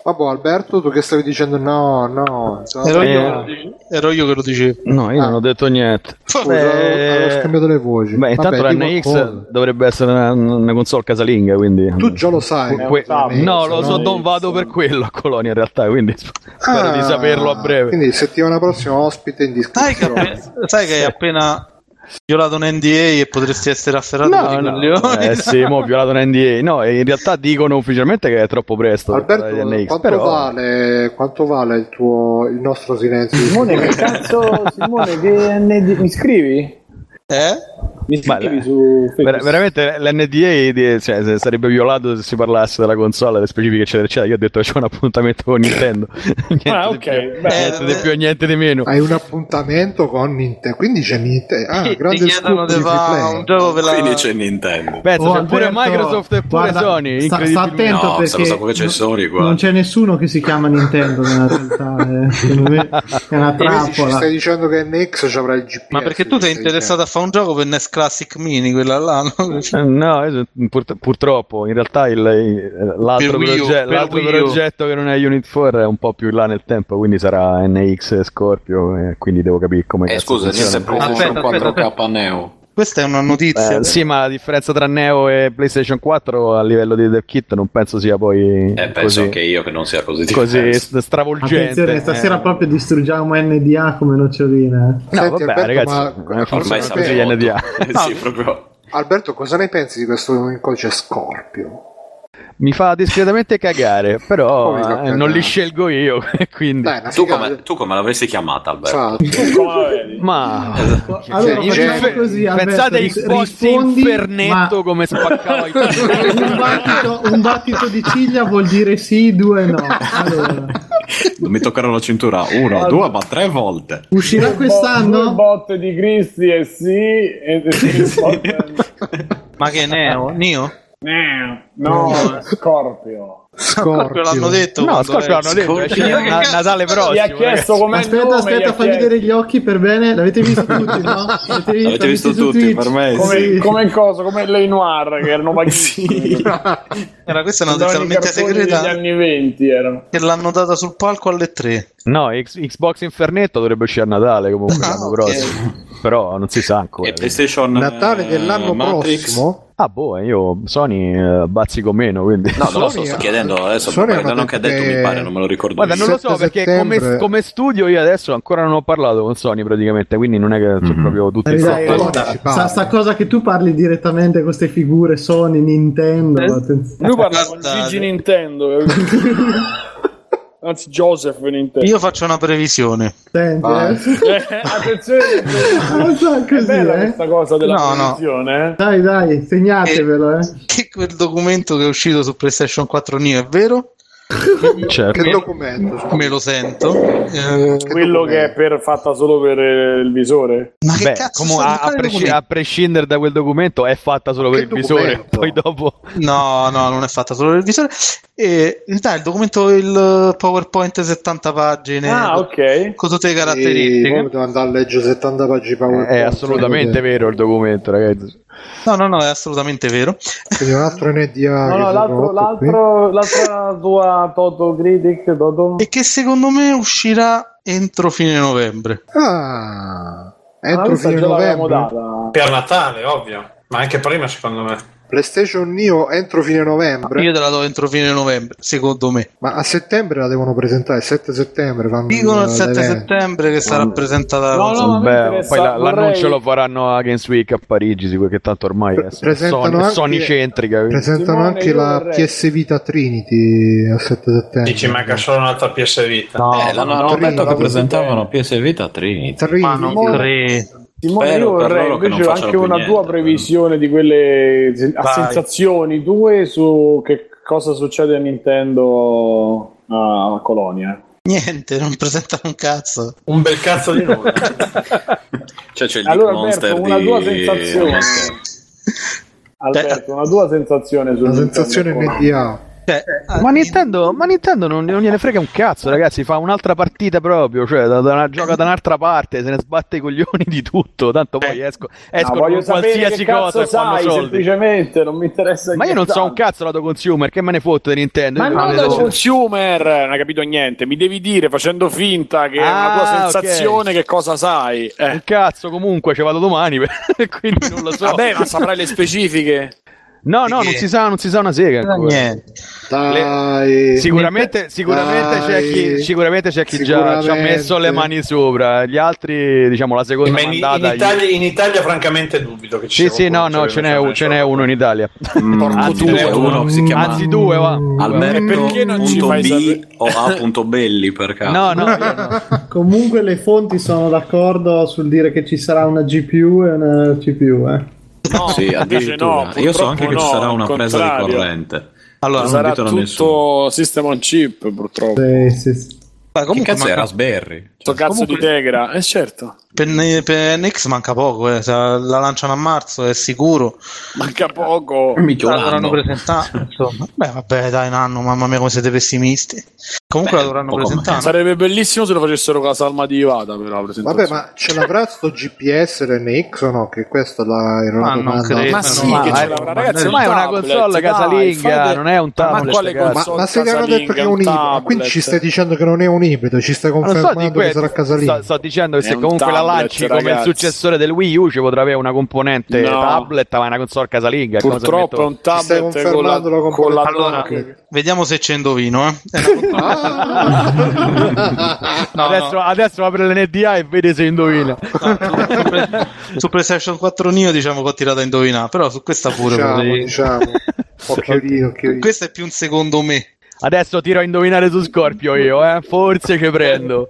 S1: Vabbè, Alberto, tu che stavi dicendo no, no. insomma-
S4: Ero,
S1: Eh,
S4: io, ero io che lo dicevo.
S6: No, io non ho detto niente.
S1: Ah. Scusa, avevo scambiato le voci.
S6: Beh, intanto
S1: Vabbè,
S6: la
S1: di qualcosa.
S6: NX dovrebbe essere una, una console casalinga, quindi...
S1: Tu già lo sai.
S6: Que- que-
S1: Nix,
S6: no, lo so,
S1: no?
S6: non vado per quello a Colonia in realtà, quindi sp- spero
S1: Ah,
S6: di saperlo a breve.
S1: Quindi settimana prossima ospite in
S4: Sai che,
S1: discussione.
S4: sai che hai appena violato un NDA e potresti essere afferrato
S6: No,
S4: di
S6: no,
S4: coglioni.
S6: eh sì, mo ho violato un NDA. No, e in realtà dicono ufficialmente che è troppo presto. per
S1: Alberto,
S6: parlare di NX,
S1: quanto,
S6: però-
S1: vale, quanto vale il tuo il nostro silenzio?
S12: Simone, che cazzo, Simone, che ND... mi scrivi?
S4: Eh?
S12: Mi
S6: Ma
S12: scrivi
S6: la-
S12: su Facebook?
S6: Ver- veramente l'NDA di- cioè, se- sarebbe violato se si parlasse della console, delle specifiche, eccetera, eccetera. Io ho detto che c'è un appuntamento con Nintendo. niente,
S12: Ah,
S6: di
S12: ok,
S6: più,
S12: beh.
S4: Eh,
S6: niente Eh, di più, niente di meno.
S1: Hai un appuntamento con Nintendo, quindi c'è Nintendo. Ah,
S4: Ti
S1: grande
S4: chiedono
S1: scoop di
S4: di fare
S1: Freeplay.
S4: un gioco per la-
S11: Quindi c'è Nintendo.
S6: Pensa,
S3: Oh,
S6: c'è pure
S3: Alberto,
S6: Microsoft e pure
S3: guarda,
S6: Sony.
S3: sta- sta
S6: incredibilmente.
S3: attento
S11: No,
S3: perché
S11: se lo sapevo che c'è
S3: no-
S11: Sony qua.
S3: Non c'è nessuno che si chiama Nintendo nella realtà, eh. secondo me è una
S1: Quindi ci
S3: trappola.
S1: stai dicendo che NX ci avrà il GPS.
S4: Ma perché tu sei interessato a fare un gioco per NES Classic Mini, quella là, no? Cioè,
S6: Eh, No, io so- pur- purtroppo in realtà il- il- l'altro,
S4: Per Wii U,
S6: proge-
S4: per
S6: l'altro
S4: Wii U.
S6: progetto che non è Unit 4 è un po' più in là nel tempo, quindi sarà NX Scorpio, eh, quindi devo capire come
S15: Eh,
S6: cazzo
S15: scusa, c'è
S6: funziona.
S15: sempre PlayStation 4K Neo.
S4: Questa è una notizia.
S6: Eh, sì, ma la differenza tra Neo e PlayStation 4 a livello di dev kit non penso sia poi
S11: Eh, penso
S6: così,
S11: anche io che non sia così
S6: così
S11: diverso.
S6: st- stravolgente.
S3: Attenzione, stasera proprio distruggiamo NDA come nocciolina.
S6: eh. No,
S1: eh. Senti,
S6: vabbà,
S1: Alberto,
S6: ragazzi,
S1: ma-
S6: funziona
S1: ormai
S6: così gli
S1: sappiamo
S6: NDA.
S11: sì, proprio.
S1: Alberto, cosa ne pensi di questo codice Scorpio?
S6: Mi fa discretamente cagare, però
S1: Come fa
S6: eh,
S1: cagare?
S6: non li scelgo io, e quindi...
S11: Tu come, tu come l'avresti chiamata, Alberto?
S6: Ma
S3: Allora,
S1: Cioè,
S3: facciamo
S1: infer-
S3: così,
S6: pensate ai
S3: ris-
S6: boss infernetto come spaccava i
S3: un, battito, un battito di ciglia vuol dire sì, due no. Allora,
S15: Non mi toccherò la cintura una, due, ma tre volte.
S3: uscirà
S12: Due
S3: quest'anno?
S12: botte di Cristi e sì, e e sì, botte-
S4: Ma che Neo? Neo?
S12: no, Scorpio.
S1: Scorpio
S4: l'hanno detto.
S6: No,
S4: quando
S6: Scorpio
S4: è-
S6: l'hanno detto, esce na- Natale
S12: Gli ha
S6: prossimo. eh.
S12: chiesto
S6: ragazzi.
S12: com'è il
S3: Aspetta,
S12: nome, gli
S3: aspetta,
S12: ha
S3: fammi
S12: chiesto-
S3: vedere gli occhi per bene. L'avete visto tutti, no? L'avete visto,
S15: Avete visto
S3: su
S15: tutti,
S3: Twitch?
S15: per me sì.
S12: Come,
S3: Sì.
S12: come cosa, come le noir che erano vaghissime.
S4: Era questa è una notizia
S12: Andavano i
S4: talmente
S12: cartoni degli
S4: segreta
S12: anni 20 erano.
S4: che l'hanno data sul palco alle 3.
S6: No, X- Xbox Infernetto dovrebbe uscire a Natale comunque
S1: Ah,
S6: l'anno
S4: ok.
S6: prossimo. Però non si sa ancora.
S15: E PlayStation
S1: Natale
S15: eh,
S1: dell'anno
S15: Matrix?
S1: prossimo?
S6: Ah, boh, io Sony eh, bazzico meno, quindi...
S15: No, non lo so,
S1: Sony
S15: sto
S1: ha-
S15: chiedendo adesso,
S1: Sony
S15: guarda,
S1: aveva
S15: non che ha
S1: detto
S15: detto,
S1: che-
S15: mi pare, non me lo ricordo.
S6: Guarda,
S15: più.
S6: non lo so
S1: 7
S6: perché come,
S1: settembre.
S6: come studio io adesso ancora non ho parlato con Sony praticamente, quindi non è che sono proprio tutti in
S3: Dai,
S6: fronte.
S1: Mm-hmm. Eh, Dai,
S3: guarda,
S1: partecipare.
S3: sta, sta cosa che tu parli direttamente con queste figure Sony,
S12: Eh,
S3: Nintendo. attenzione.
S12: Lui parla con
S4: Guardate.
S12: Luigi Nintendo. Anzi, Joseph Nintendo.
S4: Io faccio una previsione.
S3: Senti,
S1: Vai.
S3: eh.
S12: Eh, attenzione,
S3: Non so,
S12: è
S3: così,
S12: bella
S3: eh.
S12: questa cosa della
S4: No, no.
S12: previsione, eh?
S3: Dai, dai, segnatevelo, eh.
S4: Che quel documento che è uscito su PlayStation 4 Neo è vero?
S5: Certo.
S1: Che documento?
S4: Me lo sento. Eh,
S12: Quello che è per, fatta solo per eh, il visore.
S4: Ma
S6: Beh, comu- a, a presci- a prescindere da quel documento è fatta solo per il visore.
S4: documento?
S6: Poi dopo
S4: No, no, non è fatta solo per il visore. E, dai, il documento, il PowerPoint 70 pagine.
S1: Ah,
S4: ok. Con tutte le
S1: Sì,
S4: caratteristiche.
S1: poi devo andare a leggere 70 pagine PowerPoint.
S6: è Eh, assolutamente vero il documento, ragazzi.
S4: No, no, no, è assolutamente vero.
S1: Quindi un altro NDA.
S12: No,
S1: che
S12: no,
S1: sono
S12: l'altro,
S1: rotto qui.
S12: l'altro, l'altra tua Toto Critic, Toto.
S4: E che secondo me uscirà entro fine novembre.
S1: Ah, entro
S12: questa
S1: fine
S12: ce
S2: Eh,
S12: l'avevamo
S1: novembre.
S8: Per Natale, ovvio. Ma anche prima, secondo me.
S1: PlayStation Neo entro fine novembre.
S4: Io te la do entro fine novembre, secondo me.
S1: Ma a settembre la devono presentare, il 7 settembre. Fanno
S4: Dicono il
S1: eh,
S4: 7
S1: l'evento.
S4: settembre che sarà presentata la
S12: No, no, ma a
S4: console.
S12: me
S6: Beh,
S12: interessa,
S6: poi la-
S12: vorrei-
S6: l'annuncio lo faranno a Games Week a Parigi, sicuro che tanto ormai è Sony,
S1: presentano anche-
S6: Sony centrica. quindi.
S1: Presentano
S12: Simone,
S1: anche
S12: io
S1: la
S12: vorrei-
S1: PS Vita Trinity al 7 settembre.
S8: Sì, ci manca solo un'altra PS Vita.
S15: No,
S1: Eh, la
S15: l'hanno
S1: Notte
S15: hanno detto
S1: Ring,
S15: che
S1: la
S15: presentavano PS Vita Trinity.
S1: Trinity.
S15: Ma
S12: non
S6: Eh.
S12: credo. Simone,
S15: Spero
S12: io
S15: per
S12: vorrei
S15: loro che non
S12: invece
S15: facciano
S12: anche
S15: più
S12: una
S15: niente,
S12: tua previsione di quelle se- a
S8: Vai.
S12: sensazioni tue su che cosa succede a Nintendo a a Colonia.
S4: Niente, non presentano un cazzo.
S8: Un bel cazzo di nulla.
S15: Cioè c'è il
S12: Allora,
S15: Nick
S12: Alberto,
S15: Monster
S12: una
S15: di...
S12: tua sensazione.
S15: Monster.
S12: Alberto, una tua sensazione su
S1: La
S12: Nintendo
S1: sensazione
S12: Colonia.
S1: NDA.
S2: Cioè,
S12: Eh,
S2: ah,
S6: Ma Nintendo, ma Nintendo non, non gliene frega un cazzo, ragazzi. Fa un'altra partita proprio, cioè da, da
S2: Eh,
S6: una, gioca da un'altra parte, se ne sbatte i coglioni di tutto. Tanto
S2: Eh.
S6: poi esco,
S12: No,
S6: escono
S12: Ah, voglio
S6: con
S12: sapere
S6: qualsiasi
S12: che cazzo
S6: cosa e fanno
S12: sai,
S6: soldi.
S12: semplicemente, non mi interessa
S6: Ma io non so un
S12: nient'altro.
S6: cazzo lato consumer, che me ne fotto di Nintendo?
S12: Ma
S6: Io
S12: non
S6: me ne
S12: da
S6: so.
S2: Consumer, non hai capito niente. Mi devi dire facendo finta che è una tua
S6: Ah,
S2: sensazione, che cosa sai. Eh.
S6: Un cazzo, comunque, ci vado domani, quindi non lo so.
S2: Vabbè, ma saprai le specifiche.
S6: No, no, non
S4: Perché?
S6: si sa, non si sa una sega. ancora.
S4: Niente.
S1: Dai.
S6: Sicuramente, sicuramente,
S1: Dai.
S6: c'è chi, sicuramente c'è chi già ci ha
S1: Sicuramente.
S6: messo le mani sopra. Gli altri, diciamo, la seconda
S8: Ma in, in
S6: mandata. gli-
S8: Italia, in Italia, francamente, dubito che ci
S6: Sì,
S8: sia
S6: sì, no,
S8: qualcuno
S6: no,
S8: che
S6: ce n'è,
S8: abbia messo
S6: ce n'è uno in Italia.
S15: Porco
S6: anzi,
S15: tu,
S6: ce n'è
S15: uno
S3: eh.
S15: che si chiama
S6: Anzi, due, va.
S15: Alberto
S2: perché non ci
S15: punto
S2: fai
S15: B
S2: sapere?
S15: o A. Belli per caso.
S6: No, no, io no.
S3: Comunque le fonti sono d'accordo sul dire che ci sarà una GPU e una CPU. Eh.
S2: No,
S15: Sì,
S2: invece
S15: addirittura.
S2: no,
S15: Ah, Io so anche che
S2: purtroppo
S15: ci
S2: no,
S15: sarà
S2: al
S15: una presa di
S2: contrario.
S15: corrente.
S4: Allora,
S15: non
S2: Sarà
S15: ditelo a nessuno.
S2: tutto system on chip, purtroppo.
S3: Sì, sì, sì.
S4: Ma
S15: Che
S4: comunque
S15: cazzo
S4: manca-
S15: era? Sberry.
S2: Sto cazzo
S4: Comunque-
S2: di Tegra, eh certo.
S4: per, per NX manca poco, eh. se la lanciano a marzo è sicuro.
S2: Manca poco.
S4: La dovranno presentare. Insomma. Beh, vabbè, dai, Nanno, mamma mia, come siete pessimisti. Comunque la dovranno
S15: un po' come-
S4: presentare.
S2: Sarebbe bellissimo se lo facessero con la salma di Ivata, però. la presentazione.
S1: Vabbè, ma ce l'avrà sto GPS l'NX o no? Che questa la, era una
S4: Ma non
S1: domanda.
S4: credo.
S2: Ma sì,
S4: Ma-
S2: che ce
S4: eh,
S2: l'avrà,
S4: ma
S2: ragazzi.
S6: ormai è una
S2: tablet,
S6: console
S2: dai,
S6: casalinga,
S2: fate-
S6: non è un tablet,
S2: Ma quale
S6: ragazzi.
S1: Ma,
S2: console
S1: ma se ne hanno detto che
S2: casalinga?
S1: è
S2: Un
S1: un ibrido,
S2: tablet.
S1: quindi ci stai dicendo che non è un ibrido, ci stai
S6: Non so
S1: confermando
S6: di
S1: che
S6: questo,
S1: sarà
S6: sto,
S1: casalingo.
S6: sto dicendo che
S2: È
S6: se
S2: un
S6: comunque la
S2: tablet,
S6: lanci come il
S2: ragazzi.
S6: successore del Wii U ci potrà avere una componente
S2: No.
S6: tablet, ma è una console casalinga. cosa
S2: Purtroppo è
S6: metto-
S2: un
S1: Ci stai
S2: tablet con la,
S1: confermando la
S2: con la
S1: componente.
S2: dock.
S4: Vediamo se c'è indovino. Eh. No,
S6: adesso,
S4: no.
S6: adesso apre l'NDA e vede se indovina.
S2: Ah,
S4: su PlayStation 4 Neo diciamo che ho tirato a indovinare, però su questa pure.
S1: Diciamo,
S4: potrei-
S1: diciamo. Occhiolino, occhiolino.
S4: Questo è più un secondo me.
S6: Adesso tiro a indovinare su Scorpio io, eh. Forse ci prendo.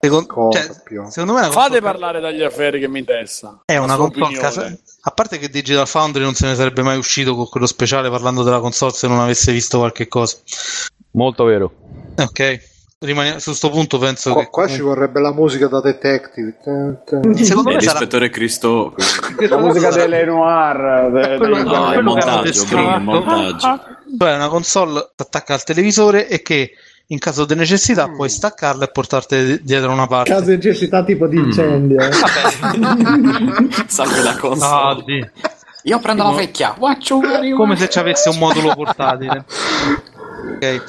S4: Secon- cioè,
S1: Scorpio.
S4: secondo me è una
S2: Fate
S4: console-
S2: parlare dagli affari che mi interessa.
S4: è una
S2: La sua
S4: console
S2: opinione.
S4: casa- a parte che Digital Foundry non se ne sarebbe mai uscito con quello speciale parlando della console se non avesse visto qualche cosa.
S6: Molto vero.
S4: Ok. Rimane- su sto punto penso
S1: Qua,
S4: che
S1: qua ci vorrebbe la musica da detective. Tan, tan.
S4: secondo
S15: E
S4: me sarà
S15: l'ispettore Cristo.
S12: La musica delle Noir. de- de-
S4: Quello-
S15: Ah, No, il
S4: quello che hanno
S15: montaggio,
S4: descritto.
S15: Brin, il montaggio.
S4: Cioè, è una console che attacca al televisore e che in caso di necessità puoi staccarla e portarti dietro una parte.
S3: Caso di necessità tipo di incendio. eh.
S15: Salve la console.
S4: Ah, sì.
S11: Io prendo la vecchia.
S4: Come se ci avesse un modulo portatile. ok.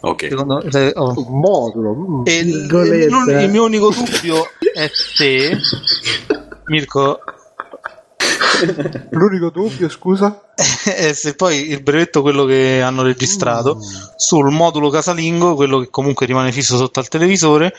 S15: Ok.
S4: Secondo eh, oh.
S1: Un modulo. mm.
S4: E il,
S3: Virgolette.
S4: il- non- il mio unico dubbio è se Mirko
S1: L'unico dubbio, scusa.
S4: è eh, se poi il brevetto quello che hanno
S3: Mm.
S4: registrato sul modulo casalingo, quello che comunque rimane fisso sotto al televisore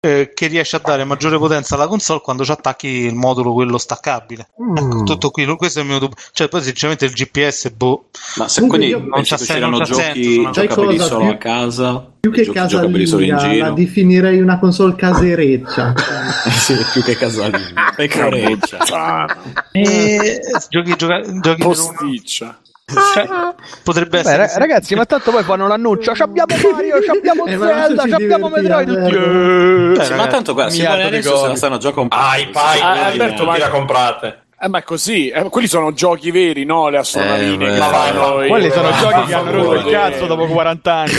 S4: eh, che riesce a dare maggiore potenza alla console quando ci attacchi il modulo quello staccabile.
S3: Mm.
S4: Ecco, tutto qui, questo è il mio dubbio. Cioè, poi sinceramente il GPS boh,
S15: Ma se
S3: Comunque
S15: quindi
S3: io-
S4: non
S15: pensi
S4: c'ha
S15: che
S4: sen-
S15: usciranno
S4: non c'ha
S15: giochi
S4: senso, no.
S3: Sai
S15: giocabili
S3: cosa?
S15: solo
S3: Più-
S15: a casa?
S3: Più che
S15: giochi- giocabili solo in
S3: casalinga, la
S15: giro?
S3: definirei una console casereccia.
S15: Sì, più che casalinga. Pecoreggia.
S2: Ah,
S4: eh, giochi, gioca- giochi per una-
S2: posticcia.
S4: Potrebbe
S6: Beh,
S4: essere.
S6: ra- ragazzi, ma tanto poi fanno l'annuncio. Ci abbiamo Mario, ci abbiamo
S3: Eh, ma non so
S6: Zelda,
S3: ci
S6: ci abbiamo Metroid.
S3: divertiamo, eh.
S6: Tutti... Eh,
S5: Sì, ma
S6: ragazzi,
S5: tanto qua, si vuole
S6: miliardo di
S5: adesso se
S6: cose.
S5: la stanno già comprando.
S8: Ai pai,
S2: Ah,
S8: quindi,
S2: Alberto,
S8: chi
S2: ma-
S8: la comprate?
S2: Eh, ma è così, eh, quelli sono giochi veri, no? Le astronaline.
S5: Eh, beh.
S2: che fanno i-
S6: Quelli sono
S2: eh,
S6: giochi che hanno rotto il
S2: vaffanculo.
S6: cazzo dopo 40 anni.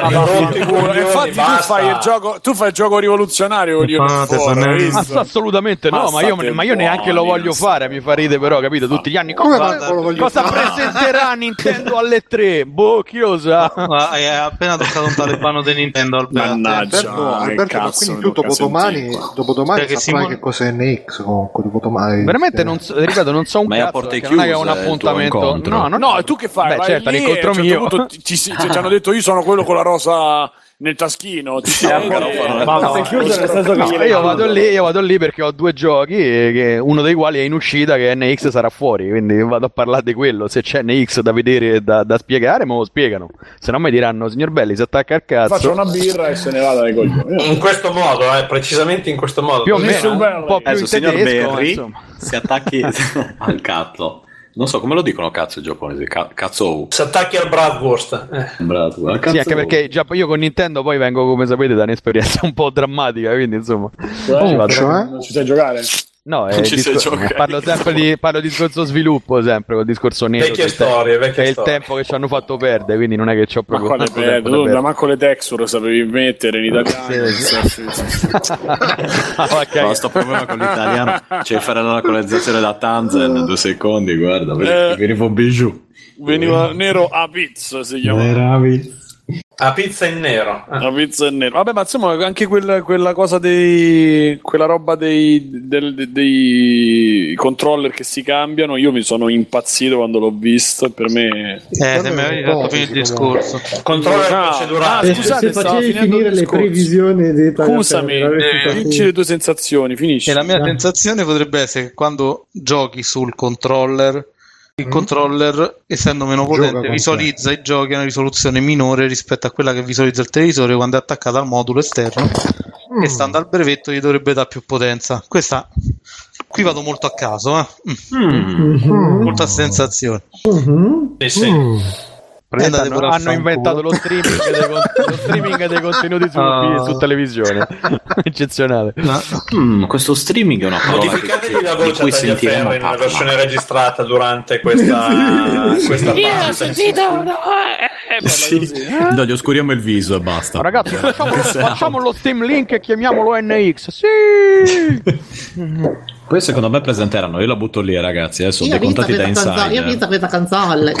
S2: Ma rotti i coglioni, Infatti, tu
S8: basta.
S2: fai, il gioco, tu fai il gioco rivoluzionario con gli
S4: Fate, sono
S2: uniformi.
S6: Ma so- assolutamente no, ma io, ma io neanche lo voglio fare, mi fa ridere però, capito? Tutti gli anni
S1: Come
S6: cosa,
S1: non lo voglio
S6: cosa
S1: fare?
S6: presenterà Nintendo alle 3? Boh, chi lo sa?
S4: Ma hai appena toccato un talebano di Nintendo al
S2: Mannaggia,
S1: Eh, Alberto, Alberto ma quindi tu dopodomani, dopodomani
S4: Perché
S1: saprai
S4: Simone-
S1: che cos'è NX comunque dopodomani
S6: Veramente non so, ripeto, non so un
S5: Ma è a
S6: cazzo,
S5: porte
S6: perché non è che ho un
S5: chiuse il tuo
S6: appuntamento.
S5: incontro.
S6: No, no,
S2: No, e tu che fai?
S6: Beh,
S2: Vai
S6: certo,
S2: lì e
S6: l'incontro
S2: a un certo
S6: mio.
S2: punto ti, ti, si- ti- ci hanno detto io sono quello con la rosa nel taschino. Eh, Ti siedi e-
S12: Ma
S2: No,
S12: sei chiuso nel senso che
S6: No,
S12: gliele
S6: io
S12: mando.
S6: vado lì, io vado lì perché ho due giochi, eh, che uno dei quali è in uscita, che NX sarà fuori, quindi vado a parlare di quello. Se c'è NX da vedere e da, da spiegare, me lo spiegano. Se no mi diranno, signor Belli, si attacca al cazzo.
S12: Faccio una birra e se ne vado dai coglioni.
S8: In questo modo, eh, precisamente in questo modo.
S6: Più o
S8: Nessun
S6: meno,
S8: bello.
S6: un po' più
S5: Adesso,
S6: in
S5: signor
S6: tedesco,
S5: Berry,
S6: insomma.
S5: si attacchi al cazzo. Non so come lo dicono cazzo i giapponesi. Ca- cazzo.
S8: Si attacchi al Bradwurst. Eh.
S5: Bravo, al
S6: Sì,
S5: cazzo.
S6: anche perché già io con Nintendo poi vengo, come sapete, da un'esperienza un po' drammatica, quindi insomma... ci
S5: eh,
S6: vado.
S12: Non ci sai giocare?
S6: No, è
S5: Non ci
S6: il
S5: si
S6: discor-
S5: gioca.
S6: parlo sempre di, parlo di discorso sviluppo, sempre col discorso nero.
S8: Vecchie
S6: del te-
S8: storie, vecchie
S6: È il
S8: storie.
S6: tempo che ci hanno fatto perdere, quindi non è che c'ho
S2: Ma
S6: proprio
S2: quale
S6: tanto
S2: bello,
S6: tempo da
S2: tu
S6: perdere.
S2: manco le texture sapevi mettere in italiano.
S6: Sì,
S2: Sì, sì, sì.
S6: Ah, ok.
S5: No, sto problema con l'italiano. C'è fare la colonizzazione da Tanzan. Due secondi, guarda.
S2: Eh.
S5: Veniva un bijou.
S2: Veniva nero a pizza, si chiama.
S8: A pizza in nero. Eh.
S2: La pizza è nera. Vabbè, ma insomma, anche quella, quella cosa dei. quella roba dei, del- de- dei controller che si cambiano. Io mi sono impazzito quando l'ho visto. Per me.
S4: Eh, se mi avevi fatto finire il discorso. Eh,
S8: Controller
S2: No.
S8: procedurale.
S2: Ah, scusate,
S3: se facevi
S2: stavo finendo
S3: finire
S2: il
S3: le
S2: discorso.
S3: previsioni di Italia
S2: Scusami,
S3: Terra,
S2: eh,
S3: veramente
S2: dici le tue sensazioni, finisci.
S4: E la mia sensazione potrebbe essere che quando giochi sul controller, il controller, essendo meno
S1: Gioca con
S4: potente,
S1: te.
S4: visualizza i giochi a una risoluzione minore rispetto a quella che visualizza il televisore quando è attaccata al modulo esterno. E stando al brevetto gli dovrebbe dare più potenza. Questa qui vado molto a caso, eh. Mm.
S12: Mm-hmm.
S4: molto a sensazione.
S8: Sì,
S12: Mm.
S8: sì.
S4: Andate
S6: Hanno,
S4: pure a
S6: hanno
S4: fanculo.
S6: inventato lo streaming, dei, con- lo streaming dei contenuti su,
S4: Ah.
S6: su televisione. Eccezionale.
S5: Mm, questo streaming è una parola che-
S8: Modificatevi la
S5: di
S8: voce a
S5: cui sentiremo
S8: Tagliaferro in una
S5: parlare.
S8: versione registrata durante questa, questa parte.
S5: eh,
S6: Eh,
S5: Sì. No, gli oscuriamo il viso e basta.
S6: Ragazzi, facciamo,
S12: Esatto.
S6: facciamo lo Steam Link e chiamiamolo NX. Sì!
S5: Poi secondo me presenteranno, io la butto lì ragazzi, eh, sono decontati da insider.
S3: questa canzone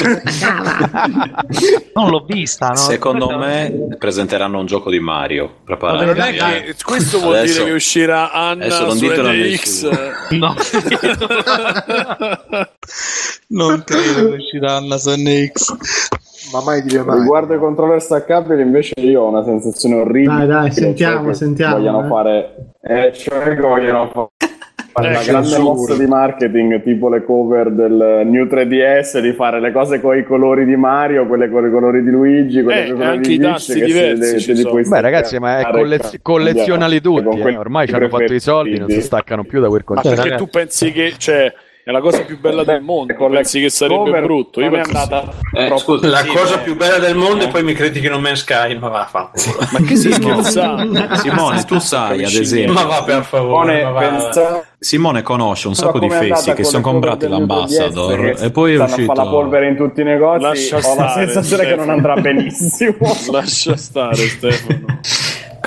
S4: Non l'ho vista, no?
S5: Secondo me presenteranno un gioco di Mario.
S2: Ma
S5: Preparati.
S2: non è che questo vuol
S5: Adesso-
S2: dire che uscirà Anna
S5: adesso non
S2: su
S5: ditelo a
S2: NX.
S4: No, eh. non credo che uscirà Anna su NX.
S1: ma mai dire mai
S12: Riguardo ai controller staccabili, invece, io ho una sensazione orribile.
S3: Dai, dai,
S12: Cioè,
S3: sentiamo,
S12: che
S3: sentiamo,
S12: Vogliono
S3: eh.
S12: fare, eh, cioè, che vogliono fa- fare
S4: Eh,
S2: Ecco,
S12: la grande
S1: censura.
S12: mossa di marketing, tipo le cover del New 3DS, di fare le cose con i colori di Mario, quelle con i colori di Luigi, quelle
S2: Eh,
S12: con i colori
S2: anche
S12: di
S2: i
S12: Peach,
S2: tasti
S12: che se
S2: diversi
S12: le-
S2: ci
S12: te li
S2: sono.
S12: puoi
S6: Beh, ragazzi, ma è
S12: staccare, Ah,
S6: collez-
S12: cambiare,
S6: collezionali
S12: con
S6: tutti. eh.
S12: quelli
S6: Ormai ci hanno fatto i soldi, non si
S12: preferiti.
S6: staccano più da quel
S2: Ma
S6: concetto.
S2: perché tu pensi che cioè, è la cosa più bella del mondo?
S12: con le
S2: Pensi che sarebbe
S12: cover
S2: brutto? Io
S12: non è
S2: penso sì.
S12: andata
S5: Eh, scusa,
S8: La
S5: sì,
S8: cosa
S5: eh,
S8: più bella del mondo e poi mi critichino Man Sky, ma vaffanculo.
S5: Ma che si scherza?
S2: Scherzate.
S5: Simone, tu sai ad esempio,
S8: ma va per favore, ma
S12: Pone,
S8: va.
S12: pensa
S5: Simone conosce un sacco di
S12: com'è andata
S5: fessi che
S12: con
S5: si sono
S12: le cover
S5: comprati
S12: del
S5: l'ambassador
S12: 3DS che
S5: e poi è
S12: stanno a fare la
S5: uscito...
S12: polvere in tutti i negozi
S2: Lascia
S12: ho la
S2: stare,
S12: sensazione che
S2: Stefano.
S12: non andrà benissimo
S2: Lascia stare, Stefano.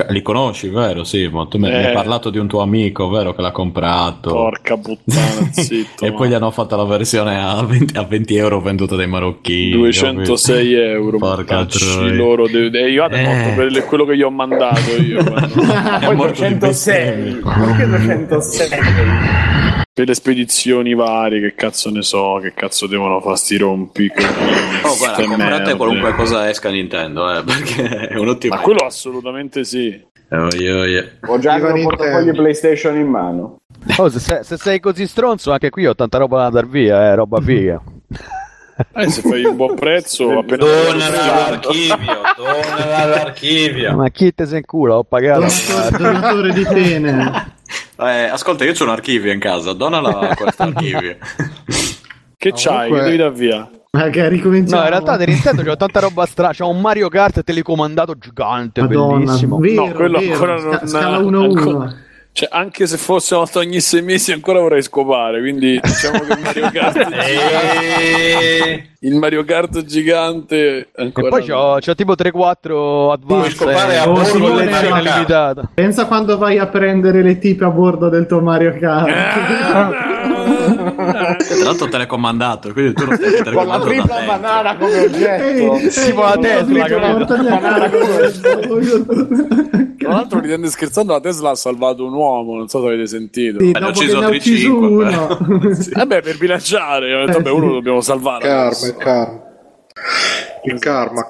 S5: Li conosci, vero? Sì, ma tu mi mi
S2: Eh.
S5: hai parlato di un tuo amico, vero? Che l'ha comprato.
S2: Porca puttana, zitto.
S5: e
S2: ma.
S5: poi gli hanno fatto la versione a 20, a 20 euro venduta dai marocchini.
S2: 206 euro.
S5: Porca
S2: mortacci
S5: troia.
S2: loro. De- de- io vado
S5: Eh.
S2: morto per le- quello che gli ho mandato io. guarda.
S5: capito? È
S12: poi
S5: morto di
S12: 206
S5: bestemmie.
S12: perché 206
S2: per le spedizioni varie, che cazzo ne so, che cazzo devono fare sti rompi.
S5: Oh, guarda,
S2: Ste merde.
S5: comprate qualunque cosa esca Nintendo, eh, perché è un ottimo.
S2: Ma quello assolutamente sì.
S5: Oh, io- io.
S12: ho già anche
S1: Viva
S12: un
S1: Nintendo.
S12: portafoglio playstation in mano
S6: Oh, se, sei, se sei così stronzo, anche qui ho tanta roba da dar via, eh, roba figa.
S2: Eh, se fai un buon prezzo, appena
S8: Donala all'archivio, donala all'archivio.
S6: Ma chi te se incula? Ho pagato.
S3: Donatore, donatore di pene.
S5: Eh, ascolta, io c'ho un archivio in casa, donala a questo archivio.
S2: che c'hai?
S1: comunque-
S2: Che devi dar via?
S3: Ma che ricominciamo.
S6: No, in realtà nel Nintendo c'è tanta roba strana. C'è un Mario Kart telecomandato gigante,
S3: Madonna,
S6: bellissimo.
S3: vero,
S2: no, quello
S3: vero,
S2: ancora
S3: sca-
S2: non
S3: scala uno a uno.
S2: ancora- Cioè, anche se fosse 8 ogni 6 mesi ancora vorrei scopare, quindi diciamo che Mario Kart
S8: Eh.
S2: gigante, il Mario Kart gigante
S6: E
S2: ancora
S6: poi
S2: no.
S6: c'ho, c'ho tipo 3-4 advanced
S2: scopare a
S6: eh,
S2: bordo
S6: con
S2: del
S6: l'edizione
S2: Mario Kart.
S6: limitata.
S3: Pensa quando vai a prendere le tipe a bordo del tuo Mario
S2: Eh,
S3: Kart.
S5: Tra l'altro telecomandato, quindi tu lo stai
S12: Con la
S5: telecomandando da
S12: tripla
S5: te.
S12: banana come oggetto.
S3: Ehi,
S12: Sì,
S3: ehi,
S12: ma la
S3: non
S12: Tesla,
S3: capito,
S12: capito?
S3: portagli a
S12: Banana
S3: casa.
S12: come
S2: Tra l'altro, ridendo e scherzando, la Tesla ha salvato un uomo, non so se avete sentito.
S3: Sì, Beh, ne ha dopo ucciso che ne ha altri ucciso cinque, uno.
S2: Vabbè, per bilanciare, ho detto,
S1: Eh,
S2: "Beh,
S1: sì.
S2: uno lo dobbiamo salvare.
S1: Karma,
S2: adesso."
S1: il karma. Il karma.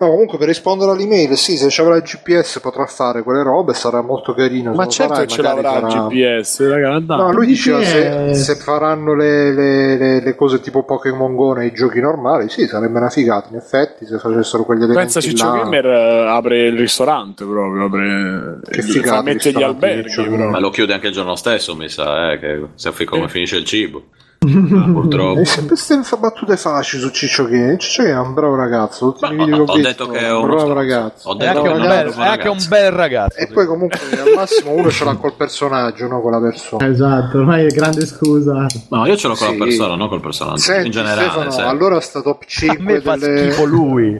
S1: No, comunque per rispondere all'email, sì, se c'avrà il GPS potrà fare quelle robe, sarà molto carino.
S2: Ma
S1: se lo
S2: certo
S1: farà,
S2: che ce
S1: magari
S2: l'avrà il
S1: sarà-
S2: GPS, raga, andate.
S1: No, lui diceva se,
S2: GPS.
S1: se faranno le, le- le- le cose tipo Pokémon Go nei giochi normali, sì, sarebbe una figata, in effetti, se facessero quegli elementi
S2: Pensa Ciccio
S1: là.
S2: Gamer eh, apre il ristorante proprio, apre
S1: Che
S2: gli-
S1: figata,
S2: fa- mette gli
S1: ristorante,
S2: alberghi.
S1: Ciccio.
S2: però.
S15: Ma lo chiude anche il giorno stesso, mi sa, eh, che sa fi- come finisce il cibo. purtroppo.
S1: Purtroppo. E sempre queste battute facili su Ciccio Gamer. Ciccio Gamer è un bravo ragazzo. Tutti i video che ho
S15: ho
S1: visto,
S15: detto che è uno
S1: bravo
S15: stronzo.
S1: ragazzo.
S15: Ho detto
S1: Bravo
S15: che è un
S1: ragazzo.
S15: bel- è anche un
S6: bel ragazzo.
S1: E poi comunque al massimo uno ce l'ha col personaggio, no? Con la persona.
S3: Esatto, ormai è grande scusa.
S15: No, io ce l'ho con
S1: Sì.
S15: la persona, non col personaggio.
S1: Senti,
S15: in generale,
S1: Stefano,
S15: sai.
S1: allora sta top 5 delle...
S6: lui.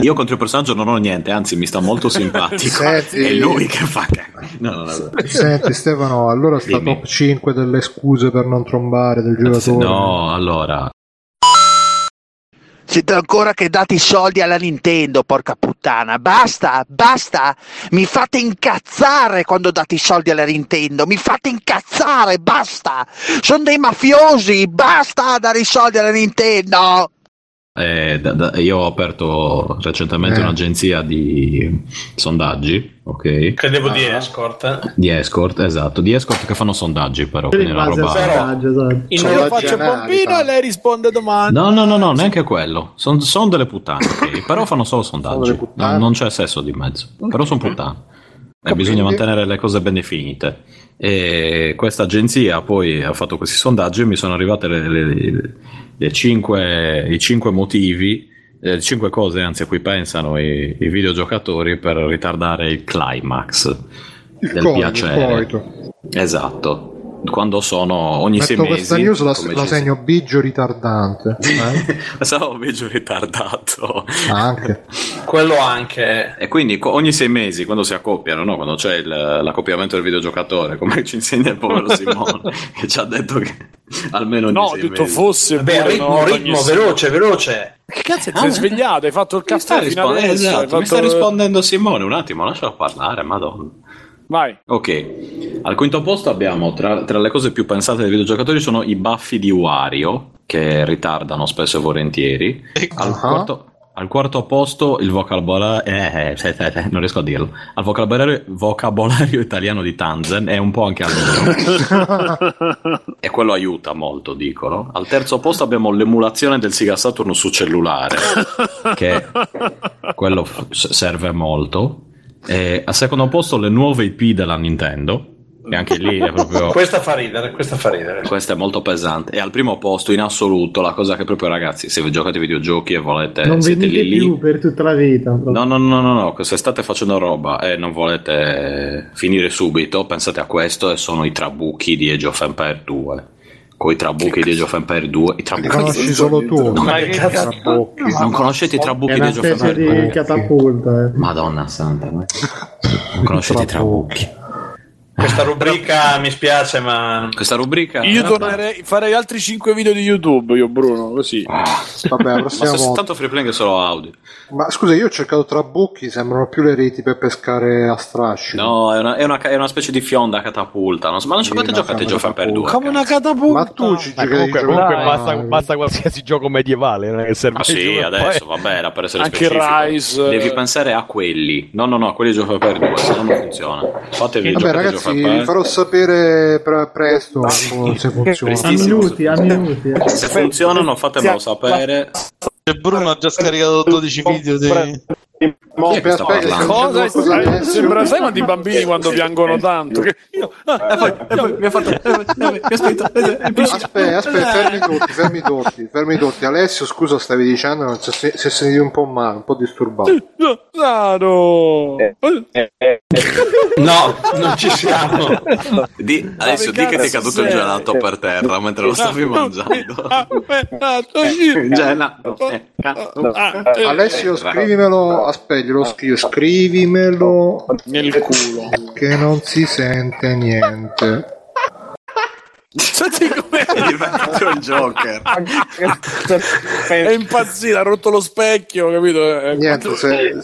S15: io contro il personaggio non ho niente, anzi mi sta molto simpatico.
S1: Senti.
S15: È lui che fa cagare. No, no, no.
S1: Eh, Senti Stefano, allora sta
S15: Dimmi.
S1: top 5 delle scuse per non trombare del
S5: Eh,
S1: giocatore.
S15: No, allora.
S9: Siete ancora che date i soldi alla Nintendo, porca puttana. Basta, basta. Mi fate incazzare quando date i soldi alla Nintendo. Mi fate incazzare, basta. Sono dei mafiosi, basta dare i soldi alla Nintendo.
S5: Eh, da- da- io ho aperto recentemente
S8: Eh.
S5: un'agenzia di sondaggi, ok?
S8: Che devo
S3: Ah.
S8: dire, escort? eh?
S5: Di escort, esatto, di escort che fanno sondaggi però, quindi
S3: In
S5: è una
S3: base al
S5: roba...
S3: sondaggio, esatto.
S5: Io Sondaggi
S2: Faccio pompino e lei risponde
S1: Ah,
S2: domani.
S5: No, no, no, no, neanche quello. Sono delle puttane, ok? però fanno solo sondaggi. Non, non c'è sesso di mezzo, però sono puttane. E bisogna mantenere le cose ben definite. E questa agenzia poi ha fatto questi sondaggi e mi sono arrivate le, le- le- le cinque, i cinque motivi, eh, le cinque cose anzi a cui pensano i, i videogiocatori per ritardare il climax del
S1: coito, il
S5: piacere.
S1: coito.
S5: Esatto. Quando sono ogni sei
S1: Metto
S5: mesi.
S1: questa news la,
S5: come
S1: la
S5: ci si-
S1: segno bigio ritardante. eh?
S5: Pensavo peggio ritardato.
S1: Anche.
S8: Quello anche.
S5: E quindi co- ogni sei mesi, quando si accoppiano, no? quando c'è il- l'accoppiamento del videogiocatore, come ci insegna il povero Simone, che ci ha detto che almeno ogni
S2: No, ho
S5: sei
S2: detto
S5: mesi.
S2: fosse
S8: Beh,
S2: pure,
S8: ritmo,
S2: no,
S8: ritmo,
S2: ogni-
S8: Cioè, veloce, veloce.
S2: Che cazzo ti sei svegliato? Hai fatto il
S5: Mi sta,
S2: caffè fino
S5: rispon-
S2: adesso?
S5: esatto,
S2: hai fatto-
S5: mi sta rispondendo Simone, un attimo, lascialo parlare, madonna.
S2: Vai.
S5: Ok, al quinto posto abbiamo tra, tra le cose più pensate dai videogiocatori sono i baffi di Wario, che ritardano spesso e volentieri. Al, quarto, al quarto posto il vocabolario... Eh, eh, eh, eh, eh, non riesco a dirlo. Al vocabolario, vocabolario italiano di Tanzen è un po' anche al loro. e quello aiuta molto, dicono. Al terzo posto abbiamo l'emulazione del Sega Saturn su cellulare, che quello f- serve molto. E al secondo posto le nuove IP della Nintendo. E anche lì è proprio.
S8: Questa fa ridere, questa fa ridere.
S5: Questa è molto pesante. E al primo posto, in assoluto, la cosa che proprio, ragazzi, se vi giocate ai videogiochi e volete.
S3: non
S5: Eh, siete
S3: venite
S5: lì lì.
S3: più per tutta la vita. proprio.
S5: No, no, no, no, no, se state facendo roba e non volete finire subito, pensate a questo e sono i trabucchi di Age of Empire 2. Con i trabucchi di Age of Empire 2, i
S1: Li
S5: trabucchi
S1: conosci solo tu.
S5: Ma che cazzo?
S1: Trabocchi.
S5: Non conoscete i
S3: È
S5: trabucchi di
S3: una
S5: Age of
S3: specie
S5: Empire 2?
S3: di catapulta. eh.
S5: Madonna santa, ma... non conoscete i trabucchi.
S8: Questa rubrica mi spiace, ma.
S5: Questa rubrica.
S8: eh,
S2: Io tornerei, farei altri 5 video di YouTube, io Bruno, così.
S1: Vabbè, la
S5: Ma se
S1: prossima volta.
S5: soltanto free playing è solo audio.
S1: Ma scusa, io ho cercato trabucchi, sembrano più le reti per pescare a strasci.
S5: No, è una, è una ca- è una specie di fionda catapulta. non so- ma non ci quante giocate Age of Empire 2?
S2: Come una catapulta.
S1: Ma tu ci
S6: Ma
S1: giochi
S6: comunque,
S1: di
S6: comunque
S1: giocare.
S6: basta, basta qualsiasi gioco medievale, non è che serve
S5: Ah sì,
S6: solo-
S5: adesso vabbè, era per essere
S2: Anche
S5: specifico.
S2: Rise, eh.
S5: Devi pensare a quelli. No, no, no, a quelli di Gioco per 2, se no non funziona. Fatevi
S1: Vabbè,
S5: giocate
S1: ragazzi,
S5: Gioco per-
S1: vi farò sapere pre- presto come- se Ah, funziona.
S3: A minuti, a minuti. eh.
S5: Se funzionano fatemelo sapere.
S4: Bruno ha già scaricato 12 video di... Oh,
S1: Aspetta, aspetta,
S2: Cosa
S1: cosa
S2: Sai-
S1: adesso?
S2: sembra sai quanti bambini quando piangono tanto? Che io, ah, e poi, e poi mi ha fatto. Mi aspetta,
S1: Aspetta, aspetta, fermi tutti, fermi tutti, fermi tutti. Alessio, scusa, stavi dicendo, non so se, se sentivi un po' male, un po' disturbato.
S2: Claro.
S15: No, Eh. non ci siamo. Di, adesso di che ti è
S2: cazzo
S15: caduto il
S2: sei?
S15: gelato per terra mentre lo
S6: Ah,
S15: stavi
S6: Esatto.
S15: mangiando.
S4: Eh,
S15: Gelato.
S1: Ah, Alessio,
S4: eh,
S1: scrivimelo, aspetta, lo scrivo, scrivimelo
S2: nel culo.
S1: che non si sente niente.
S2: Senti com'è
S15: diventato il Joker.
S2: È impazzito, ha rotto lo specchio, capito? Eh,
S1: Niente, se-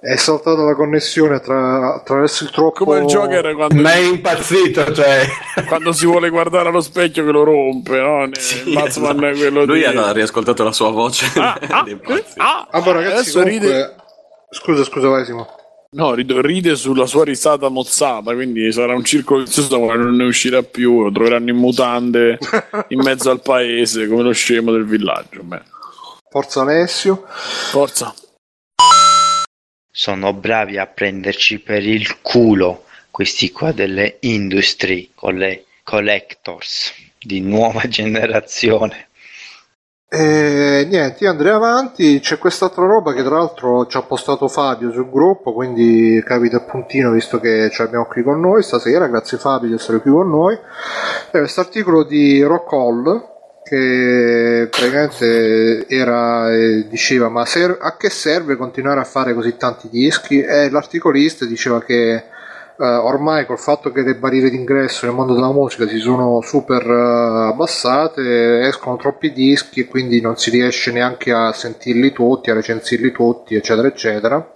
S1: è saltata la connessione tra- attraverso il troppo.
S2: Come il Joker quando,
S1: Oh, Ma è
S2: impazzito, cioè. quando si vuole guardare allo specchio che lo rompe, no? Ne- Batman è quello
S15: Lui
S2: di... ah, eh,
S15: ha riascoltato la sua voce.
S1: Ah, boh, ragazzi,
S2: Adesso
S1: comunque-
S2: ride-
S1: Scusa, scusa, vai Simo.
S2: No, ride, ride sulla sua risata mozzata, quindi sarà un circolo vizioso ma non ne uscirà più, lo troveranno in mutande in mezzo al paese come lo scemo del villaggio. beh.
S1: Forza Alessio.
S2: Forza.
S16: Sono bravi a prenderci per il culo questi qua delle industrie con le collectors di nuova generazione.
S1: E niente, io andrei avanti. C'è quest'altra roba che tra l'altro ci ha postato Fabio sul gruppo, quindi capita a puntino visto che ci abbiamo qui con noi stasera. Grazie Fabio di essere qui con noi. È questo articolo di Rock Hall che praticamente era, eh, diceva ma ser- a che serve continuare a fare così tanti dischi? E l'articolista diceva che eh, ormai col fatto che le barriere d'ingresso nel mondo della musica si sono super eh, abbassate, escono troppi dischi e quindi non si riesce neanche a sentirli tutti, a recensirli tutti, eccetera, eccetera.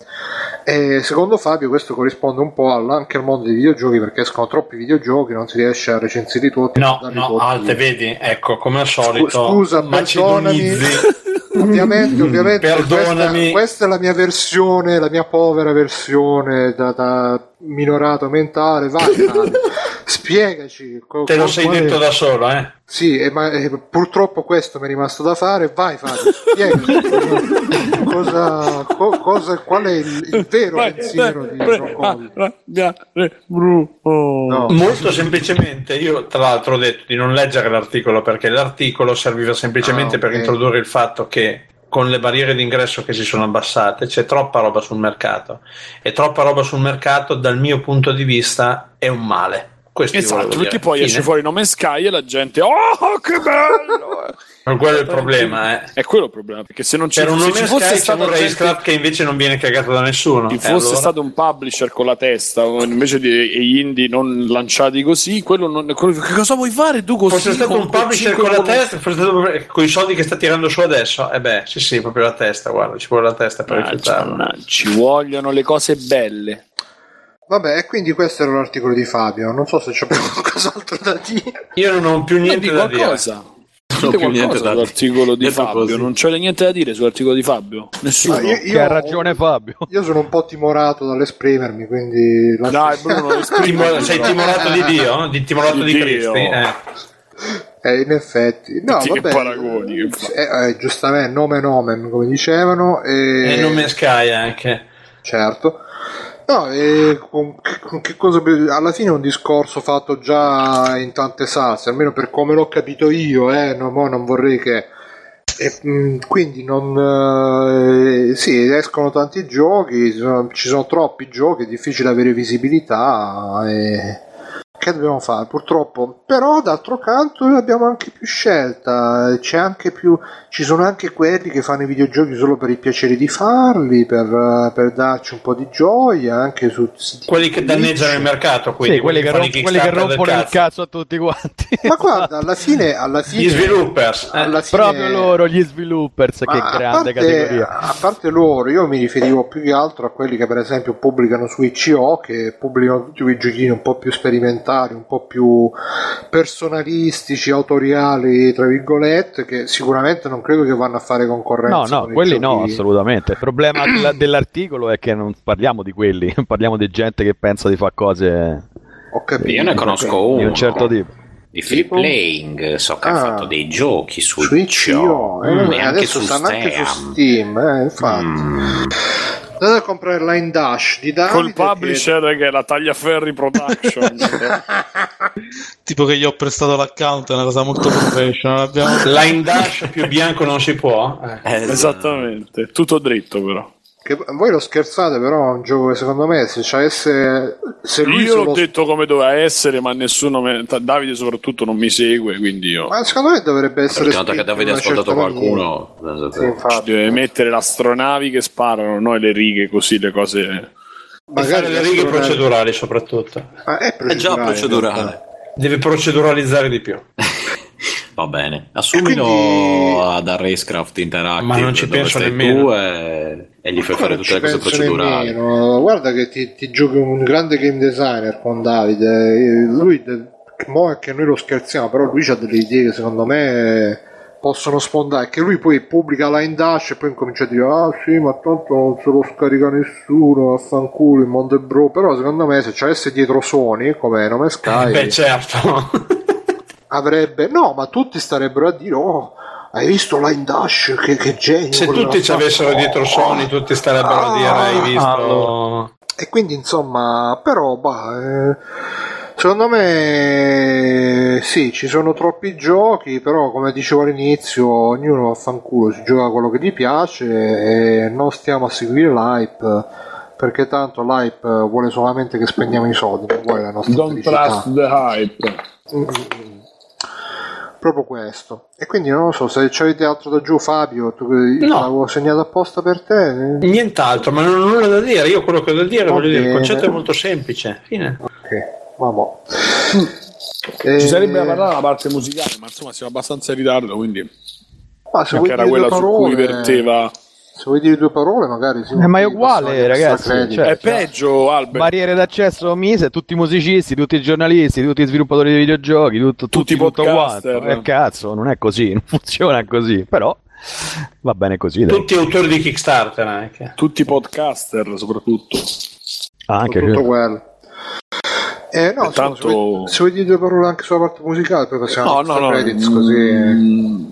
S1: E secondo Fabio questo corrisponde un po' all- anche al mondo dei videogiochi perché escono troppi videogiochi, non si riesce a recensirli tutti. a
S8: No,
S1: guardarli
S8: no,
S1: tutti.
S8: Alte, vedi, ecco, come al solito.
S1: Scu- Scusa, perdonami. Ovviamente, ovviamente Questa,
S8: Perdonami.
S1: questa è la mia versione, la mia povera versione da, da minorato mentale. Vai, Fabio. spiegaci. co-
S8: Te lo
S1: co-
S8: sei
S1: qual è-
S8: detto da solo, eh.
S1: Sì, eh, ma eh, purtroppo questo mi è rimasto da fare. Vai, Fabio, spiegaci cosa, co- cosa- qual è il, il vero pensiero di Rocco.
S2: No.
S8: Molto semplicemente, io tra l'altro ho detto di non leggere l'articolo perché l'articolo serviva semplicemente
S1: Ah, ok.
S8: per introdurre il fatto che con le barriere d'ingresso che si sono abbassate c'è troppa roba sul mercato e troppa roba sul mercato dal mio punto di vista è un male. Questo io
S2: Esatto,
S8: volevo dire.
S2: perché poi
S8: Fine.
S2: esce fuori nome Sky e la gente, oh che bello!
S8: Ma quello è il problema, eh.
S2: È quello il problema, perché se non ci,
S8: Per un
S2: se
S8: nome
S2: ci fosse
S8: Sky c'è
S2: stato
S8: un
S2: gente-
S8: Racecraft che invece non viene cagato da nessuno.
S2: Ci
S8: Eh,
S2: fosse
S8: allora?
S2: stato un publisher con la testa o invece degli indie non lanciati così, quello non. quello- che cosa vuoi fare tu così?
S8: fosse stato
S2: con-
S8: un publisher
S2: cinque
S8: con la
S2: colonne?
S8: testa, fosse stato con i soldi che sta tirando su adesso, eh beh, sì, sì, proprio la testa, guarda, ci vuole la testa per rifiutarlo.
S2: Ci vogliono le cose belle.
S1: Vabbè, e quindi questo era l'articolo di Fabio. Non so se c'è qualcos'altro da dire.
S8: Io non ho più
S2: niente da dire. qualcosa.
S1: ho
S2: Dite
S1: più
S2: qualcosa
S1: niente da dire.
S2: sull'articolo di
S1: Detto
S2: Fabio,
S1: così.
S2: non c'è niente da dire sull'articolo di Fabio. Nessuno.
S1: Ah, io- io- Che ha ragione
S2: Fabio.
S1: Io sono un po' timorato dall'esprimermi, quindi.
S2: Dai, Bruno,
S8: Timo- sei timorato di Dio, di timorato
S1: Di
S8: di,
S1: Dio.
S8: Cristi. eh.
S1: Eh, in effetti, no,
S8: Sì, che
S1: vabbè,
S8: paragoni,
S1: eh, eh, giustamente, nome nomen, come dicevano, e,
S8: E non me Sky anche.
S1: certo. No, e con, che- con che cosa, alla fine è un discorso fatto già in tante salse, almeno per come l'ho capito io, eh, no, mo non vorrei che... e, mm, quindi non... eh, sì, escono tanti giochi, ci sono, ci sono troppi giochi, è difficile avere visibilità. e- che dobbiamo fare? Purtroppo, però d'altro canto abbiamo anche più scelta, c'è anche più, ci sono anche quelli che fanno i videogiochi solo per il piacere di farli, per, eh, per darci un po' di gioia, anche su...
S8: Quelli che danneggiano il mercato, quindi
S6: Sì, quelli che,
S8: fanno i
S6: rom- quelli che
S8: Kickstarter del
S6: rompono il
S8: cazzo.
S6: cazzo a tutti quanti.
S1: Ma guarda, alla fine, alla fine
S8: Gli sviluppers, eh.
S1: alla fine-
S6: Proprio loro, gli sviluppers, che
S1: Ma
S6: grande
S1: a parte,
S6: categoria.
S1: A parte loro, io mi riferivo più che altro a quelli che per esempio pubblicano su ICO, che pubblicano tutti quei giochini un po' più sperimentali, un po' più personalistici, autoriali, tra virgolette, che sicuramente non credo che vanno a fare
S6: No,
S1: concorrenza.
S6: no,
S1: con i giochi-
S6: quelli no, assolutamente. Il problema della- dell'articolo è che non parliamo di quelli, parliamo di gente che pensa di fare cose.
S1: Ho capito.
S6: di-
S17: Io ne conosco
S6: Di
S17: uno.
S6: un certo tipo.
S17: Di free
S6: Tipo?
S17: playing, so che
S1: Ah.
S17: ha fatto dei giochi su
S1: Su
S17: Itch.io
S1: ICO, eh,
S17: mm, e anche su
S1: adesso
S17: Mm.
S1: stanno anche
S17: Steam.
S1: su Steam, eh, infatti. Andate a comprare Line Dash di Davide.
S2: Col publisher che è la Tagliaferri Production.
S4: Tipo che gli ho prestato l'account, è una cosa molto professional. Abbiamo...
S8: Line dash più bianco non si può.
S2: Eh, esattamente, tutto dritto però.
S1: che- che- voi lo scherzate, però è un gioco che secondo me se c'avesse. Se lui
S2: Io l'ho
S1: solo-
S2: detto come doveva essere, ma nessuno, me- ta- Davide soprattutto, non mi segue, quindi io...
S1: Ma secondo me dovrebbe essere.
S2: Ogni volta che
S1: scritto
S2: Davide
S1: in
S2: ha
S1: una
S2: ascoltato
S1: certa maniera.
S2: qualcuno,
S1: Sì, infatti.
S2: Ci deve mettere l'astronavi che sparano, noi le righe così, le cose...
S8: Magari le righe procedurali soprattutto.
S1: è
S15: già procedurale.
S8: Deve proceduralizzare di più.
S15: Va bene, assumilo ad Arraycraft Interactive
S8: Ma non ci
S15: dove
S8: penso
S15: stai
S8: nemmeno.
S15: tu e, e gli fai fare
S1: Non
S15: tutte
S1: ci
S15: le cose
S1: penso
S15: procedurali.
S1: nemmeno. Guarda che ti, ti giochi un grande game designer con Davide. Eh, Lui, de- mo è che noi lo scherziamo, però lui ha delle idee che secondo me possono sfondare. Che lui poi pubblica la in dash e poi incomincia a dire: Ah sì, ma tanto non se lo scarica nessuno. Vaffanculo, il mondo è bro. Però secondo me se c'avesse dietro Sony, come nome Sky,
S8: Beh, certo.
S1: avrebbe. No, ma tutti starebbero a dire: Oh. Hai visto la in Dash? Che, che genio!
S8: Se
S1: quello
S8: tutti
S1: che
S8: ci
S1: ha
S8: avessero
S1: fatto."
S8: dietro Sony, tutti starebbero a dire:
S4: Ah,
S8: Hai visto?
S1: E quindi insomma, però, bah, eh, secondo me sì, ci sono troppi giochi, però come dicevo all'inizio, ognuno affanculo, si gioca quello che gli piace e non stiamo a seguire l'hype, perché tanto l'hype vuole solamente che spendiamo i soldi, non vuole la nostra
S2: Don't
S1: felicità. Mm,
S2: trust the hype.
S1: Proprio questo. E quindi non lo so, se avete altro da giù Fabio, tu, io l'avevo segnato apposta per te. eh.
S8: Nient'altro, ma non ho nulla da dire. Io quello che ho da dire,
S1: Va
S8: voglio dire, il
S1: bene.
S8: concetto è molto semplice. Fine.
S1: Ok, Eh, vabbè.
S2: Ci sarebbe da parlare la parte musicale, ma insomma siamo abbastanza in ritardo, quindi...
S1: Ma Ah, se vuoi
S2: Perché era
S1: dire
S2: quella
S1: due
S2: su
S1: parole-
S2: cui verteva...
S1: Se vuoi dire due parole, magari sì.
S6: Eh, ma è uguale, ragazzi. cioè,
S2: È peggio, Albert.
S6: Barriere d'accesso mise, tutti i musicisti, tutti i giornalisti, tutti i sviluppatori di videogiochi, tutto, tutti,
S2: i
S6: tutto
S2: podcaster.
S6: quanto. Eh, cazzo, non è così, non funziona così, però va bene così. Dai.
S8: Tutti autori di Kickstarter anche.
S2: Tutti i podcaster soprattutto.
S6: Ah, anche
S1: tutto
S6: quello.
S1: quello. Eh, no, se,
S2: Intanto-
S1: vuoi, se vuoi dire due parole anche sulla parte musicale, poi
S2: No,
S1: facciamo
S2: no,
S1: extra
S2: no.
S1: credits,
S2: mm,
S1: così. eh.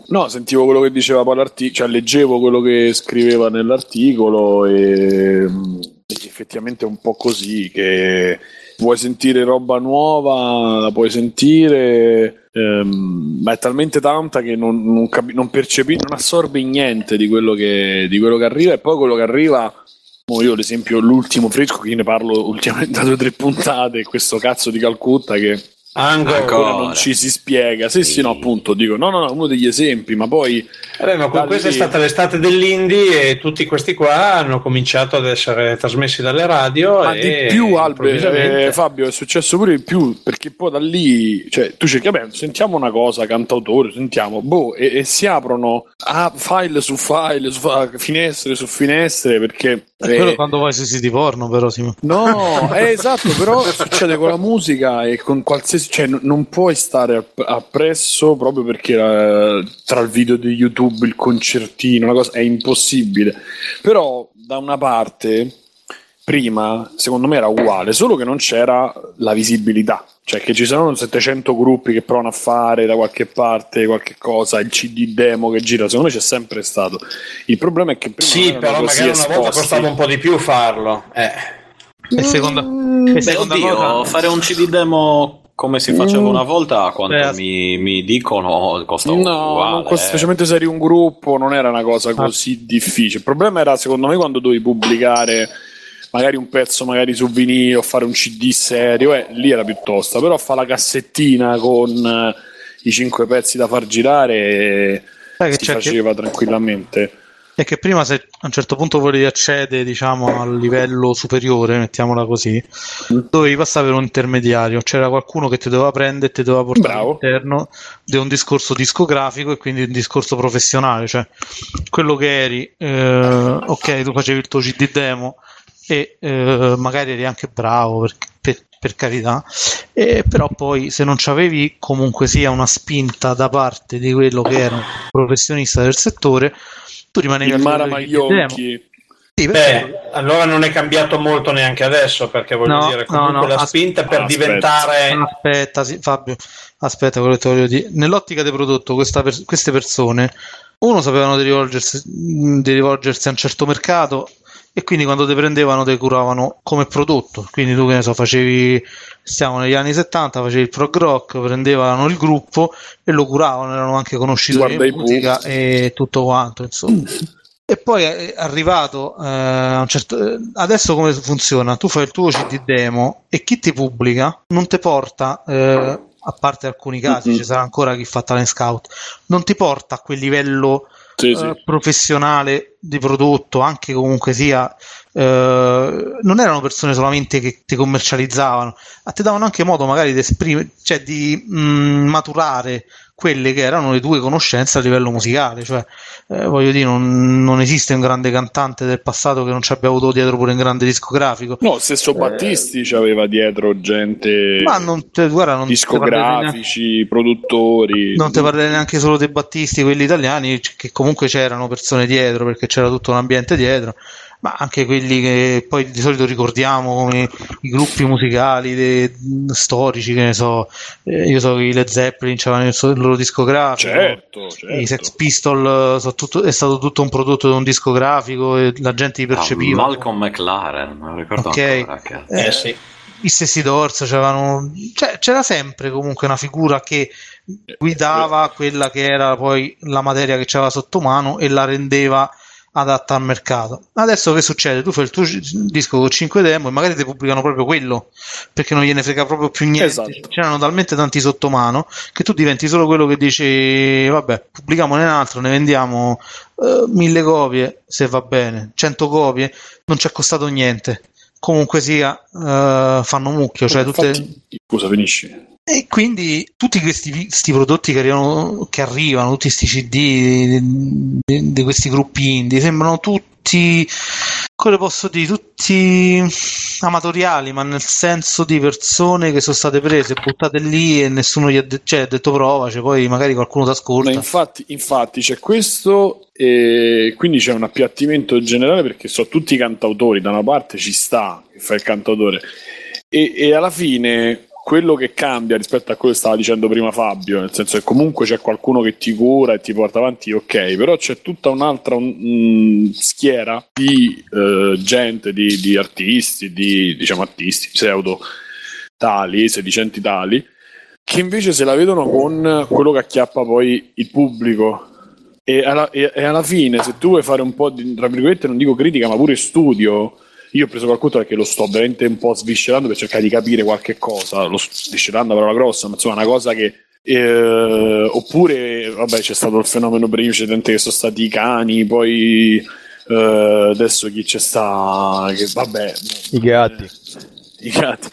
S2: No, sentivo quello che diceva Palarti, cioè leggevo quello che scriveva nell'articolo e mm, effettivamente è un po' così che vuoi sentire roba nuova, la puoi sentire, ehm, ma è talmente tanta che non, non, capi- non percepi, non assorbi niente di quello, che, di quello che arriva e poi quello che arriva Mo io ad esempio l'ultimo fresco che ne parlo ultimamente da due o tre puntate, questo cazzo di Calcutta che
S8: Ancora.
S2: ancora non ci si spiega. Sì, sì, no, appunto, dico, no, no, no, uno degli esempi, ma poi...
S8: Vabbè, Eh ma con
S2: da
S8: questa è
S2: lì-
S8: stata l'estate dell'indie e tutti questi qua hanno cominciato ad essere trasmessi dalle radio.
S2: Ma
S8: e
S2: di più, Albe,
S8: eh, improvvisamente-
S2: eh, Fabio, è successo pure di più, perché poi da lì, cioè, tu cerchi, vabbè, sentiamo una cosa, cantautore, sentiamo, boh, e, e si aprono ah, file su file, su fa- finestre su finestre, perché... eh,
S4: Quello quando vai sui siti porno, però, Simo.
S2: No, eh, esatto, però succede con la musica e con qualsiasi... cioè n- non puoi stare app- appresso proprio perché eh, tra il video di YouTube, il concertino, una cosa è impossibile. Però da una parte, prima, secondo me era uguale, solo che non c'era la visibilità. Cioè che ci saranno 700 gruppi che provano a fare da qualche parte qualche cosa, il CD demo che gira, secondo me c'è sempre stato. Il problema è che prima non
S8: Sì,
S2: erano
S8: però
S2: così
S8: magari una volta
S2: esposti.
S8: costava un po' di più farlo. Eh.
S4: E secondo,
S15: Beh, oddio, fare un CD demo come si faceva
S2: Mm.
S15: una volta, a quanto
S2: Beh,
S15: mi, mi dicono, costa
S2: No,
S15: uguale.
S2: non costa-
S15: eh.
S2: specialmente se eri un gruppo non era una
S4: Ah.
S2: cosa così difficile. Il problema era, secondo me, quando dovevi pubblicare magari un pezzo magari su vinile o fare un CD serio, eh, lì era piuttosto. Però fa la cassettina con eh, i cinque pezzi da far girare eh,
S4: Sai che
S2: si
S4: c'è chi-
S2: faceva tranquillamente.
S4: È che prima se a un certo punto volevi accedere diciamo al livello superiore, mettiamola così, dovevi passare per un intermediario, c'era qualcuno che ti doveva prendere e ti doveva portare all'interno di un discorso discografico e quindi un discorso professionale, cioè quello che eri, eh, ok tu facevi il tuo CD demo e eh, magari eri anche bravo per, per- per carità, e però poi se non c'avevi comunque sia una spinta da parte di quello che era un professionista del settore, tu rimanevi
S2: Il
S4: al
S2: Mara
S4: livello di demo.
S2: Maglionchi.
S8: Eh,
S4: Sì, perché-
S8: Beh, allora non è cambiato molto neanche adesso, perché voglio
S4: No,
S8: dire,
S4: no,
S8: comunque
S4: no,
S8: la
S4: as-
S8: spinta per
S4: aspetta.
S8: diventare
S4: Aspetta, sì, Fabio, aspetta quello che ti voglio dire. Nell'ottica del prodotto, questa per- queste persone, uno sapevano di rivolgersi, mh, di rivolgersi a un certo mercato e quindi quando te prendevano te curavano come prodotto. Quindi tu che ne so, facevi, stiamo negli anni 70, facevi il prog rock, prendevano il gruppo e lo curavano, erano anche conosciuti
S2: Guarda i
S4: in musica e tutto quanto, insomma. E poi è arrivato eh, a un certo- eh, adesso come funziona? Tu fai il tuo CD demo e chi ti pubblica non ti porta, eh, a parte alcuni casi,
S2: Mhm.
S4: ci sarà ancora chi fa talent scout, non ti porta a quel livello
S2: Sì,
S4: eh,
S2: sì.
S4: professionale di prodotto, anche comunque sia, eh, non erano persone solamente che ti commercializzavano, ma ti davano anche modo magari di esprimere, cioè di mm, maturare quelle che erano le tue conoscenze a livello musicale, cioè eh, voglio dire, non, non esiste un grande cantante del passato che non ci abbia avuto dietro pure un grande discografico.
S2: No, stesso Battisti c'aveva dietro gente,
S4: Eh. Ma non te- guarda, non te parlerei neanche-
S2: discografici, produttori.
S4: Non ti parlerei neanche solo dei Battisti, quelli italiani, c- che comunque c'erano persone dietro, perché c'era tutto un ambiente dietro, ma anche quelli che poi di solito ricordiamo come i gruppi musicali de- storici, che ne so, eh, io so che i Led Zeppelin avevano il, so- il loro discografico,
S2: Certo,
S4: i Sex Pistol eh, so tutto- è stato tutto un prodotto di un discografico e la gente li percepiva.
S15: Ah,
S5: Ah,
S15: Malcolm McLaren, me lo ricordo
S4: Ok.
S15: ancora. che-
S4: Eh, I stessi Dors c'erano, cioè, c'era sempre comunque una figura che guidava quella che era poi la materia che c'era sotto mano e la rendeva adatta al mercato. Adesso che succede? Tu fai il tuo gi- disco con 5 demo e magari ti pubblicano proprio quello perché non gliene frega proprio più niente. C'erano talmente tanti sottomano che tu diventi solo quello che dici vabbè, pubblichiamone un altro, ne vendiamo eh, mille copie se va bene, 100 copie, non ci è costato niente. Comunque sia, eh, fanno mucchio, cioè tutte,
S2: Scusa, finisci.
S4: e quindi tutti questi sti prodotti che arrivano, che arrivano, tutti questi CD di- di di questi gruppi indie, sembrano tutti, come posso dire, tutti amatoriali, ma nel senso di persone che sono state prese, buttate lì e nessuno gli ha, de- cioè, ha detto provaci, poi magari qualcuno ti ascolta.
S2: Ma infatti, infatti c'è questo, e quindi c'è un appiattimento generale perché sono tutti cantautori. Da una parte ci sta che fa il cantautore, e, e alla fine quello che cambia rispetto a quello che stava dicendo prima Fabio, nel senso che comunque c'è qualcuno che ti cura e ti porta avanti, ok, però c'è tutta un'altra un- mm, schiera di eh, gente, di, di artisti, di diciamo artisti pseudo tali, sedicenti tali, che invece se la vedono con quello che acchiappa poi il pubblico. E alla, e- e alla fine, se tu vuoi fare un po' di, tra virgolette, non dico critica, ma pure studio, io ho preso qualcuno perché lo sto veramente un po' sviscerando per cercare di capire qualche cosa. Lo sto sviscerando è una parola grossa, ma insomma, una cosa che. eh, oppure, vabbè, c'è stato il fenomeno precedente che sono stati i cani, poi eh, adesso chi c'è sta, che vabbè,
S6: I gatti.
S2: i gatti,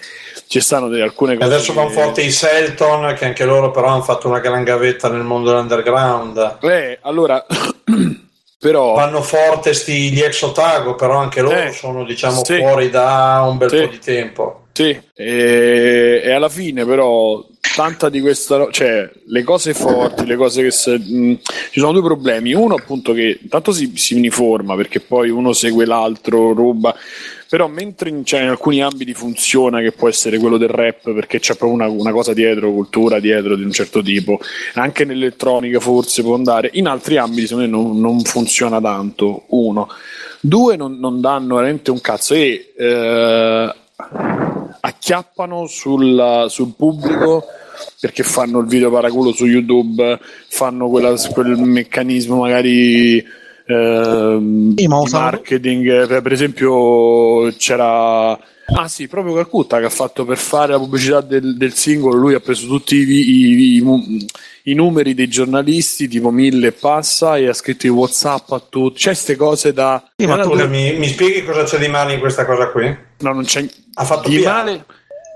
S2: ci stanno delle- alcune cose.
S8: Adesso
S2: che-
S8: vanno forte i Selton, che anche loro però hanno fatto una gran gavetta nel mondo dell'underground.
S2: Eh, allora, però...
S8: Vanno forte sti, gli ex Otago, però anche loro
S2: Eh,
S8: sono diciamo
S2: sì.
S8: fuori da un bel
S2: Sì.
S8: po' di tempo.
S2: Sì, e, e alla fine però tanta di questa ro- cioè le cose forti, le cose che se- mh, ci sono due problemi, uno appunto che tanto si, si uniforma perché poi uno segue l'altro, ruba, però mentre in, cioè, in alcuni ambiti funziona che può essere quello del rap perché c'è proprio una, una cosa dietro, cultura dietro di un certo tipo, anche nell'elettronica forse può andare, in altri ambiti secondo me non, non funziona tanto, uno. Due, non, non danno veramente un cazzo e... eh, acchiappano sul, sul pubblico perché fanno il video paraculo su YouTube, fanno quella- quel meccanismo magari ehm, di marketing. Per per esempio, c'era. Ah sì, proprio Calcutta che ha fatto per fare la pubblicità del, del singolo, lui ha preso tutti i, i- i mu- i numeri dei giornalisti, tipo mille e passa, e ha scritto i Whatsapp a tutti. C'è queste cose da...
S8: Allora, scusami, mi spieghi cosa c'è di male in questa cosa qui?
S2: No, non c'è
S8: ha fatto
S2: di
S8: via.
S2: male.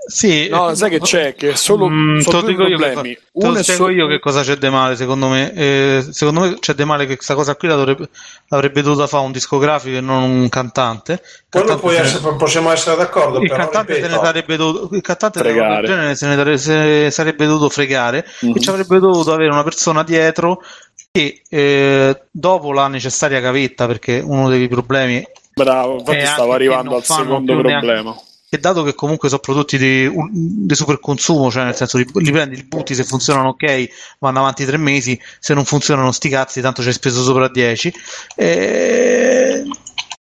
S4: Sì,
S2: no, sai che c'è? Che è solo
S4: Mm, te
S2: sono
S4: lo
S2: due
S4: dico io, che,
S2: problemi.
S4: co- te lo
S2: Uno è
S4: spiego
S2: solo-
S4: io che cosa c'è di male, secondo me. Eh, secondo me c'è di male che questa cosa qui la dovrebbe- l'avrebbe dovuta fare un discografico e non un cantante.
S8: Quello
S4: Cantante
S8: puoi
S4: se-
S8: essere- possiamo essere d'accordo,
S4: il
S8: però
S4: cantante se ne
S8: ripeto,
S4: sarebbe dovuto il cantante di una cosa
S8: Fregare.
S4: del genere se Cioè, ne dare- se- sarebbe dovuto fregare e ci avrebbe dovuto avere una persona dietro che eh, dopo la necessaria gavetta perché uno dei problemi
S2: Bravo,
S4: è
S2: infatti
S4: anche
S2: stavo
S4: che
S2: arrivando
S4: non
S2: al
S4: fanno
S2: secondo
S4: più neanche-
S2: problema.
S4: e dato che comunque sono prodotti di, un- di super consumo, cioè nel senso li, li prendi, li butti, se funzionano ok vanno avanti tre mesi, se non funzionano sti cazzi tanto ci hai speso sopra 10, eh,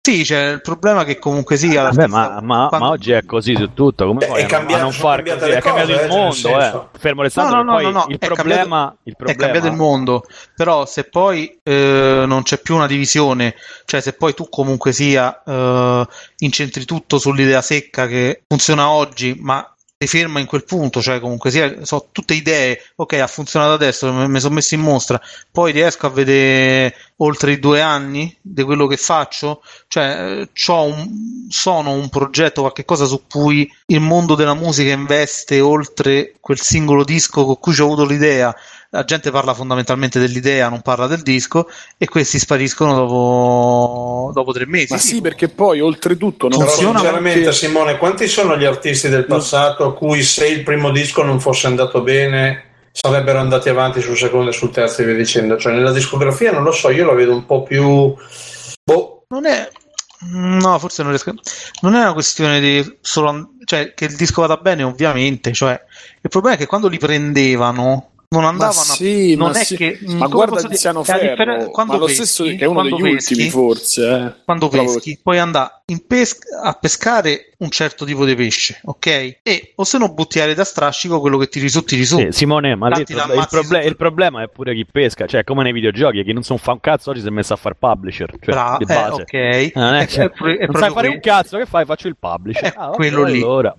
S4: Sì, c'è il problema che comunque sì, alla
S6: Vabbè, ma, ma- ma oggi è così su tutto. Come fai
S4: è
S6: a-
S4: cambiato-
S6: a non
S4: sono
S6: far
S4: cambiate
S6: così?
S4: le
S6: È cambiato
S4: cose,
S6: il
S4: eh, nel
S6: mondo,
S4: senso.
S6: eh. Fermo restando
S4: No,
S6: che
S4: no, no,
S6: poi
S4: no, no,
S6: il,
S4: è
S6: problema,
S4: cambiato-
S6: il
S4: è
S6: problema-
S4: cambiato il mondo, però se poi eh, non c'è più una divisione, cioè se poi tu comunque sia eh, incentri tutto sull'idea secca che funziona oggi, ma ti ferma in quel punto, cioè comunque sia, so tutte idee, ok, ha funzionato adesso, me- mi sono messo in mostra, poi riesco a vedere oltre i due anni di quello che faccio, cioè eh, c'ho un- sono un progetto, qualche cosa su cui il mondo della musica investe oltre quel singolo disco con cui ho avuto l'idea, la gente parla fondamentalmente dell'idea, non parla del disco, e questi spariscono dopo, dopo tre mesi.
S2: Ma sì, perché poi oltretutto non
S4: Però,
S2: funziona
S4: sinceramente,
S2: perché-
S8: Simone, quanti sono gli artisti del passato a cui se il primo disco non fosse andato bene sarebbero andati avanti sul secondo e sul terzo e via dicendo? Cioè nella discografia non lo so, io la vedo un po' più... Boh.
S4: Non è... No, forse non riesco. Non è una questione di solo. cioè, che il disco vada bene, ovviamente. Cioè, il problema è che quando li prendevano, non andavano a-
S2: sì,
S4: non
S2: ma
S4: è
S2: sì.
S4: che.
S2: Ma
S4: mm, come
S2: guarda
S4: posso dire?
S2: Tiziano
S4: È la
S2: Ferro,
S4: differen-
S2: ma
S4: quando
S2: lo
S4: peschi-
S2: stesso che è uno
S4: quando
S2: degli ultimi, forse, eh.
S4: Quando
S2: Proprio
S4: peschi, puoi andare in pes- a pescare un certo tipo di pesce, ok? E o se no butti aria da strascico quello che tiri su, tiri su.
S6: Sì, Simone, ma lì
S4: Tanti
S6: il,
S4: la
S6: proble- il
S4: ammazzi
S6: proble- il problema è pure chi pesca, cioè come nei videogiochi, chi non sa un fa un cazzo oggi si è messo a far publisher, cioè
S4: Bra-
S6: di
S4: eh,
S6: base.
S4: ok.
S6: Eh, non è
S4: È-
S6: che-
S4: è pr- è
S6: non sai
S4: proprio
S6: fare
S4: qui.
S6: un cazzo, che fai? Faccio il publisher.
S4: È
S6: Ah, vabbè,
S4: quello lì.
S6: allora.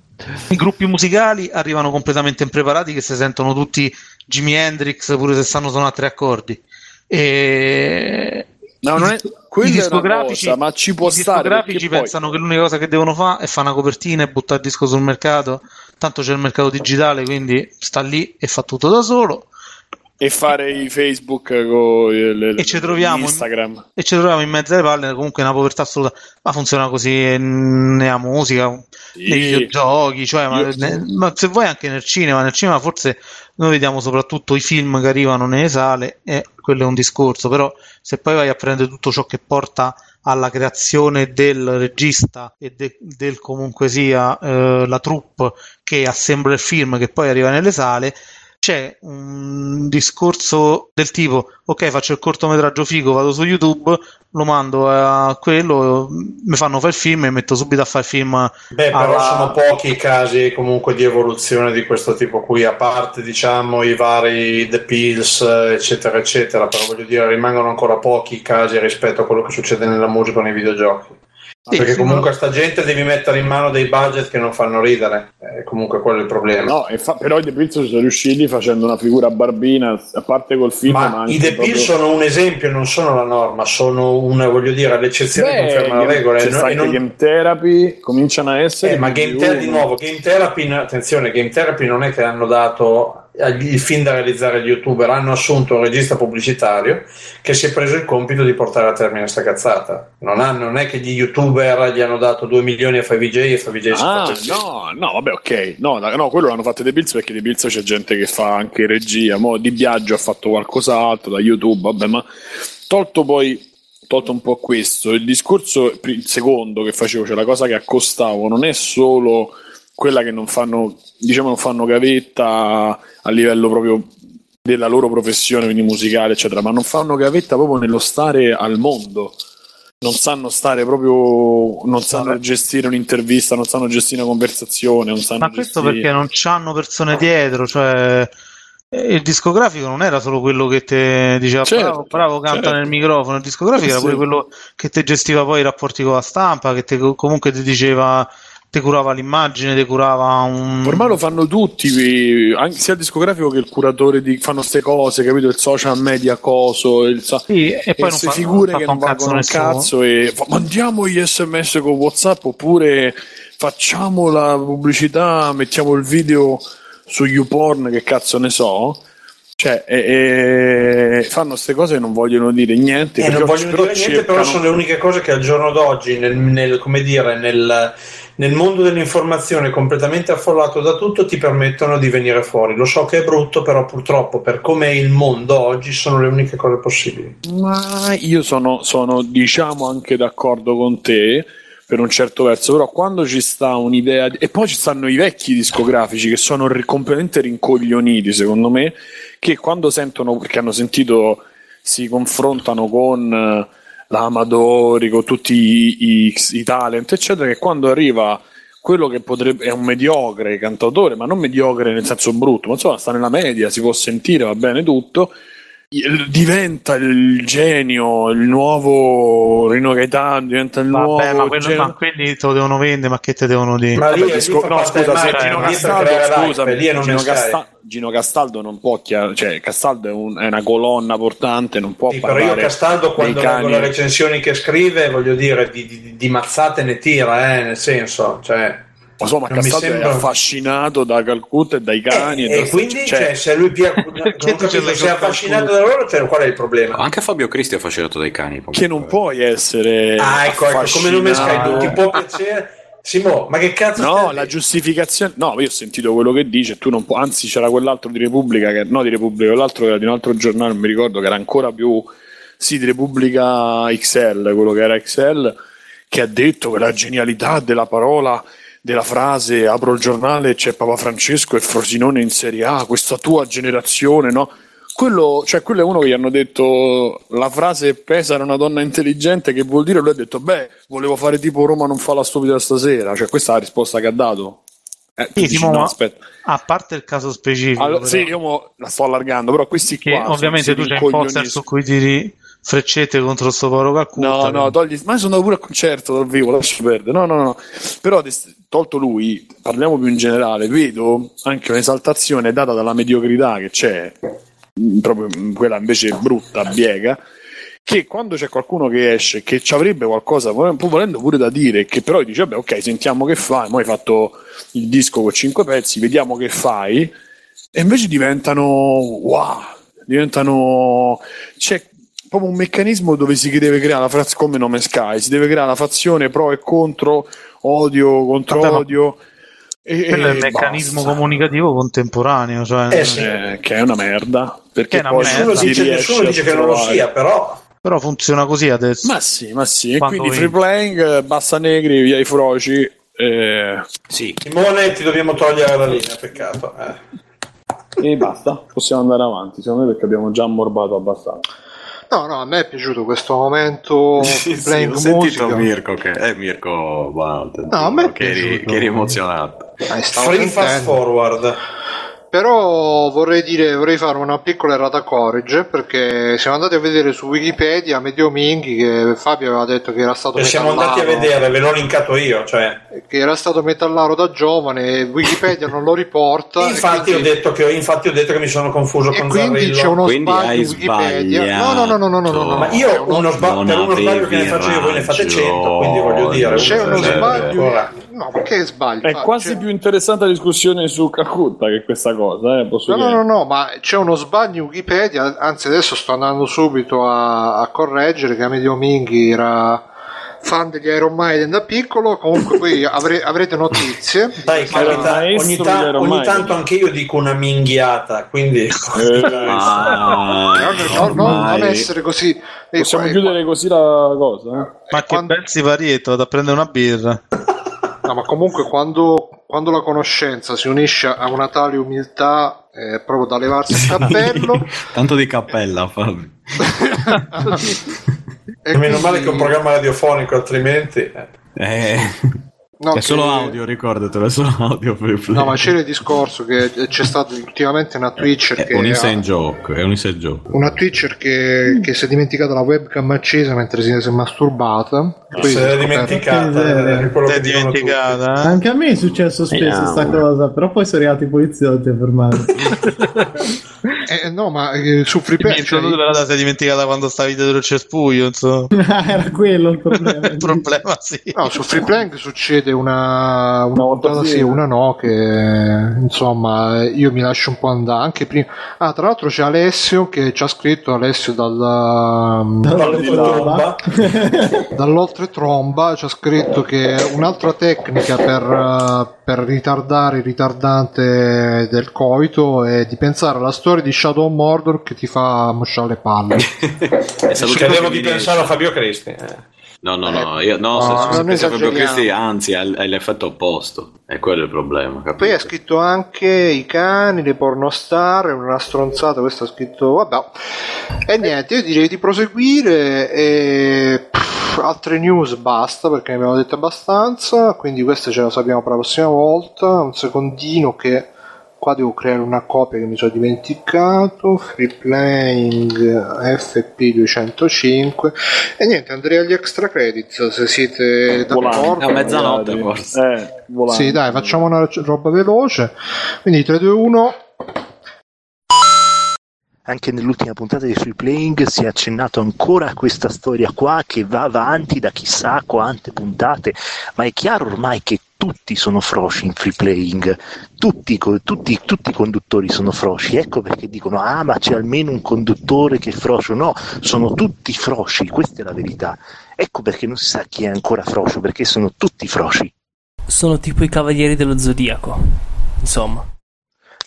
S4: I gruppi musicali arrivano completamente impreparati che si sentono tutti Jimi Hendrix pure se sanno suonare tre accordi. E...
S2: No, non è- quella
S4: I
S2: è una
S4: discografici,
S2: cosa, ma ci può
S4: i
S2: stare,
S4: discografici
S2: perché poi-
S4: pensano che l'unica cosa che devono fare è fare una copertina e buttare il disco sul mercato. Tanto c'è il mercato digitale, quindi sta lì e fa tutto da solo.
S2: e fare i Facebook con
S4: E ci troviamo in-
S2: Instagram.
S4: e ci troviamo in mezzo alle palle. Comunque, è una povertà assoluta. Ma funziona così eh, nella musica, nei videogiochi, cioè, ma,
S2: Io-
S4: ne- ma se vuoi anche nel cinema. Nel cinema, forse noi vediamo soprattutto i film che arrivano nelle sale, e quello è un discorso. Però, se poi vai a prendere tutto ciò che porta alla creazione del regista e de- del comunque sia eh, la troupe che assembla il film che poi arriva nelle sale c'è un discorso del tipo ok faccio il cortometraggio figo vado su youtube lo mando a quello mi fanno fare il film e metto subito a fare il film
S8: Beh, però
S4: alla-
S8: sono pochi i casi comunque di evoluzione di questo tipo qui, a parte diciamo i vari The Pills, eh, eccetera, eccetera, però voglio dire, rimangono ancora pochi i casi rispetto a quello che succede nella musica o nei videogiochi.
S4: Sì,
S8: Perché
S4: sì,
S8: comunque
S4: ma-
S8: a sta gente devi mettere in mano dei budget che non fanno ridere, Eh, comunque quello è il problema.
S7: No, e fa- però i The Pills sono riusciti facendo una figura barbina, a parte col film, ma,
S8: Ma
S7: anche
S8: i The
S7: proprio-
S8: Pills sono un esempio, non sono la norma, sono una, voglio dire, l'eccezione
S7: Beh,
S8: conferma la
S7: game-
S8: regola. eh,
S7: c'è
S8: e non-
S7: stato
S8: e non-
S7: Game Therapy, cominciano a essere...
S8: Eh, ma Game Therapy di nuovo, Game Therapy, attenzione, Game Therapy non è che hanno dato agli- il film da realizzare agli youtuber, hanno assunto un regista pubblicitario che si è preso il compito di portare a termine sta cazzata. Non, ha- non è che gli youtuber gli hanno dato 2 milioni a FVJ e FVJ si
S2: Ah,
S8: faccia il film.
S2: no, no, vabbè, ok. No, da- no, quello l'hanno fatto i The Bills perché The Bills c'è gente che fa anche regia. Mo di Biagio ha fatto qualcos'altro da YouTube, vabbè, ma tolto poi tolto un po' questo, il discorso pri- il secondo che facevo, cioè la cosa che accostavo non è solo quella che non fanno, diciamo non fanno gavetta a livello proprio della loro professione, quindi musicale, eccetera, ma non fanno gavetta proprio nello stare al mondo non sanno stare proprio, non sanno gestire un'intervista, non sanno gestire una conversazione, non sanno
S4: ma questo
S2: gestire-
S4: perché non c'hanno persone dietro cioè eh, il discografico non era solo quello che te diceva
S2: Certo,
S4: bravo, bravo canta
S2: certo.
S4: nel microfono il discografico era
S2: Sì.
S4: pure quello che te gestiva poi i rapporti con la stampa che te, comunque ti diceva te curava l'immagine te curava un
S2: Ormai lo fanno tutti, eh, anche sia il discografico che il curatore di fanno queste cose, capito? Il social media coso, il so-
S4: e poi non
S2: queste
S4: fa-
S2: figure
S4: non
S2: che
S4: fa
S2: non
S4: un cazzo
S2: valgono un
S4: nessuno.
S2: cazzo e fa- mandiamo gli sms con WhatsApp oppure facciamo la pubblicità, mettiamo il video su YouPorn, che cazzo ne so. Cioè, e- e fanno queste cose e non vogliono dire niente.
S8: Eh, non
S2: perché-
S8: voglio dire niente, però
S2: cercano-
S8: sono le uniche cose che al giorno d'oggi, nel, nel- come dire, nel, nel mondo dell'informazione completamente affollato da tutto, ti permettono di venire fuori. Lo so che è brutto, però purtroppo per come è il mondo oggi sono le uniche cose possibili.
S2: Ma io sono, sono, diciamo anche d'accordo con te per un certo verso, però quando ci sta un'idea di- e poi ci stanno i vecchi discografici che sono ri- completamente rincoglioniti, secondo me, che quando sentono perché hanno sentito si confrontano con eh, l'Amadori, con tutti i, i- i talent, eccetera, che quando arriva quello che potrebbe è un mediocre cantautore, ma non mediocre nel senso brutto, ma insomma sta nella media, si può sentire, va bene tutto, il- diventa il genio, il nuovo Rino Gaetano, diventa il nuovo
S4: Vabbè, ma, quello-
S2: genio-
S4: ma quelli te lo devono vendere, ma che te devono dire?
S2: Ma lì,
S4: Vabbè, scu-
S2: no, scusa, sì, Gino
S4: eh,
S2: Castaldo,
S4: ma-
S2: scusami,
S4: lì non
S2: Gino,
S4: è Sky.
S2: Casta- Gino Castaldo non può chiar- cioè Castaldo è, un- è una colonna portante, non può
S8: Però
S2: parlare
S8: io Castaldo
S2: dei
S8: quando leggo
S2: cani.
S8: le recensioni che scrive, voglio dire, di, di- di mazzate ne tira, eh, nel senso, cioè...
S2: Insomma,
S8: non mi
S2: Castaldo
S8: sembra- Eh,
S2: è affascinato da Calcutta e dai cani.
S8: e
S2: da-
S8: quindi,
S2: cioè,
S8: cioè, se lui pia... non capisco, se è affascinato da loro, cioè, qual è il problema?
S17: Anche Fabio Cristi è affascinato dai cani. comunque.
S2: che non puoi essere.
S8: Ah, ecco, ecco, come nome Sky,
S2: affascinato.
S8: non ti può piacere... Simo, ma che cazzo
S2: No, la giustificazione. No, io ho sentito quello che dice. Tu non puoi. Anzi, c'era quell'altro di Repubblica, che, no, di Repubblica, quell'altro che era di un altro giornale, non mi ricordo, che era ancora più. Sì, di Repubblica XL, quello che era XL, che ha detto che la genialità della parola, della frase, apro il giornale, c'è Papa Francesco e Frosinone in Serie A, questa tua generazione, no? Quello, cioè, quello è uno che gli hanno detto la frase pesa era una donna intelligente, che vuol dire? Lui ha detto, beh, volevo fare tipo Roma non fa la stupida stasera, cioè questa è la risposta che ha dato. Eh, tu
S4: Sì,
S2: dici,
S4: Simo,
S2: no,
S4: ma-
S2: aspetta.
S4: a parte il caso specifico,
S2: Allora,
S4: però,
S2: sì, io mo la sto allargando, però questi
S4: che
S2: qua...
S4: ovviamente tu c'hai un poster su
S2: forza
S4: cui tiri freccette contro sto povero Calcutta.
S2: No,
S4: però.
S2: no, togli, ma io sono andato pure al concerto dal vivo, lascia perdere. No, no, no, no. Però des- tolto lui, parliamo più in generale, vedo anche un'esaltazione data dalla mediocrità che c'è, mh, proprio mh, quella invece brutta, biega, che quando c'è qualcuno che esce, che ci avrebbe qualcosa, vol- pur volendo pure da dire, che però dice, vabbè, ok, sentiamo che fai, mo hai fatto il disco con cinque pezzi, vediamo che fai, e invece diventano wow, diventano c'è proprio un meccanismo dove si deve creare la frazione come nome Sky, si deve creare la fazione pro e contro, odio contro
S4: Vabbè, ma-
S2: odio e,
S4: Quello è
S2: e
S4: il meccanismo
S2: basta.
S4: comunicativo contemporaneo. Cioè,
S2: Eh, eh, che è una merda, perché
S4: Che è una
S2: poi
S4: merda.
S2: non si
S4: Nessuno dice-
S2: riesce
S4: nessuno
S2: a
S4: dice che non lo
S2: trovare.
S4: sia,
S8: però...
S4: Però funziona così adesso.
S2: Ma sì, ma sì, e
S4: Quando
S2: quindi free
S4: vinci.
S2: playing, eh, bassa negri, via i froci. Eh...
S17: Sì.
S8: Simone, ti dobbiamo togliere la linea, peccato. eh.
S2: E basta, possiamo andare avanti, secondo me perché abbiamo già ammorbato abbastanza.
S1: No, no, a me è piaciuto questo momento
S17: Sì, sì,
S1: playing
S17: ho sentito
S1: musica.
S17: Mirko che
S15: eh,
S17: è Mirko Bauten,
S1: No, a me è
S17: che, eri,
S1: piaciuto.
S17: che eri emozionato.
S1: Eh, stavo
S8: Free
S1: sentendo.
S8: fast forward.
S1: Però vorrei dire, vorrei fare una piccola errata corrige perché siamo andati a vedere su Wikipedia Medio Minghi che Fabio aveva detto che era stato
S8: Cioè, siamo andati a
S1: metallaro,
S8: vedere, ve l'ho linkato io, cioè...
S1: che era stato metallaro da giovane e Wikipedia non lo riporta. e
S8: Infatti,
S1: quindi-
S8: ho detto che, infatti ho detto che mi sono confuso
S1: E
S8: con
S1: quindi
S8: Zarrillo.
S1: c'è uno sbaglio in Wikipedia. No, no, no, no, no, no, no, no.
S8: Ma io uno sba- per uno sbaglio che ne faccio io, voi ne fate 100, quindi voglio dire.
S1: C'è uno
S8: cioè,
S1: sbaglio.
S8: ora.
S1: No, perché sbaglio?
S2: È quasi più interessante la discussione su Calcutta che questa cosa, eh, posso
S1: No, no,
S2: dire.
S1: no, no, ma c'è uno sbaglio in Wikipedia, anzi adesso sto andando subito a, a correggere che Amedio Minghi era fan degli Iron Maiden da piccolo, comunque poi avre- avrete notizie.
S8: Dai, capita, ogni, ta-
S1: degli Iron
S8: ogni
S1: Maiden.
S8: tanto anche io dico una minghiata,
S1: Eh,
S8: quindi...
S1: No, no, no, non essere così. E
S2: Possiamo
S1: qua- e
S2: chiudere così la cosa?
S4: Ma che bel sivarietto, vado a prendere una birra.
S1: qua- no, ma comunque quando, quando la conoscenza si unisce a una tale umiltà, è proprio da levarsi il cappello.
S5: Tanto di cappella, Fabio.
S1: E
S8: Meno
S1: quindi-
S8: male che è un programma radiofonico, altrimenti... eh.
S5: Eh,
S1: No,
S5: è solo
S1: che-
S5: audio, ricordatelo, è solo audio. Free play.
S1: No, ma c'era il discorso che c'è stato ultimamente una Twitcher
S5: è
S1: che eh.
S5: un
S1: ha-
S5: insane joke, è un inside joke.
S1: una Twitcher che, che si è dimenticata la webcam accesa mentre si, si è masturbata. E poi
S8: Se
S1: si è
S8: l'è
S1: scoperta-
S8: dimenticata, eh, quello che
S4: eh.
S8: dimenticata.
S3: Anche a me è successo spesso sta cosa, però poi sono arrivati i poliziotti a fermarmi.
S1: Eh, no, ma eh, su Free
S4: Niente, tu te la sei dimenticata quando stavi dietro il cespuglio, insomma.
S3: Era quello il problema.
S4: Il problema sì.
S1: No, su Free Plank succede una, una puntata sì, e una no, che insomma io mi lascio un po' andare. Anche prima. Ah, tra l'altro c'è Alessio che ci ha scritto Alessio um, dalla,
S8: Dall'oltretromba.
S1: dall'oltretromba, ci ha scritto che un'altra tecnica per, eh, per ritardare il ritardante del coito è di pensare alla storia di Shadow of Mordor che ti fa mosciare le palle.
S8: Credevo di pensare a Fabio Cristi. eh.
S17: No, no, no, io no,
S1: No,
S17: se- se
S1: non
S17: penso proprio
S1: esageriamo.
S17: Cristi, anzi, è, l- è l'effetto opposto. È quello il problema, capito?
S1: Poi ha scritto anche i cani, le pornostar, è una stronzata, questo ha scritto, vabbè. E niente, io direi di proseguire e pff, altre news basta perché ne abbiamo dette abbastanza, quindi queste ce le sappiamo per la prossima volta. Un secondino che qua devo creare una copia che mi sono dimenticato, free playing FP205 e niente, andrei agli extra credits se siete d'accordo.
S12: Eh, volante.
S1: Sì, dai, facciamo una roba veloce. Quindi 3, 2, 1.
S9: Anche nell'ultima puntata di Free Playing si è accennato ancora a questa storia qua che va avanti da chissà quante puntate, ma è chiaro ormai che tutti sono froci in free playing, tutti, co- tutti- tutti i conduttori sono froci, ecco perché dicono ah ma c'è almeno un conduttore che è frocio, no, sono tutti froci, questa è la verità, ecco perché non si sa chi è ancora frocio, perché sono tutti froci.
S10: Sono tipo i cavalieri dello zodiaco. Insomma.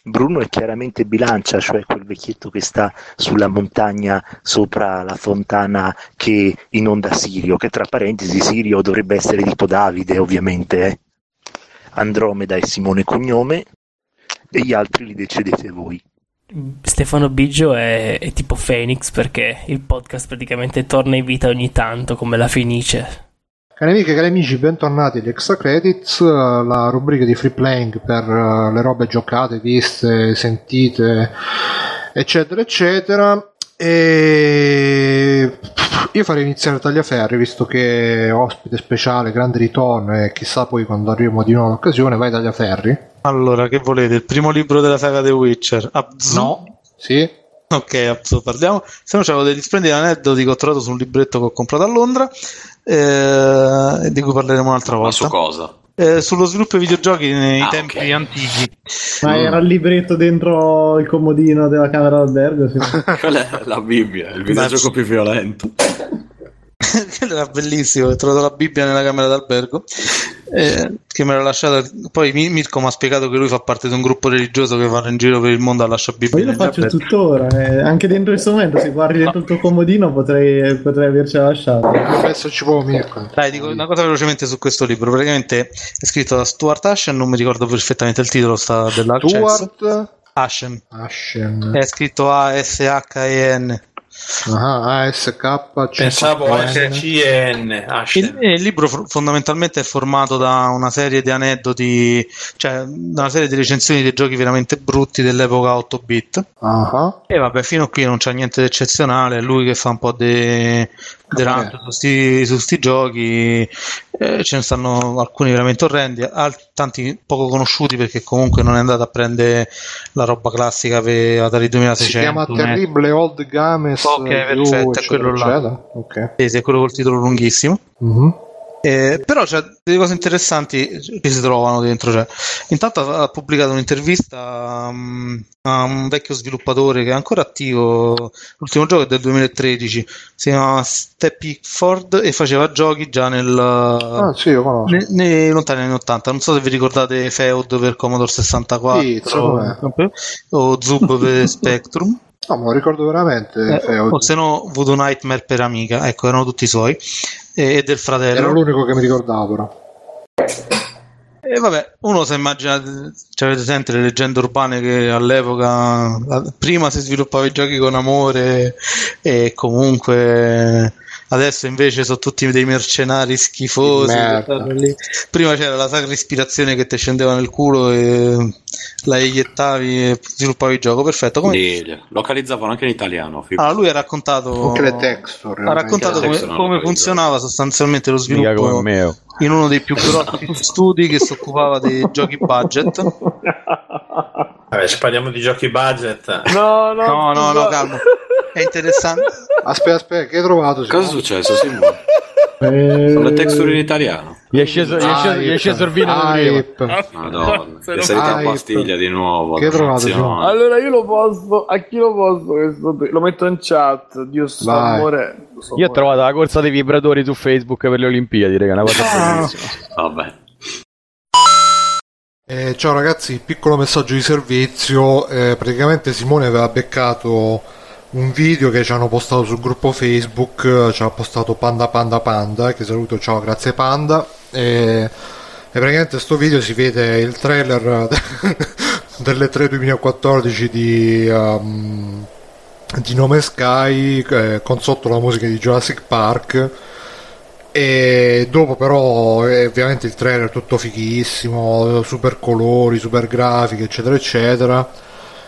S9: Bruno è chiaramente bilancia, cioè quel vecchietto che sta sulla montagna sopra la fontana che inonda Sirio, che tra parentesi Sirio dovrebbe essere tipo Davide ovviamente. eh. Andromeda è Simone Cognome e gli altri li decidete voi.
S10: Stefano Biggio è, è tipo Phoenix perché il podcast praticamente torna in vita ogni tanto come la Fenice.
S1: Cari amiche e cari amici, bentornati agli Extra Credits, eh, la rubrica di free playing per eh, le robe giocate, viste, sentite, eccetera, eccetera. E io farei iniziare Tagliaferri, visto che è ospite speciale, grande ritorno e chissà poi quando arriviamo di nuovo all'occasione, vai Tagliaferri.
S4: Allora, che volete? Il primo libro della saga The Witcher? Abzu? No.
S1: Sì.
S4: Ok, Abzu, parliamo. Se no c'avevo degli splendidi aneddoti che ho trovato su un libretto che ho comprato a Londra, eh, di cui parleremo un'altra
S17: Ma
S4: volta.
S17: su cosa?
S4: Eh, sullo sviluppo dei videogiochi nei
S17: Ah,
S4: tempi
S17: ok.
S4: antichi.
S3: Ma era il libretto dentro il comodino della camera d'albergo. Sì.
S17: Quella è la Bibbia, il videogioco più violento.
S4: Quello era bellissimo, ho trovato la Bibbia nella camera d'albergo eh, che me l'ha lasciata. Poi Mi- Mirko mi ha spiegato che lui fa parte di un gruppo religioso che va in giro per il mondo a lasciare
S3: Ma
S4: Bibbia.
S3: io lo
S4: negli
S3: faccio
S4: alberghi.
S3: tuttora, eh. anche dentro il momento, se guardi dentro il tuo comodino potrei, potrei avercela lasciata.
S1: Adesso ci può Mirko.
S4: Dai, dico una cosa velocemente su questo libro. Praticamente è scritto da Stuart Ashen, non mi ricordo perfettamente il titolo sta della
S1: Stuart
S4: Ashen.
S1: Ashen.
S4: È scritto A-S-H-E-N.
S1: Ah, ASK.
S8: Pensavo
S4: N.
S8: SCN. Ashen.
S4: Il, il libro fo- fondamentalmente è formato da una serie di aneddoti, cioè da una serie di recensioni dei giochi veramente brutti dell'epoca 8-bit.
S1: Ah.
S4: E vabbè, fino a qui non c'è niente di eccezionale, è lui che fa un po' di
S1: Ah,
S4: rant su sti, su sti giochi, eh, ce ne stanno alcuni veramente orrendi, al- tanti poco conosciuti perché comunque non è andato a prendere la roba classica per Atari
S1: Si
S4: 2600.
S1: chiama
S4: né?
S1: Terrible Old Games.
S4: Ok,
S1: eh,
S4: perfetto, è
S1: eccetera,
S4: quello là.
S1: eccetera. Ok.
S4: Sì, sì, è quello col titolo lunghissimo.
S1: Mhm.
S4: Eh, però c'è delle cose interessanti che si trovano dentro. cioè. Intanto ha pubblicato un'intervista um, a un vecchio sviluppatore che è ancora attivo. L'ultimo gioco è del 2013, si chiama Steppy Ford e faceva giochi già nel,
S1: Ah, sì, io conosco.
S4: ne- nei lontani anni 80. Non so se vi ricordate Feud per Commodore 64
S1: Sì, eh. insomma.
S4: o Zub per Spectrum.
S1: No, me lo ricordo veramente.
S4: Eh,
S1: Feud.
S4: o se no Voodoo Nightmare per Amiga, ecco, erano tutti suoi e, e del fratello.
S1: Era l'unico che mi ricordavo, però.
S4: E vabbè, uno si immagina, cioè avete presente le leggende urbane che all'epoca la- prima si sviluppava i giochi con amore e comunque adesso invece sono tutti dei mercenari schifosi. che
S1: Merda.
S4: stanno lì. Prima c'era la sacra ispirazione che ti scendeva nel culo e la iniettavi e sviluppavi il gioco, perfetto. Come...
S17: Delia. Localizzavano anche in italiano. figo.
S4: Ah, lui ha raccontato,
S1: Anche le texture,
S4: ha raccontato
S17: le
S4: come,
S17: texture
S4: come funzionava sostanzialmente lo
S1: Oh,
S4: sviluppo in uno dei più grossi studi che si occupava dei giochi budget.
S8: Vabbè, se parliamo di giochi budget.
S4: No, no, no, no,
S8: no.
S4: calmo. È interessante.
S1: Aspetta, aspetta, che hai trovato?
S17: Cosa è successo, Simone?
S3: Eh,
S17: Sono le texture in italiano.
S6: Gli è sceso, gli è sceso, gli è sceso il vino da prima.
S17: Madonna,
S6: Se
S17: è
S6: non-
S17: salita la
S6: Hype.
S17: pastiglia di nuovo.
S1: Che hai trovato,
S17: attenzione.
S12: Allora io lo posto, a chi lo posto questo? Lo metto in chat, Dio sto
S6: Vai.
S12: amore.
S6: Io ho trovato la corsa dei vibratori su Facebook per le Olimpiadi, raga, una cosa
S4: Ah.
S6: bellissima.
S17: Vabbè.
S1: Eh, ciao ragazzi, piccolo messaggio di servizio. eh, praticamente Simone aveva beccato un video che ci hanno postato sul gruppo Facebook, eh, ci ha postato Panda Panda Panda, eh, che saluto, ciao, grazie Panda. E, e praticamente sto video si vede il trailer eh, delle 3 2014 di, ehm, di Nome Sky eh, con sotto la musica di Jurassic Park. E dopo però eh, ovviamente il trailer tutto fighissimo, super colori, super grafiche, eccetera, eccetera.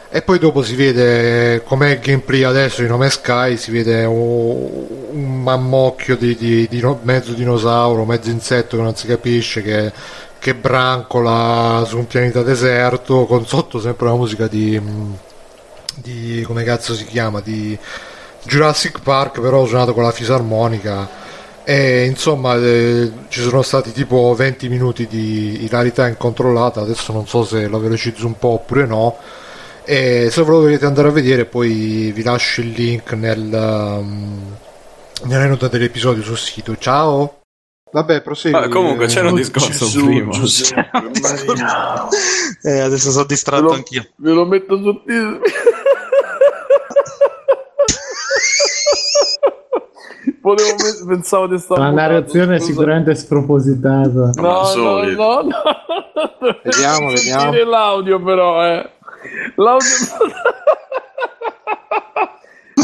S1: E poi dopo si vede com'è il gameplay adesso di Nome Sky, si vede un, un mammocchio di, di- di no- mezzo dinosauro, mezzo insetto che non si capisce, che, che brancola su un pianeta deserto, con sotto sempre la musica di... mm, di come cazzo si chiama? Di Jurassic Park, però suonato con la fisarmonica. E insomma eh, ci sono stati tipo 20 minuti di hilarità incontrollata, adesso non so se la velocizzo un po' oppure no. E se ve lo volete andare a vedere poi vi lascio il link nel, ehm, nella nota dell'episodio sul sito. Ciao! Vabbè, prosegui.
S15: Ma comunque c'era un discorso prima.
S1: Cioè,
S4: Eh, adesso sono distratto anch'io.
S12: Ve lo metto su Disney. Volevo met- pensavo di stare
S3: La narrazione è sicuramente spropositata.
S12: No, no, no, no.
S3: Vediamo, vediamo.
S12: Sentire l'audio però, eh. L'audio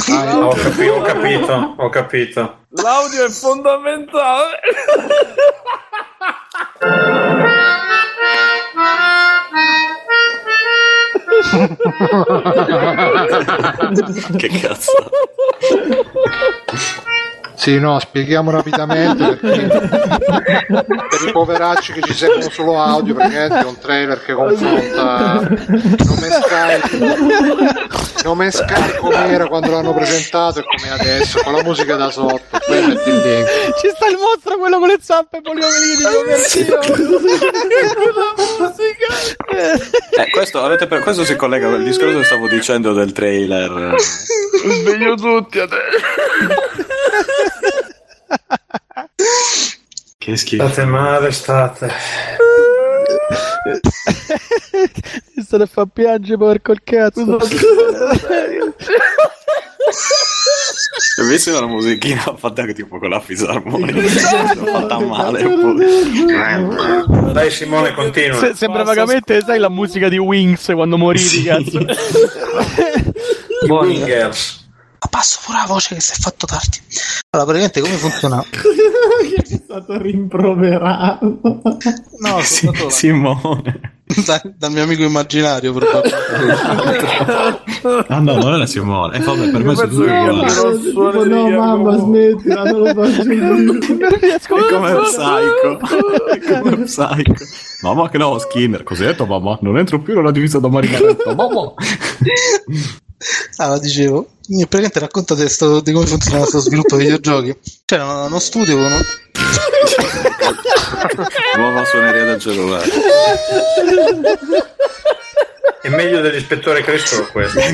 S1: Ah,
S8: Ho capi- ho capito, ho capito.
S12: L'audio è fondamentale.
S15: che cazzo.
S1: Sì, no, spieghiamo rapidamente perché per i poveracci che ci seguono solo audio, praticamente è un trailer che confronta Nome Sky, Nome Sky come era quando l'hanno presentato e come è adesso, con la musica da sotto, poi metti il link.
S17: Ci sta il mostro quello con le zampe poliomeliche.
S15: Eh, questo, avete per- questo si collega al discorso che stavo dicendo del trailer.
S12: Sveglio tutti adesso.
S15: Che schifo.
S8: State male, state.
S17: Mi sta a far piangere, porco il cazzo.
S15: Invece una musichina fatta anche tipo con la fisarmonica. L'ho fatta male un
S8: Dai Simone, continua.
S6: Se- sembra vagamente, sai, la musica di Wings quando morivi, cazzo.
S4: Ma
S8: Wingers.
S4: passo pure la voce che si è fatto tardi. Allora, praticamente come funziona?
S3: è stato rimproverato.
S4: No,
S15: po'. Simone.
S4: da- dal mio amico immaginario, probabilmente.
S15: Ah no, non era Simone. E vabbè, per me sono tutti uguali.
S3: Tipo, no, mamma, smettila, non lo faccio più.
S15: Come psycho. Eh, Come psycho. Mamma che no, Skinner. Cos'hai detto mamma? Non entro più nella divisa da Marigaretto. Mamma.
S4: Allora, dicevo, eh, praticamente raccontate sto- di come funziona questo sviluppo dei videogiochi. C'era uno, uno studio con un-
S15: Nuova suoneria del cellulare.
S8: È meglio dell'ispettore Cristo questo.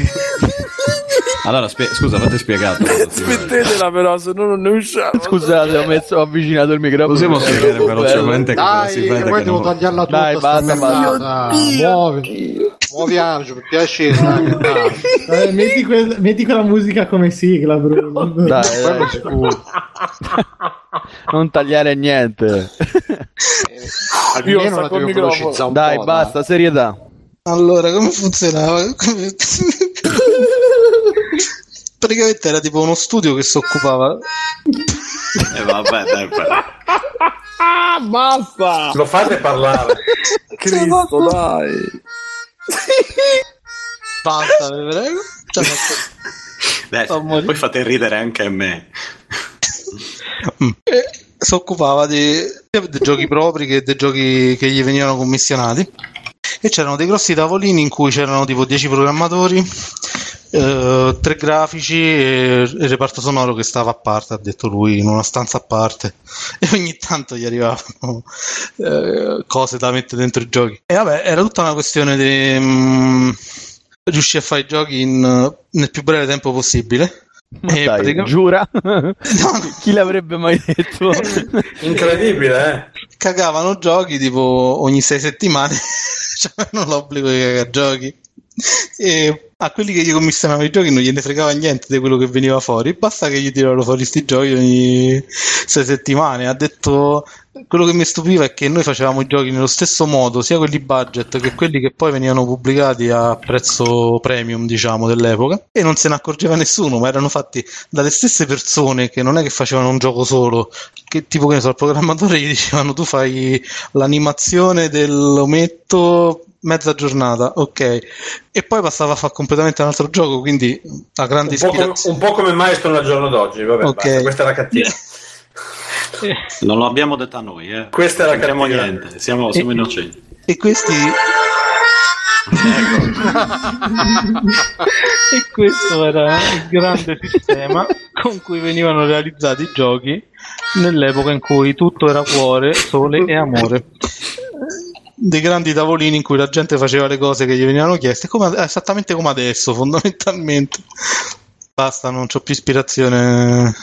S15: Allora, spie- scusa, avete spiegato.
S6: Mettetela però, se no non ne usciamo. Scusate, ho messo ho avvicinato il microfono. Eh,
S15: Possiamo spiegare
S6: Bello.
S15: velocemente cosa
S1: Dai,
S15: si vede
S1: poi
S15: che
S1: devo
S15: non...
S1: tagliarla tutta
S6: Dai,
S1: sta
S6: basta,
S1: merda. Muovi. Muoviamoci, per piacere. dai, che dai.
S3: Vabbè, eh, metti, quel- metti quella musica come sigla, Bruno.
S6: Dai,
S3: Quello
S6: dai. non tagliare niente.
S1: Almeno
S6: io sto
S1: la
S6: col
S1: devo
S6: microfono.
S1: velocizzare un
S6: Dai,
S1: po',
S6: basta, serietà.
S4: Allora, come funzionava? Come- praticamente era tipo uno studio che si occupava.
S15: Eh, vabbè, dai, beh.
S12: Ah, basta.
S8: Lo fate parlare.
S6: Cioè,
S12: Cristo, dai.
S4: Basta, vi prego. Cioè,
S15: Dai, poi fate ridere anche a me.
S4: e si occupava di- sia dei giochi propri che dei giochi che gli venivano commissionati e c'erano dei grossi tavolini in cui c'erano tipo 10 programmatori eh, tre grafici e il reparto sonoro che stava a parte ha detto lui in una stanza a parte e ogni tanto gli arrivavano eh, cose da mettere dentro i giochi e vabbè era tutta una questione di mm, riuscire a fare i giochi in, eh, nel più breve tempo possibile
S6: Ma
S4: E
S6: dai,
S4: praticamente-
S6: giura? Chi l'avrebbe mai detto?
S8: Incredibile,
S4: Cioè, cagavano giochi tipo ogni sei settimane c'erano l'obbligo di cagare giochi e a quelli che gli commissionavano i giochi non gliene fregava niente di quello che veniva fuori, basta che gli tiravano fuori sti giochi ogni sei settimane. Ha detto quello che mi stupiva è che noi facevamo i giochi nello stesso modo, sia quelli budget che quelli che poi venivano pubblicati a prezzo premium, diciamo, dell'epoca, e non se ne accorgeva nessuno, ma erano fatti dalle stesse persone che non è che facevano un gioco solo, che tipo che ne so, al programmatore gli dicevano tu fai l'animazione dell'ometto mezza giornata, ok, e poi passava a fare completamente un altro gioco, quindi la grande
S8: Un po' come,
S4: ispirazione.
S8: un po' come Milestone al giorno d'oggi, vabbè,
S4: Ok.
S8: basta, questa era cattiva.
S17: Non lo abbiamo detto a noi, eh.
S8: Questa era
S17: non abbiamo
S8: cattiva.
S17: niente, siamo, siamo innocenti.
S4: E questi.
S18: e questo era il grande sistema con cui venivano realizzati i giochi nell'epoca in cui tutto era cuore, sole e amore.
S4: dei grandi tavolini in cui la gente faceva le cose che gli venivano chieste, come- esattamente come adesso, fondamentalmente. Basta, non ho più ispirazione.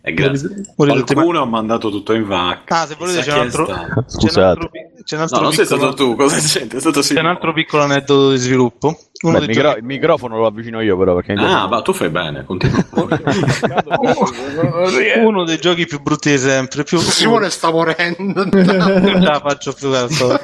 S17: E Eh, grazie.
S4: Volete-
S17: Qualcuno ha mandato tutto in vacca.
S4: Ah, se volete
S17: Chissà
S4: c'è un
S17: chi è
S4: altro-
S17: stato.
S4: C'è un altro, c'è un altro
S17: No, non sei
S4: piccolo-
S17: stato tu, cosa c'entra? È stato
S4: C'è un altro piccolo aneddoto di sviluppo. Uno
S6: Beh,
S4: dei
S6: il, micro-
S4: giochi-
S6: il microfono lo avvicino io, però. Perché
S17: Ah, ma tu fai bene, continua.
S4: Uno dei giochi più brutti di sempre. Più...
S1: Simone sta morendo.
S4: Non ce la faccio più cazzo.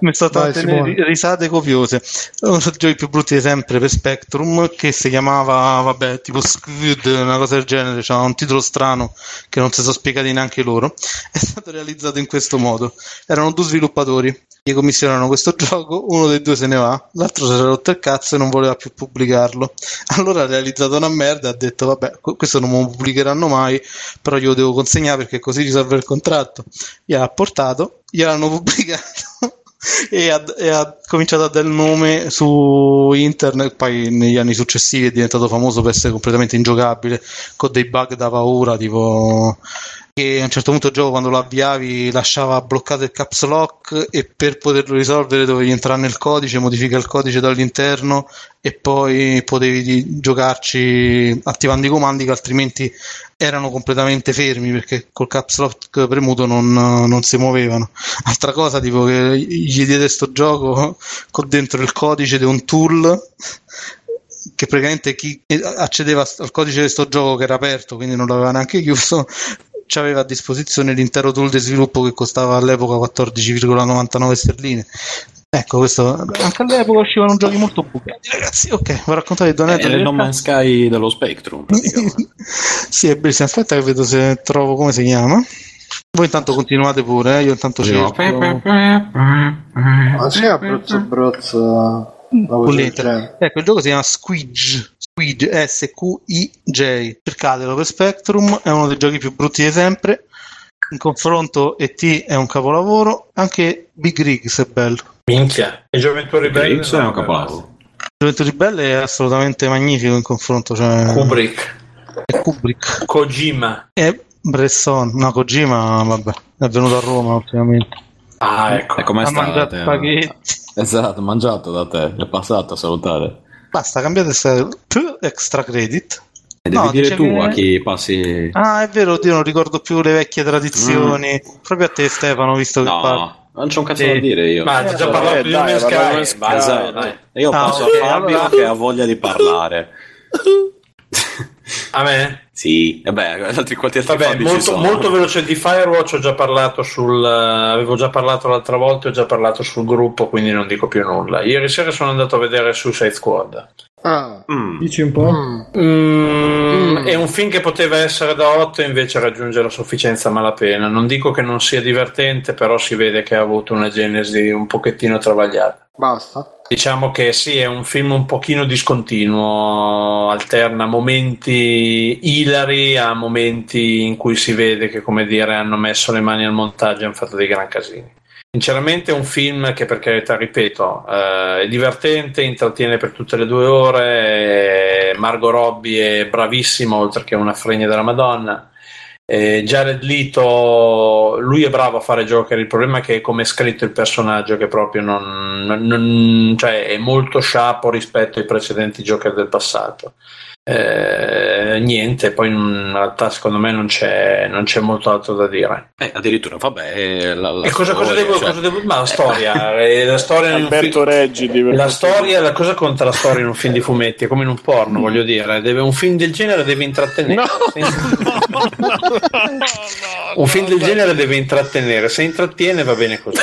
S4: Mi sono
S1: Vai,
S4: tante
S1: Simone.
S4: ri- risate copiose. Uno dei giochi più brutti di sempre per Spectrum che si chiamava, vabbè, tipo Squid, una cosa del genere, c'era un titolo strano che non si sono spiegati neanche loro. È stato realizzato in questo modo. Erano due sviluppatori, gli commissionano questo gioco, uno dei due se ne va, l'altro si era rotto il cazzo e non voleva più pubblicarlo. Allora ha realizzato una merda, ha detto vabbè, qu- questo non lo pubblicheranno mai, però glielo devo consegnare perché così risolve il contratto. Gliel'ha portato, gliel'hanno pubblicato e ha, e ha cominciato a dare il nome su internet. Poi negli anni successivi è diventato famoso per essere completamente ingiocabile, con dei bug da paura, tipo che a un certo punto il gioco quando lo avviavi lasciava bloccato il caps lock e per poterlo risolvere dovevi entrare nel codice, modificare il codice dall'interno e poi potevi di- giocarci attivando i comandi che altrimenti erano completamente fermi perché col caps lock premuto non, non si muovevano. Altra cosa tipo che gli diede sto gioco con dentro il codice di un tool che praticamente chi accedeva al codice di sto gioco che era aperto, quindi non l'aveva neanche chiuso, aveva a disposizione l'intero tool di sviluppo che costava all'epoca 14,99 sterline. Ecco, questo anche all'epoca uscivano giochi molto bucati, ragazzi. Ok, vi raccontare due
S17: È
S4: aneddote.
S17: il No Man's Sky dello Spectrum.
S4: Sì, è bellissimo. Aspetta che vedo se trovo come si chiama. Voi intanto continuate pure, eh, io intanto
S17: Continuo.
S4: cerco.
S1: Ma sì, Abruzzo, Abruzzo.
S4: Pulita. Ecco, il gioco si chiama Squidge. Squidge, S-Q-I-J. Cercatelo per Spectrum, è uno dei giochi più brutti di sempre. In confronto ET è un capolavoro, anche Big Rigs è bello.
S8: Minchia, e Gioventù Ribelle
S17: X è un capolavoro.
S4: Gioventù Ribelle è assolutamente magnifico in confronto. Cioè...
S8: Kubrick,
S4: È Kubrick.
S8: Kojima.
S4: E Bresson, no, Kojima, vabbè, è venuto a Roma ultimamente.
S8: Ah, ecco.
S17: E com'è eh?
S4: Ha
S17: stata?
S4: mangiato spaghetti.
S17: Esatto, mangiato da te, è passato a salutare.
S4: Basta, cambiate se- più extra credit.
S17: E devi
S4: No,
S17: dire
S4: dice
S17: tu
S4: che-
S17: a chi passi...
S4: Ah, è vero, io non ricordo più le vecchie tradizioni.
S8: Mm.
S4: Proprio a te, Stefano, visto che parli.
S17: Non c'ho un cazzo
S4: Ah. Sì.
S17: da dire io. Eh,
S4: Ma ti ho già parlato di
S17: dai,
S4: Man's Sky,
S17: vabbè,
S4: vai,
S17: esatto.
S4: dai.
S17: E Io
S4: Ah,
S17: passo
S4: ok,
S17: a Fabio
S4: allora-
S17: che ha voglia di parlare.
S8: A me?
S17: Sì, e beh, altri quanti altri
S8: Vabbè,
S17: Fabi ci
S8: molto,
S17: sono.
S8: molto veloce di Firewatch ho già parlato sul eh, avevo già parlato l'altra volta, ho già parlato sul gruppo, quindi non dico più nulla. Ieri sera sono andato a vedere Suicide Squad.
S1: Ah, Mm.
S3: dici un po'.
S8: Mm, È un film che poteva essere da 8 e invece raggiunge la sufficienza a malapena. Non dico che non sia divertente, però si vede che ha avuto una genesi un pochettino travagliata.
S1: Basta.
S8: Diciamo che sì, è un film un pochino discontinuo, alterna momenti ilari a momenti in cui si vede che, come dire, hanno messo le mani al montaggio e hanno fatto dei gran casini. Sinceramente è un film che, per carità, ripeto, eh, è divertente, intrattiene per tutte le due ore, eh, Margot Robbie è bravissima, oltre che una fregna della Madonna. Eh, Jared Lito, lui è bravo a fare Joker, il problema è che è come è scritto il personaggio che proprio non, non- non- cioè è molto sciapo rispetto ai precedenti Joker del passato. eh, niente, poi in realtà secondo me non c'è, non c'è molto altro da dire.
S5: Eh, addirittura, vabbè. eh, la- la
S8: E cosa, cosa
S5: storia,
S8: devo,
S5: cioè-
S8: cosa devo- Ma la storia, eh, la storia in un
S19: Alberto
S8: film-
S19: Reggidi, per
S8: La
S19: fortuna.
S8: storia, la cosa conta la storia in un film di fumetti? È come in un porno, voglio dire. Deve, un film del genere deve intrattenere. Se- un film del genere deve intrattenere. Se intrattiene va bene così.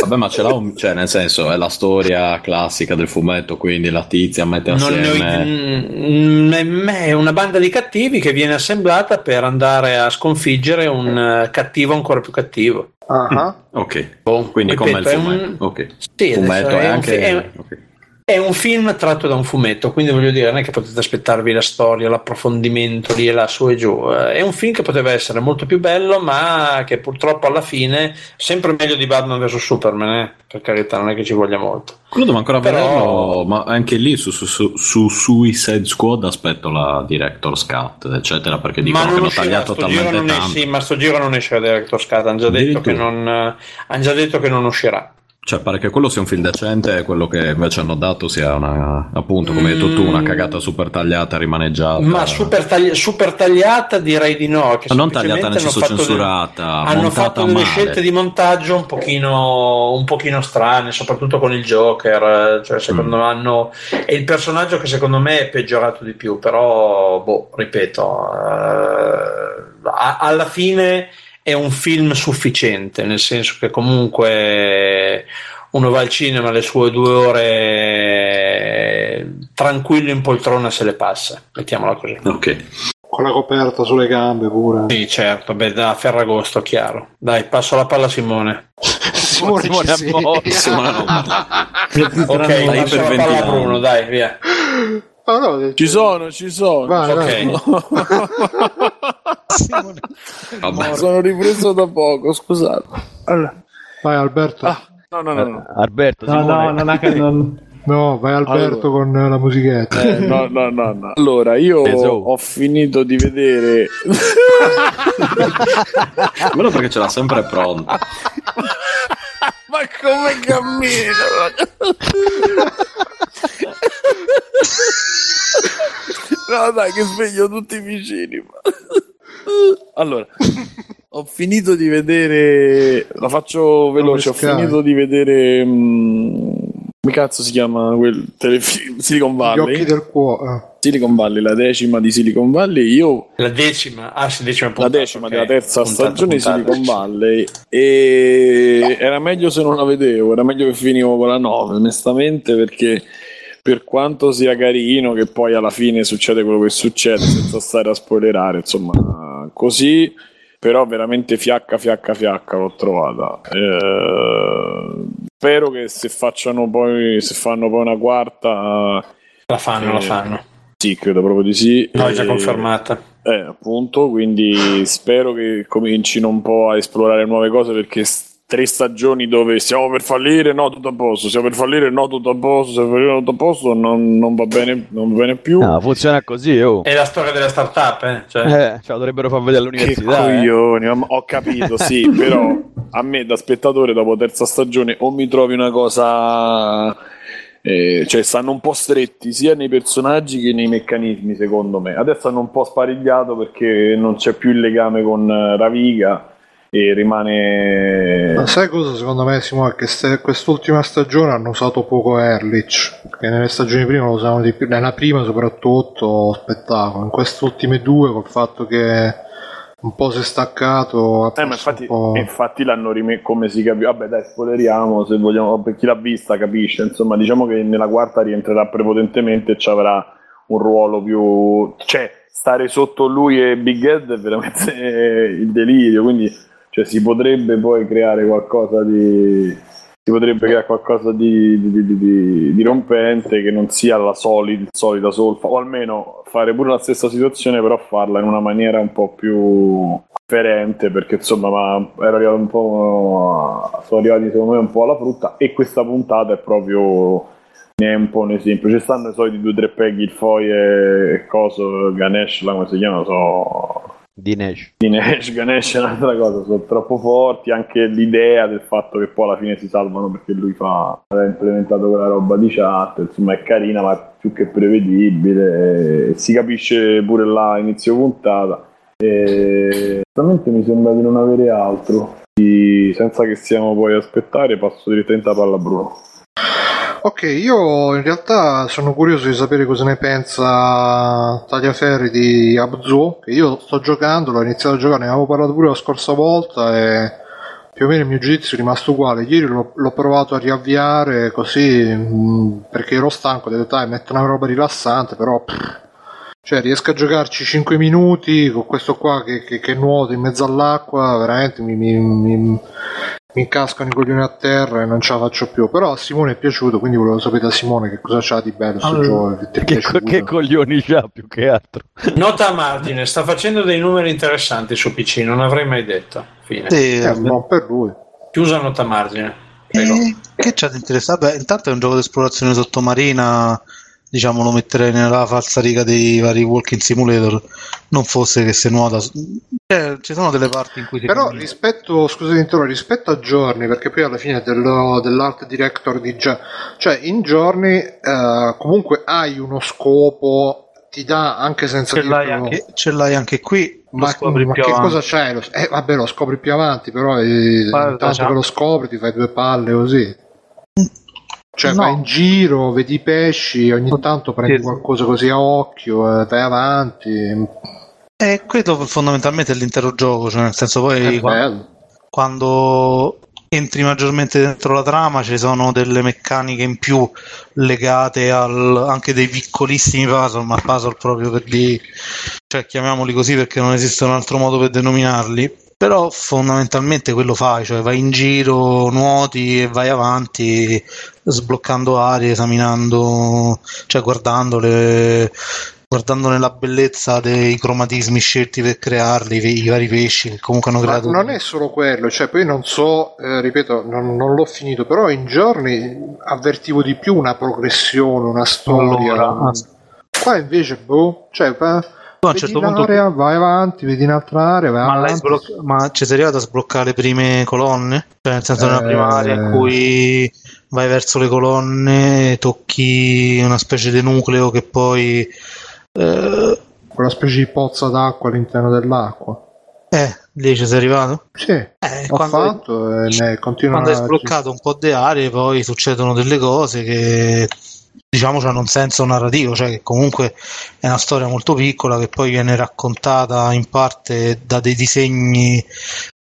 S5: Vabbè, ma ce l'ha un... Cioè, nel senso, è la storia classica del fumetto, quindi la tizia mette
S8: Non ne ho
S5: assieme...
S8: Mm, mm, È una banda di cattivi che viene assemblata per andare a sconfiggere un eh, cattivo ancora più cattivo.
S5: Ah, Ok, Boh, quindi
S8: Ripeto,
S5: come il
S8: è un-
S5: fumetto. Ok.
S8: Sì, adesso
S5: fumetto
S8: è
S5: è
S8: un
S5: anche...
S8: fi- è- È un film tratto da un fumetto, quindi voglio dire, non è che potete aspettarvi la storia, l'approfondimento lì e là, su e giù. Eh, È un film che poteva essere molto più bello, ma che purtroppo alla fine sempre meglio di Batman vs Superman, eh, per carità, non è che ci voglia molto.
S5: Quello devo ancora
S8: Però-
S5: vederlo, ma anche lì su, su, su, su Suicide Squad aspetto la Director's Cut, eccetera, perché
S8: ma
S5: dicono che
S8: non
S5: hanno
S8: uscirà,
S5: tagliato
S8: sto giro
S5: talmente
S8: non
S5: tanto.
S8: esce, sì, ma sto giro non esce la Director's Cut, hanno già, detto che non, eh, han già detto che non uscirà.
S5: Cioè, pare che quello sia un film decente e quello che invece hanno dato sia una, appunto, come hai detto tu,
S8: Mm.
S5: una cagata super tagliata, rimaneggiata.
S8: Ma super, tagli- super tagliata direi di no. Che
S5: Ma non tagliata nel
S8: semplicemente
S5: senso
S8: hanno fatto del-
S5: censurata,
S8: hanno
S5: montata
S8: fatto delle
S5: male.
S8: scelte di montaggio un pochino, un pochino strane, soprattutto con il Joker. eh, Cioè,
S5: Mm.
S8: secondo me hanno- è il personaggio che secondo me è peggiorato di più, però, boh, ripeto, eh, a- alla fine è un film sufficiente, nel senso che comunque uno va al cinema le sue due ore eh, tranquillo in poltrona se le passa, mettiamola così.
S5: Ok.
S1: Con la coperta sulle gambe pure.
S8: Sì, certo, beh, da Ferragosto, chiaro. Dai, passo la palla a Simone.
S1: Simone, sì.
S5: Simone non
S8: ok,
S1: Dai,
S8: passo la palla a
S1: iperventilando.
S8: Bruno, dai, via.
S1: Ci
S2: sono, ci sono.
S1: Ah, eh, Vai, vai.
S2: Mi Sono ripreso da poco, scusate.
S1: Vai Alberto.
S2: No, no, no. no.
S6: Alberto,
S1: No,
S2: Simone.
S1: no, non ha che- No, vai Alberto con la musichetta.
S2: Eh, no, no, no, no. Allora, io
S1: Peso.
S2: ho finito di vedere
S5: Quello perché ce l'ha sempre pronta.
S2: Ma come cammino? No, dai, che sveglio tutti i vicini. ma. Allora, ho finito di vedere. La faccio veloce. Ho
S1: Sky.
S2: finito di vedere. mm, Come cazzo si chiama quel telefilm? Silicon
S1: Gli
S2: Valley.
S1: occhi del cuore.
S2: Silicon Valley, la decima di Silicon Valley. Io
S8: La decima, ah, sì, decima
S2: la
S8: puntata,
S2: decima
S8: ok.
S2: della terza
S8: Puntata,
S2: stagione di
S8: puntata.
S2: Silicon Valley e era meglio se non la vedevo, era meglio che finivo con la 9, onestamente, perché per quanto sia carino che poi alla fine succede quello che succede senza stare a spoilerare, insomma, così però veramente fiacca fiacca fiacca l'ho trovata. Eh, spero che se facciano poi se fanno poi una quarta
S8: la fanno, la
S2: eh,
S8: fanno.
S2: Sì, credo proprio di sì.
S8: No, è già
S2: Eh,
S8: confermata.
S2: eh, appunto, quindi spero che comincino un po' a esplorare nuove cose perché s- tre stagioni dove siamo per fallire, no, tutto a posto, siamo per fallire, no, tutto a posto, siamo per fallire, no, tutto a posto, non, non va, bene, non va bene più.
S6: No, funziona così, oh.
S8: È la storia della startup, eh? Cioè,
S6: Eh, ce la dovrebbero far vedere
S2: Che
S6: all'università. eh.
S2: coglioni, ho- ho capito, sì, però a me da spettatore dopo terza stagione o mi trovi una cosa... eh, cioè stanno un po' stretti sia nei personaggi che nei meccanismi secondo me adesso hanno un po' sparigliato perché non c'è più il legame con eh, Raviga e rimane
S1: Ma sai cosa secondo me Simone? Che ste- quest'ultima stagione hanno usato poco Erlich, che nelle stagioni prima lo usavano di più, nella prima soprattutto spettacolo, in queste ultime due col fatto che un po' si è staccato, ha
S2: Eh, ma
S1: perso
S2: infatti,
S1: un po'...
S2: infatti l'hanno rimesso come si capisce. Vabbè, dai, spoileriamo se vogliamo. Per chi l'ha vista, capisce. Insomma, diciamo che nella quarta rientrerà prepotentemente e ci avrà un ruolo più. cioè, stare sotto lui e Big Ed è veramente eh, il delirio. Quindi, cioè, si potrebbe poi creare qualcosa di. Si potrebbe creare qualcosa di, di- di- di- di- di rompente che non sia la soli- solita solfa, o almeno fare pure la stessa situazione, però farla in una maniera un po' più differente, perché insomma ma era arrivato un po', a- sono arrivati secondo me un po' alla frutta e questa puntata è proprio ne è un po' un esempio. Ci stanno i soliti due o tre peggy, il foie e coso, Ganesh, là, come si chiama, so...
S6: Dinesh.
S17: Dinesh, Ganesh è un'altra cosa, sono troppo forti, anche l'idea del fatto che poi alla fine si salvano perché lui fa, ha implementato quella roba di chat, insomma è carina ma è più che prevedibile, eh, si capisce pure là a inizio puntata. E Veramente mi sembra di non avere altro, Quindi, senza che stiamo poi a aspettare passo direttamente alla palla a Bruno.
S1: Ok, io in realtà sono curioso di sapere cosa ne pensa Tagliaferri di Abzu, che io sto giocando, l'ho iniziato a giocare, ne avevo parlato pure la scorsa volta e più o meno il mio giudizio è rimasto uguale. Ieri l'ho, l'ho provato a riavviare così mh, perché ero stanco, ho detto dai, metto una roba rilassante, però... pff, cioè, riesco a giocarci 5 minuti con questo qua che, che, che nuota in mezzo all'acqua, veramente mi, mi- mi- mi incascano i coglioni a terra e non ce la faccio più. Però a Simone è piaciuto, quindi volevo sapere da Simone che cosa c'ha di bello sto
S6: Allora,
S1: gioco. Che, ti è
S6: Che, co-
S1: piaciuto.
S6: che coglioni cioè. c'ha più che altro.
S8: Nota a Martine, sta facendo dei numeri interessanti su PC, non avrei mai detto. Fine.
S4: Sì, Eh, vabbè.
S1: buon per lui.
S8: Chiusa nota a Martine.
S4: Eh, che c'ha di interessante? Beh, intanto è un gioco di esplorazione sottomarina, diciamo lo metterei nella falsa riga dei vari Walking Simulator, non fosse che se nuota... Eh, ci sono delle parti in cui si
S1: Però rispetto, scusate, interrompo, rispetto a Giorni, perché poi alla fine dello- dell'art director di Già, cioè in Giorni eh, comunque hai uno scopo, ti dà anche senza
S4: ce l'hai,
S1: dirtelo-
S4: anche, ce l'hai anche qui, lo
S1: Ma,
S4: scopri
S1: Mm, ma
S4: più
S1: che
S4: avanti.
S1: cosa c'è? Lo- Eh, vabbè, lo scopri più avanti, però eh,
S4: Guarda,
S1: intanto
S4: c'ha-
S1: che lo scopri ti fai due palle così. Cioè,
S4: No.
S1: vai in giro, vedi i pesci, ogni tanto prendi qualcosa così a occhio, eh, vai avanti.
S4: Eh, questo fondamentalmente è l'intero gioco, cioè nel senso poi
S1: È
S4: qua-
S1: bello.
S4: quando entri maggiormente dentro la trama ci sono delle meccaniche in più legate al, anche dei piccolissimi puzzle, ma puzzle proprio per di, cioè chiamiamoli così perché non esiste un altro modo per denominarli. Però fondamentalmente quello fai, cioè vai in giro, nuoti e vai avanti sbloccando aree, esaminando, cioè guardandole, guardandone la bellezza dei cromatismi scelti per crearli, i vari pesci che comunque hanno
S1: Ma
S4: creato.
S1: non è solo quello, cioè poi non so, eh, ripeto, non, non l'ho finito, però in giorni avvertivo di più una progressione, una storia.
S4: Allora,
S1: Qua invece, boh, cioè, pa-
S4: a un
S1: vedi
S4: certo punto-
S1: un'area, vai avanti, vedi un'altra area, vai
S4: Ma, l'hai
S1: avanti.
S4: sbloc- ma ci sei arrivato a sbloccare le prime colonne? Cioè, nel senso, nella
S1: Eh.
S4: prima area in cui vai verso le colonne, tocchi una specie di nucleo che poi. eh,
S1: Quella specie di pozza d'acqua all'interno dell'acqua.
S4: eh, lì ci sei arrivato? Eh,
S1: Sì, ho
S4: quando-
S1: fatto e ne continua
S4: Quando hai sbloccato un po' di aree, poi succedono delle cose che diciamo hanno un senso narrativo, cioè che comunque è una storia molto piccola che poi viene raccontata in parte da dei disegni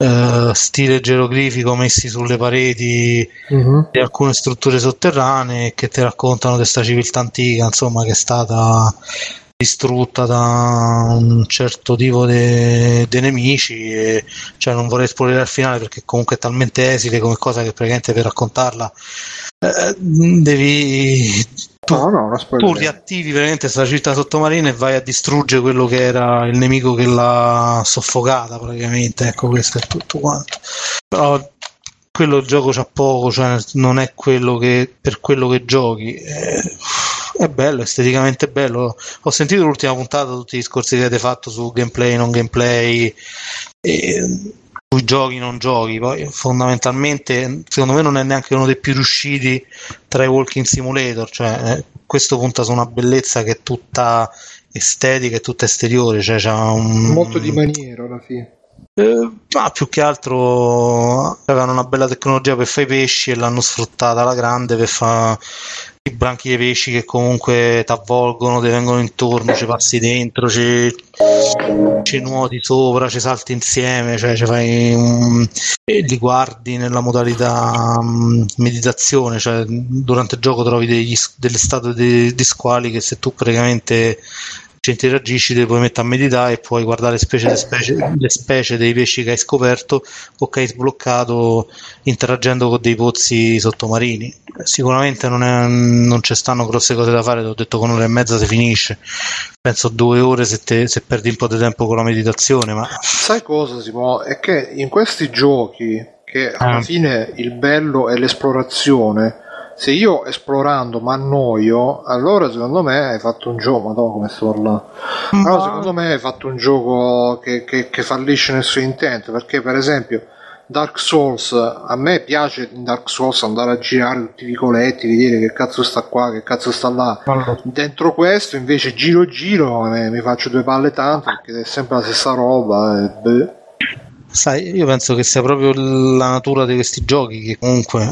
S4: eh, stile geroglifico messi sulle pareti
S1: Mhm.
S4: di alcune strutture sotterranee che ti raccontano di questa civiltà antica, insomma, che è stata distrutta da un certo tipo di nemici e cioè non vorrei spoilerare il finale perché comunque è talmente esile come cosa che praticamente per raccontarla eh, devi tu, tu riattivi veramente questa città sottomarina e vai a distruggere quello che era il nemico che l'ha soffocata praticamente ecco questo è tutto quanto però quello il gioco c'ha poco cioè non è quello che per quello che giochi Eh, è bello, esteticamente bello. Ho sentito l'ultima puntata, tutti i discorsi che avete fatto su gameplay, non gameplay, e sui giochi, non giochi. Poi fondamentalmente, secondo me, non è neanche uno dei più riusciti tra i Walking Simulator. Cioè, eh, questo punta su una bellezza che è tutta estetica, è tutta esteriore. Cioè, c'ha un...
S1: molto di maniero alla fine.
S4: Eh, ma più che altro avevano una bella tecnologia per fare i pesci e l'hanno sfruttata alla grande per fare i branchi dei pesci che comunque ti avvolgono, ti vengono intorno, ci passi dentro, ci, ci nuoti sopra, ci salti insieme, cioè ci fai un- e li guardi nella modalità mm, meditazione, cioè durante il gioco trovi degli, s- delle statue di, di squali che se tu praticamente ci interagisci, te puoi mettere a meditare e puoi guardare specie le, specie, le specie dei pesci che hai scoperto o che hai sbloccato interagendo con dei pozzi sottomarini. Sicuramente non, è- non ci stanno grosse cose da fare, te l'ho detto con un'ora e mezza si finisce. Penso due ore se, te- se perdi un po' di tempo con la meditazione, ma
S1: Sai cosa, Simo? È che in questi giochi, che alla
S4: Eh.
S1: fine il bello è l'esplorazione, se io esplorando mi annoio, allora secondo me hai fatto un gioco, ma Oh, come sto parlando? Allora secondo me hai fatto un gioco che, che- che fallisce nel suo intento, perché per esempio Dark Souls, a me piace in Dark Souls andare a girare tutti i vicoletti, vedere che cazzo sta qua, che cazzo sta là. Dentro questo invece giro giro eh, mi faccio due palle tanto perché è sempre la stessa roba. eh, beh.
S4: Sai, io penso che sia proprio la natura di questi giochi che comunque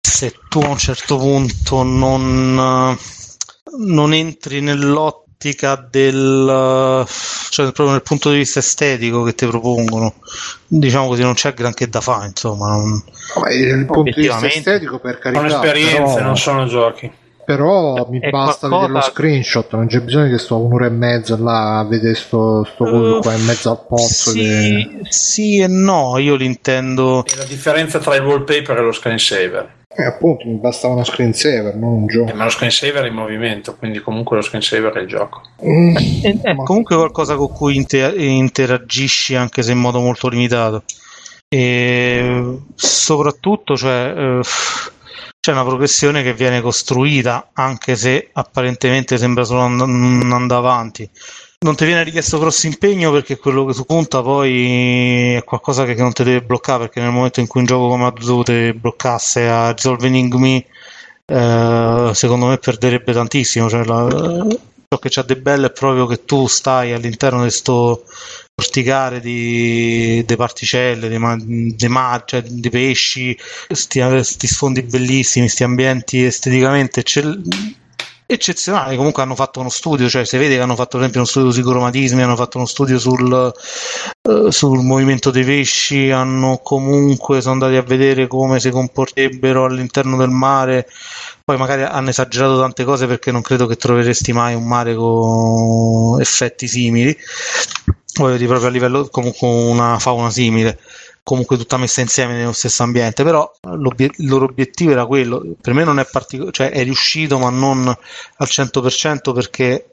S4: se tu a un certo punto non, eh, non entri nell'ottica del eh, cioè proprio nel punto di vista estetico che ti propongono, diciamo così non c'è granché da fare, insomma, non,
S1: Ma il punto di vista
S4: Obiettivamente.
S1: estetico per carità.
S4: Sono esperienze,
S1: però-
S4: non
S8: sono giochi.
S1: Però Oh, mi
S4: è
S1: basta
S4: qualcosa-
S1: vedere lo screenshot, non c'è bisogno che sto un'ora e mezza là a vedere sto,
S4: Eh,
S1: sto coso qua in mezzo al pozzo. che-
S4: sì e no, io li intendo
S8: La differenza tra il wallpaper e lo screensaver.
S1: Eh, appunto, mi bastava uno screensaver, non un gioco.
S8: Eh, Ma lo screensaver è in movimento, quindi comunque lo screensaver è il gioco.
S4: È, è comunque qualcosa con cui inte- interagisci anche se in modo molto limitato. E soprattutto cioè, eh, c'è una progressione che viene costruita anche se apparentemente sembra solo and- non andare avanti. Non ti viene richiesto grosso impegno perché quello che tu punta poi è qualcosa che non ti deve bloccare perché nel momento in cui un gioco come Adudo te bloccasse a Resolving Me eh, secondo me perderebbe tantissimo. Cioè, la- ciò che c'ha di bello è proprio che tu stai all'interno di sto porticare di, di particelle, di, ma- di mar- cioè, di pesci, questi sfondi bellissimi, questi ambienti esteticamente eccell- eccezionali. Comunque hanno fatto uno studio, cioè si vede che hanno fatto per esempio uno studio sui cromatismi, hanno fatto uno studio sul, eh, sul movimento dei pesci, hanno comunque sono andati a vedere come si comporterebbero all'interno del mare. Poi magari hanno esagerato tante cose perché non credo che troveresti mai un mare con effetti simili. Voglio dire, proprio a livello comunque una fauna simile, comunque tutta messa insieme nello stesso ambiente. Però l'obbie- il loro obiettivo era quello. Per me non è particolare, cioè è riuscito, ma non al 100% perché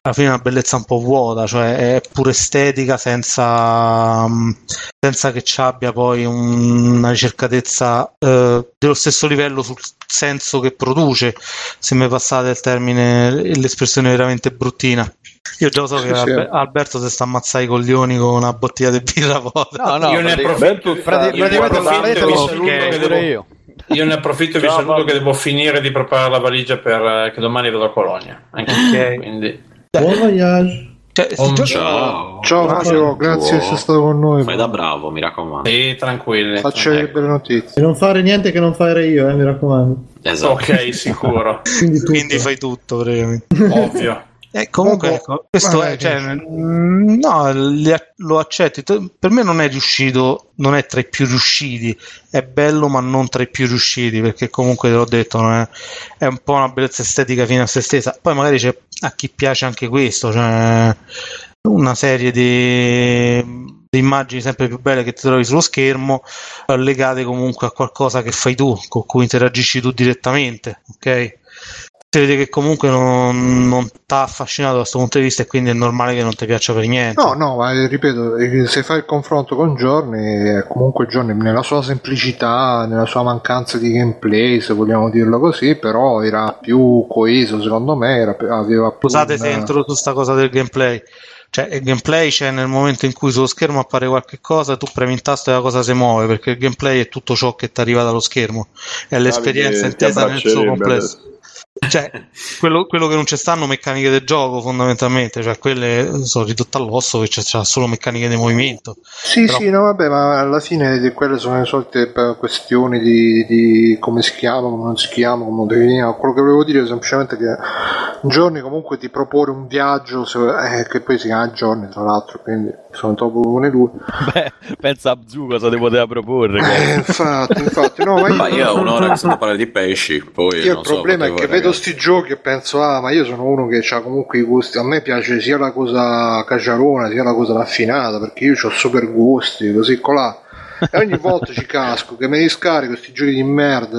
S4: alla fine è una bellezza un po' vuota, cioè è pure estetica senza, mh, senza che ci abbia poi un- una ricercatezza eh, dello stesso livello sul senso che produce, se mi passate il termine, l'espressione veramente bruttina. Io già lo so
S18: Sì,
S4: che
S18: sì.
S4: Albe- Alberto se sta ammazzando i coglioni con una bottiglia di birra vuota.
S18: No, no, Io ne pratic- approfitto- Beh, tu- pratic- io ne praticamente approfitto- vi saluto
S4: Ok.
S18: che
S8: devo- io. Io ne approfitto e vi
S18: Ciao,
S8: saluto
S18: Fabio.
S8: che devo finire di preparare la valigia per, eh, che domani vado a Colonia. Anche io, quindi.
S3: Buon voyage.
S4: Cioè,
S8: Um,
S5: Ciao.
S1: Eh, Ciao Mario, grazie di essere stato con noi.
S5: Fai da bravo, mi raccomando.
S8: Sì, tranquilli.
S1: Faccio le belle notizie.
S3: E non fare niente che non farei io, eh, mi raccomando.
S5: Esatto.
S8: Ok, sicuro.
S3: Quindi,
S4: fai tutto, praticamente.
S8: Ovvio.
S4: E comunque, ecco, questo
S8: Vabbè,
S4: è, cioè, mm, no, li ac- lo accetti. T- Per me non è riuscito, non è tra i più riusciti. È bello, ma non tra i più riusciti, perché comunque te l'ho detto, non è, è un po' una bellezza estetica fino a se stessa. Poi magari c'è a chi piace anche questo, cioè una serie di di immagini sempre più belle che ti trovi sullo schermo eh, legate comunque a qualcosa che fai tu, con cui interagisci tu direttamente, ok? Si vede che comunque non, non ti ha affascinato da questo punto di vista e quindi è normale che non ti piaccia per niente.
S1: No, no, ma eh, ripeto, eh, se fai il confronto con Giorni, eh, comunque Giorni nella sua semplicità, nella sua mancanza di gameplay, se vogliamo dirlo così, però era più coeso secondo me, era più- aveva più...
S4: Scusate
S1: un-
S4: se entro su sta cosa del gameplay. Cioè, il gameplay c'è nel momento in cui sullo schermo appare qualche cosa, tu premi il tasto e la cosa si muove, perché il gameplay è tutto ciò che ti arriva dallo schermo, è l'esperienza
S17: ti
S4: intesa nel suo
S17: abbraccerebbe
S4: complesso. Cioè, quello, quello che non ci stanno meccaniche del gioco fondamentalmente, cioè quelle sono ridotte all'osso che c'è, c'è solo meccaniche di movimento.
S1: Sì,
S4: Però-
S1: sì, no, vabbè, ma alla fine di- quelle sono le solite eh, questioni di, di come si chiama, come non si chiama, come lo definiamo. Quello che volevo dire è semplicemente che Giorni comunque ti propone un viaggio, se- eh, che poi si chiama Giorni tra l'altro, quindi sono dopo come lui.
S6: Beh, pensa a Bzu cosa ti poteva proporre.
S1: Eh, infatti, infatti, no, ma io,
S6: Ma io ho un'ora che sto
S1: Io
S6: a
S5: Parlare di pesci, poi
S1: il
S5: non so,
S1: problema è
S5: potevo-
S1: che vedo sti giochi e penso, ah, ma io sono uno che ha comunque i gusti. A me piace sia la cosa caciarona, sia la cosa raffinata, perché io ho super gusti, così colà. E ogni volta ci casco che me li scarico questi giochi di merda.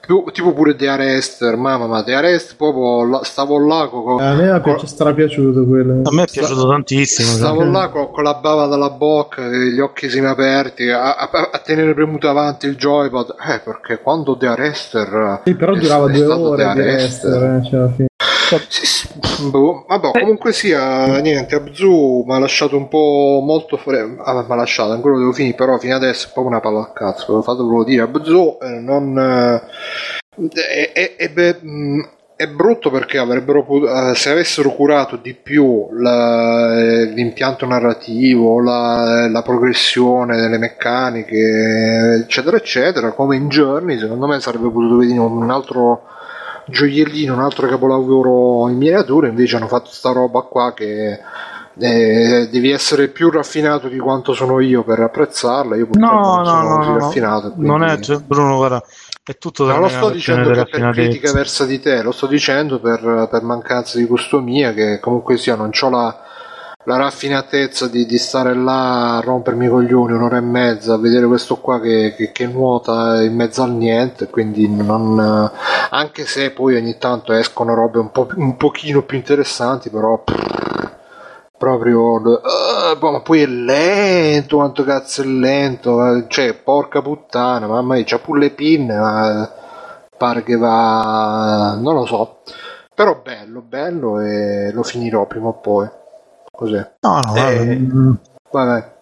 S1: Tipo, tipo pure The Arrester, mamma ma The Arrest proprio la- stavo là con,
S3: A me era piaci- strapiaciuto quello.
S4: A me è piaciuto tantissimo. cioè.
S1: Stavo là con, con la bava dalla bocca, eh, gli occhi semiaperti, a, a- a tenere premuto avanti il joypad. Eh, perché quando The Arrester.
S3: Sì, però
S1: è-
S3: durava
S1: è
S3: due
S1: stato The
S3: ore di
S1: Arrester,
S3: essere, eh, cioè, alla fine.
S1: Boh, vabbè, comunque sia, niente, Abzu mi ha lasciato un po' molto fre- ah, mi ha lasciato, ancora lo devo finire, però fino adesso è proprio una palla a cazzo, fatevelo dire, Abzu eh, non... eh, è, è- è be- mh, è brutto perché avrebbero pot- eh, se avessero curato di più la- eh, l'impianto narrativo, la, la progressione delle meccaniche, eccetera, eccetera, come in Journey, secondo me sarebbe potuto venire un altro gioiellino, un altro capolavoro in miniatura, invece hanno fatto sta roba qua che eh, devi essere più raffinato di quanto sono io per apprezzarla. Io purtroppo
S4: No,
S1: non
S4: no,
S1: sono
S4: no,
S1: così
S4: no.
S1: raffinato. quindi-
S4: non è cioè, Bruno, guarda, è tutto
S1: No,
S4: tranne
S1: lo
S4: che
S1: sto
S4: una questione
S1: dicendo
S4: della
S1: che per critica
S4: raffinatezza.
S1: versa di te, lo sto dicendo per, per mancanza di gusto mia, che comunque sia non ho la, la raffinatezza di, di stare là a rompermi i coglioni un'ora e mezza a vedere questo qua che, che- che nuota in mezzo al niente, quindi non, anche se poi ogni tanto escono robe un, po', un pochino più interessanti, però... Proprio, eh, boh, ma poi è lento, quanto cazzo è lento, eh, cioè, porca puttana, mamma mia, c'ha pure le pinne, ma pare che va non lo so però bello bello e lo finirò prima o poi cos'è
S4: No, no, guarda, mm.
S1: Vabbè.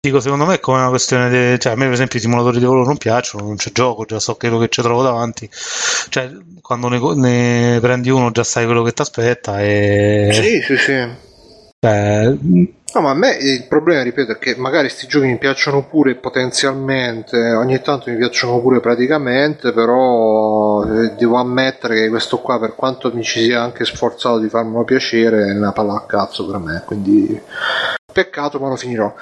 S4: Dico, secondo me è come una questione de- cioè a me per esempio i simulatori di volo non piacciono, non c'è gioco, già so quello che ci trovo davanti. Cioè, quando ne, co- ne prendi uno già sai quello che ti aspetta e
S1: sì sì sì no ma a me il problema ripeto è che magari questi giochi mi piacciono pure potenzialmente ogni tanto mi piacciono pure praticamente però eh, devo ammettere che questo qua per quanto mi ci sia anche sforzato di farmelo piacere è una palla a cazzo per me quindi peccato ma lo finirò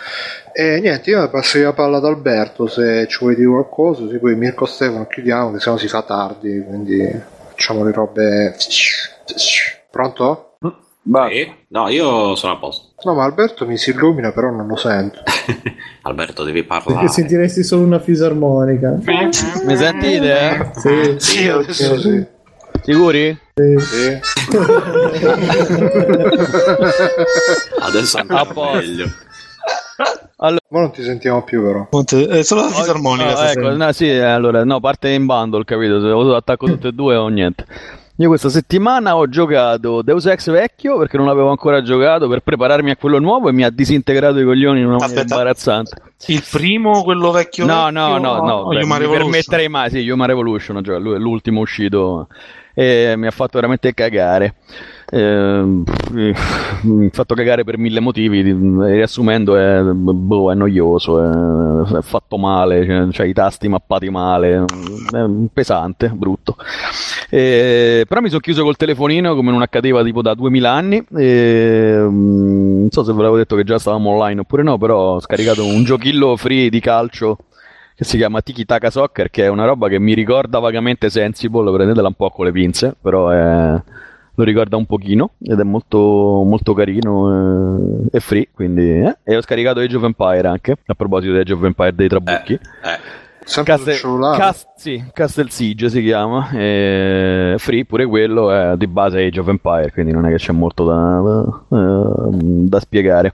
S1: e niente io passerei la palla ad Alberto se ci vuoi dire qualcosa se poi Mirko Stefano chiudiamo che sennò si fa tardi quindi facciamo le robe pronto?
S5: Sì? No, io sono a posto.
S1: no ma Alberto mi si illumina però non lo sento
S5: Alberto, devi
S3: Perché
S5: parlare.
S3: sentiresti solo una fisarmonica.
S6: Mi sentite?
S3: Sì.
S1: Ah, Sì, adesso sì.
S6: eh? Sicuri?
S1: Sì.
S5: Adesso
S6: A posto.
S1: allora... ma non ti sentiamo più però
S4: è Eh, solo la
S6: fisarmonica. ecco, no, sì, eh, allora, no, parte in bundle, capito? Se lo attacco tutte e due o niente. Io questa settimana ho giocato Deus Ex vecchio perché non l'avevo ancora giocato per prepararmi a quello nuovo e mi ha disintegrato i coglioni in una maniera imbarazzante.
S4: il primo quello vecchio
S6: No, no, no,
S4: vecchio,
S6: no,
S4: o
S6: beh,
S4: Human
S6: mi
S4: Revolution?
S6: permetterei mai, sì, Human Revolution, cioè, lui è l'ultimo uscito e mi ha fatto veramente cagare. Ehm, pff, mi ha fatto cagare per mille motivi, riassumendo è, boh, è noioso, è, è fatto male, cioè, c'ha i tasti mappati male, è pesante, brutto. Eh, però mi sono chiuso col telefonino come non accadeva tipo da 2000 anni. e, mm, non so se ve l'avevo detto che già stavamo online oppure no, però ho scaricato un giochillo free di calcio che si chiama Tiki Taka Soccer, che è una roba che mi ricorda vagamente Sensible, prendetela un po' con le pinze, però è- lo ricorda un pochino ed è molto, molto carino eh, e free, quindi... eh. E ho scaricato Age of Empire anche, a proposito di Age of Empire dei Trabucchi.
S1: Sempre sul cellulare.
S6: Cas- sì, Castle Siege si chiama, e free pure quello è di base Age of Empire, quindi non è che c'è molto da, eh, da spiegare.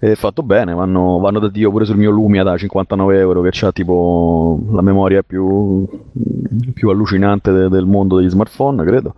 S6: È fatto bene, vanno, vanno da Dio pure sul mio Lumia da 59 euro che ha tipo la memoria più, più allucinante de- del mondo degli smartphone, credo.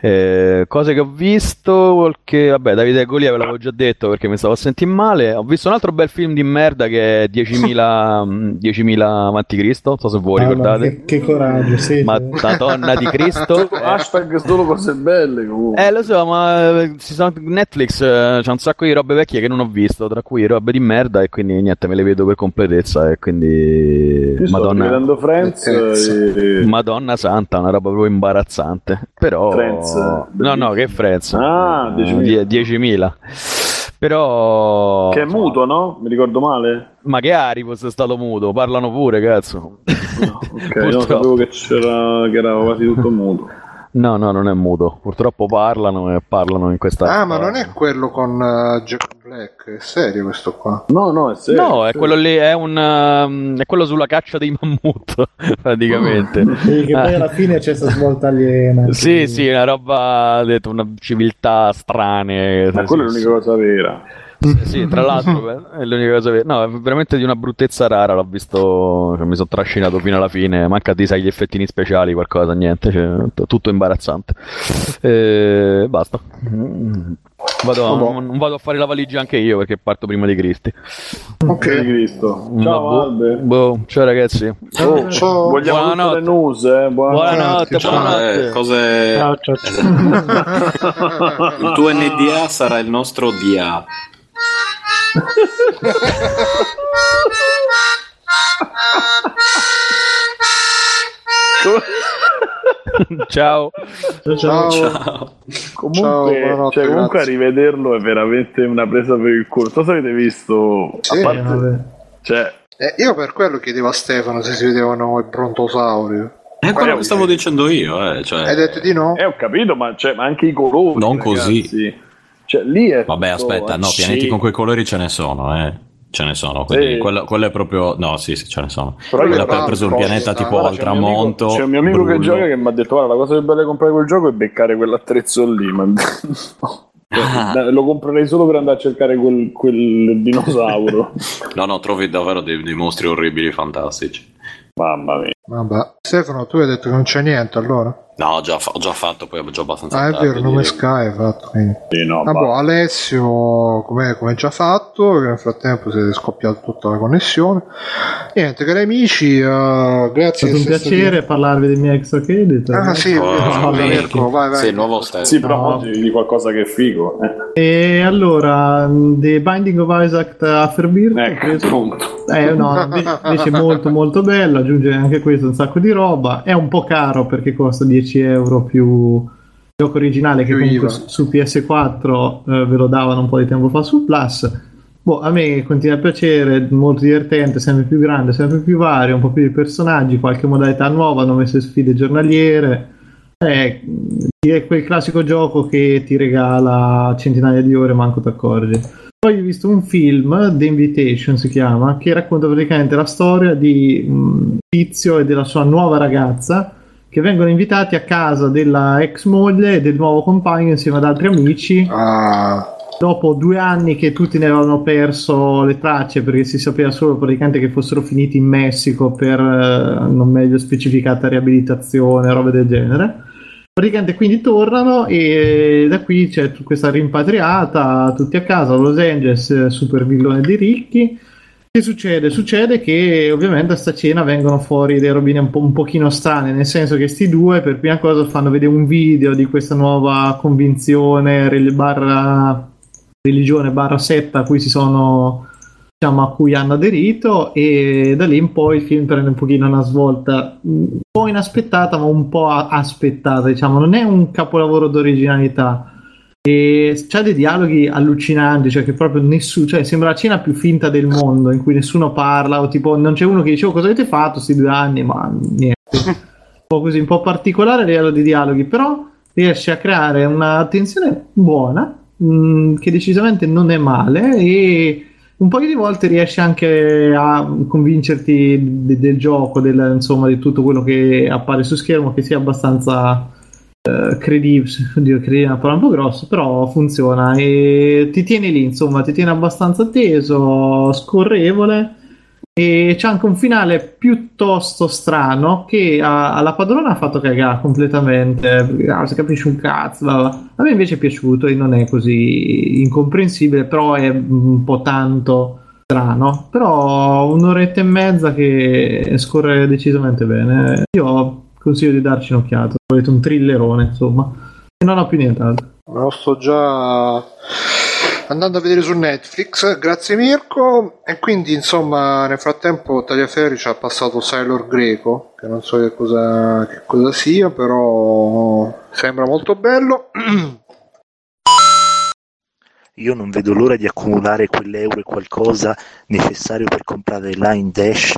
S6: Eh, cose che ho visto, qualche, vabbè Davide e Golia ve l'avevo già detto perché mi stavo a sentire male, ho visto un altro bel film di merda che è 10.000, mm, 10.000 avanti Cristo, non so se voi
S3: Ah, ma
S6: ricordate.
S3: che, che coraggio, sì.
S6: Ma Madonna di Cristo.
S17: Hashtag solo cose belle comunque.
S6: Eh, lo so, ma eh, ci sono- Netflix eh, c'è un sacco di robe vecchie che non ho visto, tra cui robe di merda, e quindi niente, me le vedo per completezza. E quindi.
S17: Io sto
S6: Madonna. Eh,
S17: rivedendo Friends eh, e- e-
S6: Madonna santa, una roba proprio imbarazzante. Però.
S17: Friends, eh,
S6: no, no, che Friends.
S17: Ah,
S6: Eh,
S17: 10.000.
S6: die- 10.000. Però.
S17: Che è muto,
S6: cioè.
S17: no? Mi ricordo male?
S6: Magari fosse stato muto, parlano pure, cazzo.
S17: Ok, no, sapevo che c'era che era quasi tutto muto.
S6: No, no, non è muto. Purtroppo parlano e parlano in questa.
S1: ah ma non è quello con eh, Jack Black, è serio questo qua?
S17: No, no, è
S1: serio.
S6: no, è quello lì, è un um, è quello sulla caccia dei mammut, praticamente. Ah,
S3: Sì, che poi alla fine c'è questa svolta aliena.
S6: Sì, sì, una roba, detto, una civiltà strane.
S17: Ma
S6: Sì,
S17: quella è
S6: sì,
S17: l'unica cosa vera.
S6: sì, sì, tra l'altro eh, è l'unica cosa che... No, è veramente di una bruttezza rara, l'ho visto, cioè, mi sono trascinato fino alla fine, manca di sai gli effettini speciali, qualcosa, niente, cioè, t- tutto imbarazzante. Eh, basta. Mm. Vado a-
S17: Vabbè.
S6: non vado a fare la valigia anche io perché parto prima di Cristi.
S17: Ok, Cristo.
S6: Ma
S17: Ciao,
S6: boh-
S17: Albert.
S6: boh, ciao ragazzi.
S17: Oh, Vogliamo tutte le news, eh?
S6: Buonanotte,
S11: Cioè, cose...
S18: Ciao,
S11: Il tuo NDA sarà il nostro DA.
S6: Ciao.
S17: Ciao. Comunque,
S1: buonanotte,
S17: cioè, comunque a
S1: grazie.
S17: rivederlo è veramente una presa per il culo. Cosa avete visto?
S1: Sì,
S17: a parte,
S1: vabbè.
S17: cioè,
S1: Eh, io per quello chiedevo a Stefano se si vedevano i brontosaurio.
S5: Eh,
S11: È quello che stavo dicendo io, eh, cioè,
S1: Hai detto di no?
S17: Eh, ho capito, ma, cioè, ma anche i colori.
S5: Non
S17: ragazzi.
S5: così.
S17: Cioè, lì è
S5: Vabbè,
S17: tutto-
S5: eh, aspetta, no,
S17: Sì.
S5: pianeti con quei colori ce ne sono, eh. Ce ne sono, quindi
S17: Sì.
S5: quello, quello è proprio... No, sì, sì, ce ne sono.
S17: Però io
S5: Quello
S17: tra
S5: ha preso il
S17: l'altro,
S5: pianeta
S17: guarda,
S5: tipo al
S17: c'è un mio amico-
S5: tramonto.
S17: C'è un mio amico che
S5: brullo.
S17: gioca che mi ha detto: Guarda, la cosa più bella di comprare quel gioco è beccare quell'attrezzo lì. Ma...
S5: Ah.
S17: Eh, Lo comprerei solo per andare a cercare quel, quel dinosauro.
S11: No, no, trovi davvero dei, dei mostri orribili fantastici.
S17: Mamma mia.
S1: Vabbè. Stefano, tu hai detto che non c'è niente allora?
S11: No, già fa- ho già fatto, poi ho già abbastanza...
S1: Ah, è
S11: fatto,
S1: vero,
S11: quindi-
S1: nome Sky hai fatto. Quindi.
S17: Sì, no,
S1: Ah,
S17: va-
S1: boh, Alessio, come come già fatto, che nel frattempo si è scoppiata tutta la connessione. Niente, cari amici, eh, grazie.
S3: È stato un
S1: che siete
S3: piacere parlarvi dei miei ex credit.
S1: Ah, sì, è vero,
S11: Oh,
S1: scusa,
S11: vedi.
S1: Mirko, vai, vai.
S11: Sì, il nuovo step.
S17: Sì, però
S3: No.
S17: oggi di qualcosa che è figo. eh.
S3: E allora, mh, The Binding of Isaac Afferbirth
S1: Ecco,
S3: ho preso- Eh, no, invece invece è molto molto bello, aggiunge anche questo un sacco di roba, è un po' caro perché costa 10 euro più il gioco originale che
S1: Più
S3: comunque
S1: IVA.
S3: su su PS4 eh, ve lo davano un po' di tempo fa su Plus. Boh, a me continua a piacere, molto divertente, sempre più grande, sempre più vario, un po' più di personaggi, qualche modalità nuova, hanno messo sfide giornaliere. È, è quel classico gioco che ti regala centinaia di ore, manco ti accorgi. Poi ho visto un film, The Invitation si chiama, che racconta praticamente la storia di un tizio e della sua nuova ragazza che vengono invitati a casa della ex moglie e del nuovo compagno insieme ad altri amici.
S1: Ah.
S3: Dopo due anni che tutti ne avevano perso le tracce perché si sapeva solo praticamente che fossero finiti in Messico per eh, non meglio specificata riabilitazione, robe del genere. Praticamente quindi tornano e da qui c'è tu- questa rimpatriata, tutti a casa, Los Angeles, eh, super villone di ricchi. Che succede? Succede che ovviamente a sta cena vengono fuori delle robine un, po', un pochino strane, nel senso che sti due per prima cosa fanno vedere un video di questa nuova convinzione rel- barra religione barra setta a cui si sono diciamo a cui hanno aderito e da lì in poi il film prende un pochino una svolta un po' inaspettata ma un po' a- aspettata diciamo non è un capolavoro d'originalità e c'ha dei dialoghi allucinanti cioè che proprio nessuno cioè sembra la cena più finta del mondo in cui nessuno parla o tipo non c'è uno che dice "Oh, cosa avete fatto questi due anni ma niente un po' così, un po' particolare a livello di dialoghi, però riesce a creare una tensione buona, mh, che decisamente non è male e un paio di volte riesce anche a convincerti de- del gioco, del- insomma, di tutto quello che appare su schermo, che sia abbastanza eh, credibile, oddio, credibile è una parola un po' grossa, però funziona e ti tiene lì, insomma, ti tiene abbastanza teso, scorrevole e c'è anche un finale piuttosto strano che a- alla padrona ha fatto cagare completamente perché ah, non si capisce un cazzo bla bla. a me invece è piaciuto e non è così incomprensibile però è un po' tanto strano però un'oretta e mezza che scorre decisamente bene io consiglio di darci un'occhiata se volete un thrillerone insomma e non ho più nient'altro
S1: Me lo sto già andando a vedere su Netflix. Grazie Mirko. E quindi, insomma, nel frattempo Tagliaferri ci ha passato Sailor Greco, che non so che cosa, che cosa sia, però sembra molto bello.
S9: Io non vedo l'ora di accumulare quell'euro e qualcosa necessario per comprare Line Dash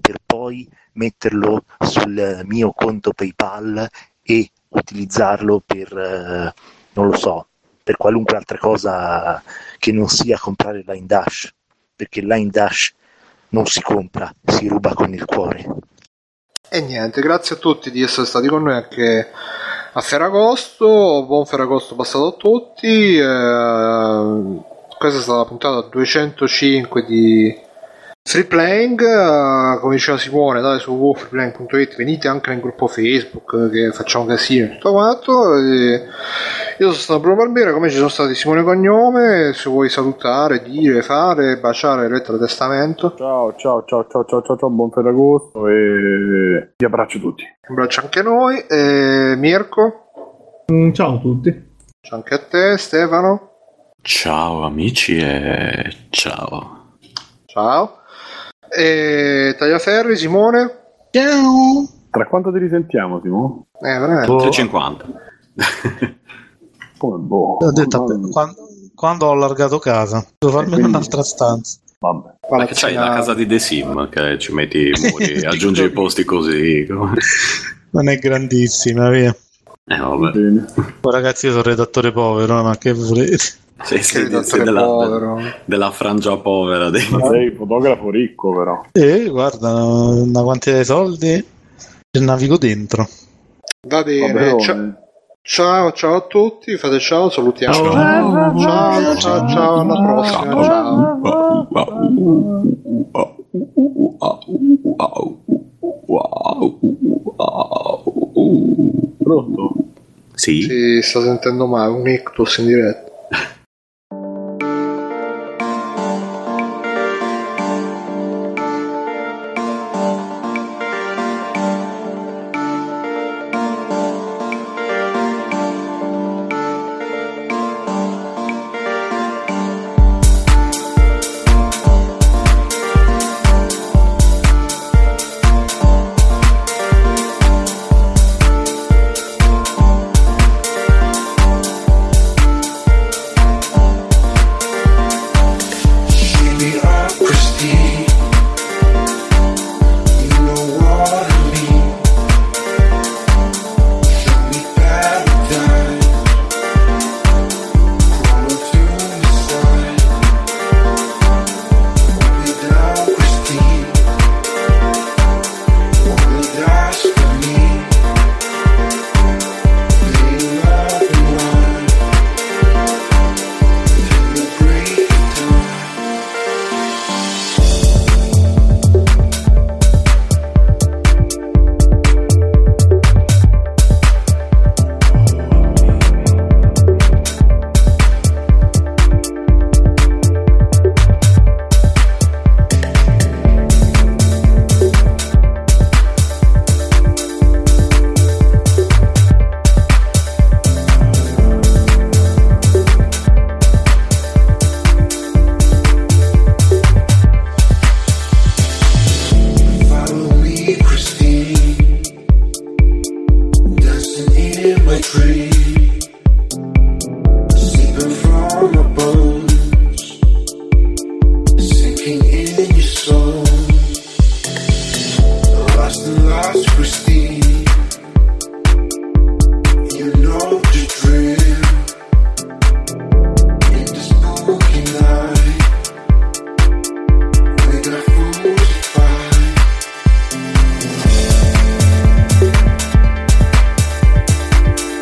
S9: per poi metterlo sul mio conto PayPal e utilizzarlo per, eh, non lo so, per per qualunque altra cosa che non sia comprare Line Dash, perché Line Dash non si compra, si ruba con il cuore.
S1: E niente, grazie a tutti di essere stati con noi anche a Ferragosto. Buon Ferragosto passato a tutti. eh, questa è stata la puntata 205 di Free Playing. eh, come diceva Simone, andate su www.freeplaying.it, venite anche nel gruppo Facebook eh, che facciamo casino e tutto quanto. e io sono stato Bruno Barbera, come ci sono stati Simone Cognome. Se vuoi salutare, dire, fare, baciare, lettera testamento.
S17: Ciao, ciao, ciao, ciao, ciao, ciao, ciao, buon Ferragosto e vi abbraccio tutti.
S1: Un abbraccio anche a noi. eh, Mirko,
S3: Mm, ciao a tutti.
S1: ciao anche a te, Stefano.
S15: Ciao amici e ciao.
S1: Ciao. E Tagliaferri, Simone.
S17: Ciao. Tra quanto ti risentiamo, Timo?
S1: Eh,
S4: boh.
S1: veramente.
S5: 350.
S17: Come boh.
S4: Ho detto a te, quando, quando ho allargato casa, devo
S17: Eh,
S4: farmi un'altra stanza.
S17: Vabbè.
S5: Ma che c'hai la casa di The Sim che ci metti i muri, aggiungi i posti così.
S4: Non è grandissima, via.
S5: Eh vabbè.
S4: Oh, ragazzi, io sono redattore povero, ma che volete?
S5: Sei, sei-
S4: redattore
S5: sei della,
S4: povero.
S5: della frangia povera. Dei...
S17: Sei fotografo ricco, però.
S4: E Eh, guarda, una quantità di soldi ci navigo dentro.
S1: Va bene.
S4: Vabbè,
S1: cia- Ciao, ciao a tutti. Fate ciao, salutiamo. Ciao, ciao, ciao, alla prossima. Ciao.
S17: Pronto?
S5: Sì.
S1: Si sta sentendo male, un ictus in diretta.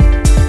S20: Thank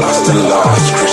S15: lost